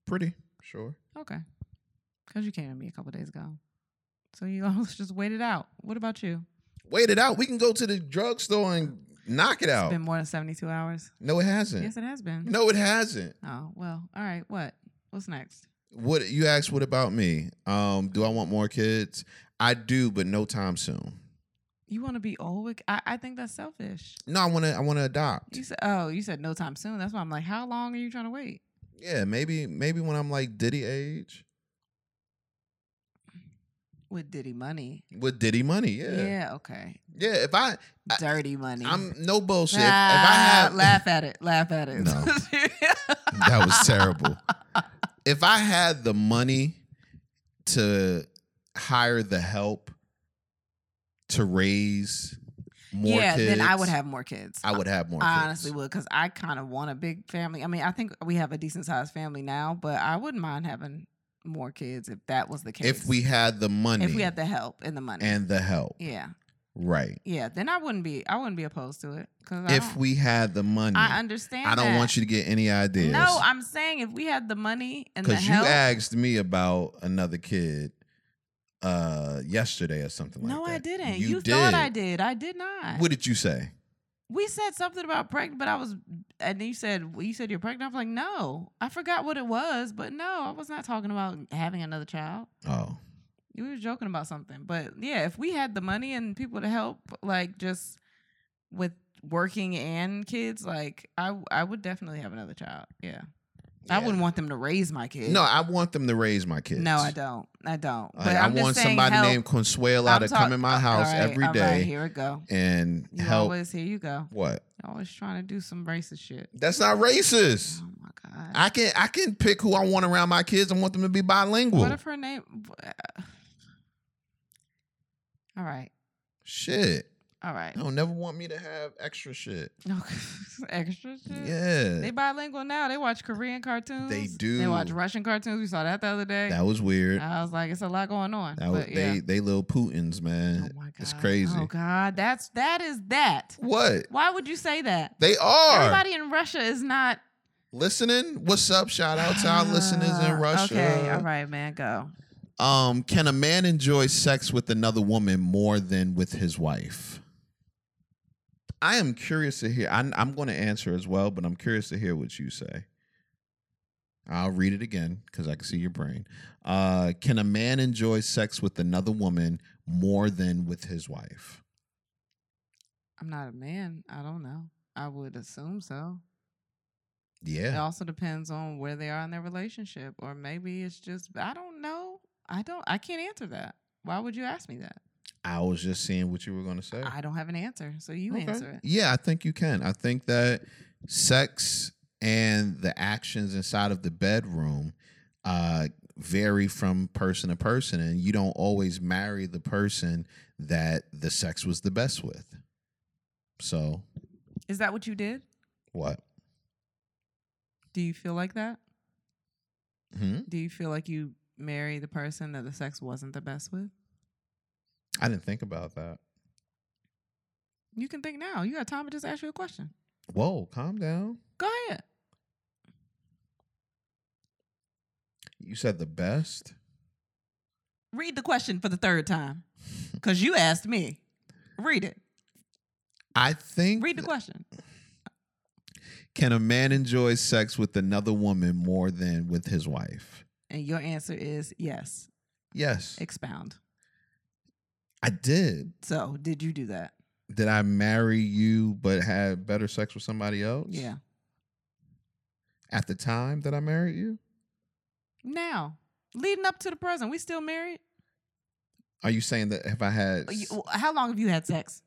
Speaker 1: pretty sure.
Speaker 2: Okay. Cuz you came to me a couple days ago. So you [laughs] almost just wait it out. What about you?
Speaker 1: Wait it out. We can go to the drugstore and knock it
Speaker 2: It's
Speaker 1: out.
Speaker 2: been more than 72 hours.
Speaker 1: no, it hasn't.
Speaker 2: Yes, it has been.
Speaker 1: no, it hasn't.
Speaker 2: Oh, well. All right. What? What's next?
Speaker 1: What you asked? What about me? Um, do I want more kids? I do, but no time soon.
Speaker 2: You want to be old? with- I, I think that's selfish.
Speaker 1: No, I want to. I want to adopt.
Speaker 2: You said, oh, you said no time soon. That's why I'm like, how long are you trying to wait?
Speaker 1: Yeah, maybe maybe when I'm like Diddy age
Speaker 2: With Diddy money.
Speaker 1: with Diddy money. Yeah, yeah.
Speaker 2: okay.
Speaker 1: if I, I-
Speaker 2: Dirty money.
Speaker 1: I'm no bullshit. if, if
Speaker 2: Ah,
Speaker 1: I have
Speaker 2: laugh at it. Laugh at it. [laughs]
Speaker 1: No. [laughs] that was terrible. If I had the money to hire the help to raise more
Speaker 2: yeah,
Speaker 1: kids,
Speaker 2: then I would have more kids.
Speaker 1: I would have more.
Speaker 2: I
Speaker 1: kids.
Speaker 2: honestly would because I kind of want a big family. I mean, I think we have a decent sized family now, but I wouldn't mind having more kids if that was the case.
Speaker 1: if we had the money,
Speaker 2: if we had the help and the money.
Speaker 1: and the help,
Speaker 2: yeah,
Speaker 1: right?
Speaker 2: yeah, then I wouldn't be I wouldn't be opposed to it because
Speaker 1: If we had the money,
Speaker 2: I
Speaker 1: I,
Speaker 2: understand.
Speaker 1: don't
Speaker 2: that.
Speaker 1: want you to get any ideas.
Speaker 2: No, I'm saying if we had the money and the
Speaker 1: because you
Speaker 2: help,
Speaker 1: asked me about another kid uh yesterday or something like
Speaker 2: no,
Speaker 1: that.
Speaker 2: I didn't.
Speaker 1: You
Speaker 2: You, thought I did. I did not.
Speaker 1: What did you say?
Speaker 2: we said something about pregnant, but I was, and you said you said you're pregnant. I was like, no, I forgot what it was, but no, I was not talking about having another child.
Speaker 1: Oh.
Speaker 2: You were joking about something, but yeah, if we had the money and people to help, like just with working and kids, like I I would definitely have another child. Yeah,
Speaker 1: Yeah.
Speaker 2: I wouldn't want them to raise my kids.
Speaker 1: No, I want them to raise my kids.
Speaker 2: no, I don't. I don't.
Speaker 1: Like,
Speaker 2: But
Speaker 1: I
Speaker 2: I'm just
Speaker 1: want
Speaker 2: saying
Speaker 1: somebody
Speaker 2: help.
Speaker 1: named Consuela
Speaker 2: I'm
Speaker 1: to
Speaker 2: talk-
Speaker 1: come in my house
Speaker 2: All right,
Speaker 1: every
Speaker 2: all
Speaker 1: day
Speaker 2: right, here we go.
Speaker 1: and
Speaker 2: You
Speaker 1: help.
Speaker 2: always here you go.
Speaker 1: What?
Speaker 2: You always trying to do some racist shit.
Speaker 1: That's not racist.
Speaker 2: Oh my god.
Speaker 1: I can I can pick who I want around my kids. I want them to be bilingual.
Speaker 2: What if her name? uh, All right,
Speaker 1: shit.
Speaker 2: all right.
Speaker 1: Don't never want me to have extra shit.
Speaker 2: [laughs] No extra shit. Hmm. They
Speaker 1: Yeah.
Speaker 2: bilingual now. They watch Korean cartoons. They
Speaker 1: do.
Speaker 2: watch Russian cartoons. We saw that the other day.
Speaker 1: That was weird.
Speaker 2: I was like, it's a lot going on.
Speaker 1: That was
Speaker 2: but yeah.
Speaker 1: they they little Putins,
Speaker 2: oh
Speaker 1: man.
Speaker 2: my god.
Speaker 1: it's crazy.
Speaker 2: Oh god, that's that is that.
Speaker 1: What?
Speaker 2: Why would you say that?
Speaker 1: They are
Speaker 2: Oh. Everybody in Russia is not
Speaker 1: listening. What's up? Shout out to our listeners in
Speaker 2: Ah,
Speaker 1: Russia.
Speaker 2: [sighs] Okay, all right, man, go.
Speaker 1: Um, can a man enjoy sex with another woman more than with his wife? I am curious to hear. I'm, I'm going to answer as well, but I'm curious to hear what you say. I'll read it again because I can see your brain. Uh, can a man enjoy sex with another woman more than with his wife?
Speaker 2: I'm not a man. I don't know. I would assume so. It
Speaker 1: Yeah.
Speaker 2: also depends on where they are in their relationship, or maybe it's just I don't know. I don't. I can't answer that. Why would you ask me that?
Speaker 1: I was just seeing what you were going to say.
Speaker 2: I don't have an answer, so you
Speaker 1: Okay.
Speaker 2: answer it.
Speaker 1: Yeah, I think you can. I think that sex and the actions inside of the bedroom uh, vary from person to person, and you don't always marry the person that the sex was the best with. So
Speaker 2: Is that what you did?
Speaker 1: what?
Speaker 2: Do you feel like that?
Speaker 1: Hmm?
Speaker 2: Do you feel like you marry the person that the sex wasn't the best with?
Speaker 1: I didn't think about that.
Speaker 2: You can think now. You got time to just ask you a question.
Speaker 1: Whoa, calm down.
Speaker 2: Go ahead.
Speaker 1: You said the best.
Speaker 2: Read the question for the third time, because you asked me. Read it.
Speaker 1: I think. [laughs]
Speaker 2: Read the question.
Speaker 1: Can a man enjoy sex with another woman more than with his wife?
Speaker 2: And your answer is yes.
Speaker 1: Yes,
Speaker 2: Expound.
Speaker 1: I did.
Speaker 2: So, did you do that?
Speaker 1: did I marry you but had better sex with somebody else?
Speaker 2: Yeah.
Speaker 1: At the time that I married you?
Speaker 2: Now, leading up to the present, we still married?
Speaker 1: Are you saying that if I had
Speaker 2: Uh, you- w- How long have you had sex?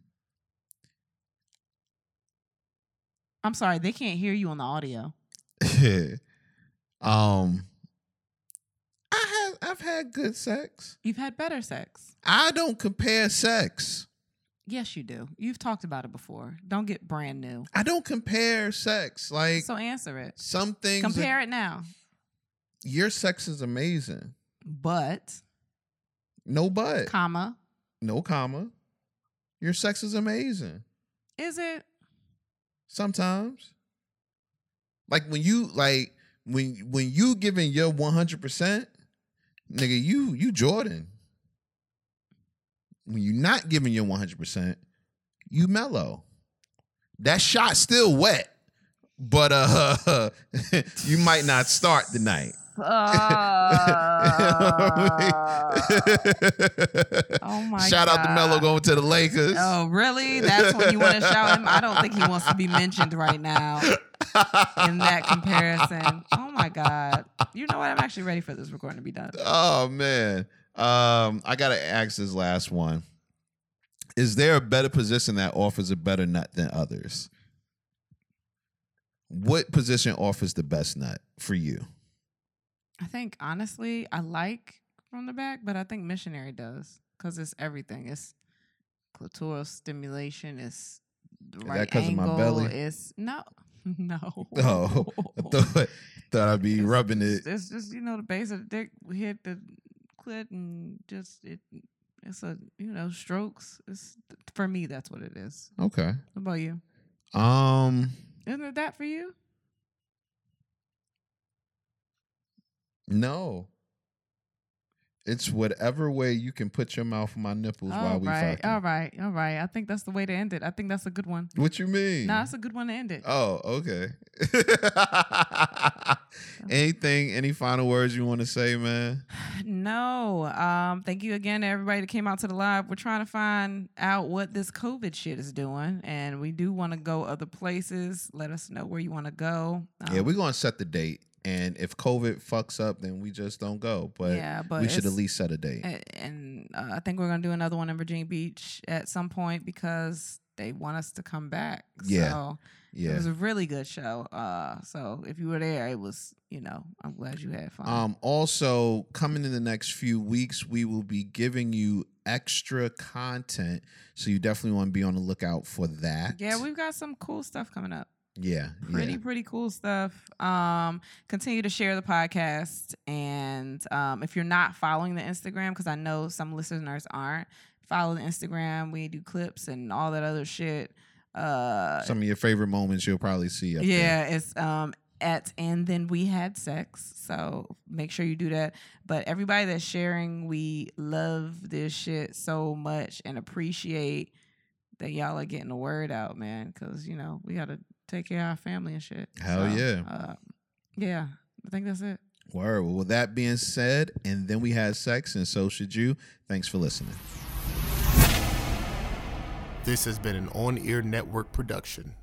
Speaker 2: [sighs] I'm sorry, they can't hear you on the audio.
Speaker 1: [laughs] um I have I've had good sex.
Speaker 2: You've had better sex.
Speaker 1: I don't compare sex.
Speaker 2: Yes, you do. You've talked about it before. Don't get brand new.
Speaker 1: I don't compare sex. Like
Speaker 2: So answer it.
Speaker 1: some things are-
Speaker 2: Compare it now.
Speaker 1: your sex is amazing.
Speaker 2: But,
Speaker 1: [laughs] No but.
Speaker 2: comma,
Speaker 1: no comma. Your sex is amazing. [laughs]
Speaker 2: is it?
Speaker 1: sometimes like when you like when when you giving your 100% nigga you you jordan when you not giving your 100% you mellow that shot still wet but uh [laughs] you might not start the night [laughs] [laughs]
Speaker 2: [laughs] oh my
Speaker 1: shout out to
Speaker 2: God.
Speaker 1: mellow going to the lakers
Speaker 2: Oh, really? That's when you want to shout him? I don't think he wants to be mentioned right now
Speaker 1: [laughs]
Speaker 2: in that comparison. Oh my God. You know what? I'm actually ready for this recording to be done.
Speaker 1: Oh man. Um, I gotta ask this last one. Is there a better position that offers a better nut than others? What position offers the best nut for you? [laughs]
Speaker 2: I think honestly, I like from the back, but I think missionary does because it's everything. It's clitoral stimulation. It's the
Speaker 1: that
Speaker 2: right
Speaker 1: 'cause of
Speaker 2: angle.
Speaker 1: my belly?
Speaker 2: It's no, [laughs] no.
Speaker 1: Oh, [laughs] I thought, thought I'd be rubbing it.
Speaker 2: It's just you know the base of the dick hit the clit and just it. It's a you know strokes. It's for me. That's what it is.
Speaker 1: Okay.
Speaker 2: What about you?
Speaker 1: Um,
Speaker 2: Isn't it that for you?
Speaker 1: no. It's whatever way you can put your mouth on my nipples while
Speaker 2: All
Speaker 1: we
Speaker 2: right,
Speaker 1: fucking.
Speaker 2: all right, all right. I think that's the way to end it. I think that's a good one.
Speaker 1: What you mean?
Speaker 2: Nah, it's a good one to end it.
Speaker 1: Oh, okay. [laughs]
Speaker 2: Uh-huh.
Speaker 1: Anything, any final words you want to say, man?
Speaker 2: [laughs] No. Um, thank you again to everybody that came out to the live. We're trying to find out what this COVID shit is doing, and we do want to go other places. Let us know where you want to go. Um,
Speaker 1: Yeah, we're going to set the date. And if COVID fucks up, then we just don't go. But,
Speaker 2: yeah, but
Speaker 1: we should
Speaker 2: it's-
Speaker 1: at least set a date.
Speaker 2: a- and uh, I think we're gonna do another one in Virginia Beach at some point because they want us to come back.
Speaker 1: Yeah.
Speaker 2: So it
Speaker 1: Yeah.
Speaker 2: was a really good show. Uh, so if you were there, it was you know I'm glad you had fun.
Speaker 1: Um, also, coming in the next few weeks, we will be giving you extra content. So you definitely want to be on the lookout for that.
Speaker 2: yeah, we've got some cool stuff coming up.
Speaker 1: Yeah.
Speaker 2: pretty
Speaker 1: yeah.
Speaker 2: pretty cool stuff um continue to share the podcast and um if you're not following the instagram because i know some listeners aren't follow the instagram we do clips and all that other shit uh
Speaker 1: Some of your favorite moments you'll probably see. Up There.
Speaker 2: yeah it's um at and then we had sex so make sure you do that but everybody that's sharing we love this shit so much and appreciate that y'all are getting the word out man because you know we gotta take care of our family and shit
Speaker 1: Hell yeah.
Speaker 2: uh, yeah i think that's it
Speaker 1: Word. Well, with that being said, and then we had sex, and so should you. Thanks for listening.
Speaker 3: This has been an on air network production.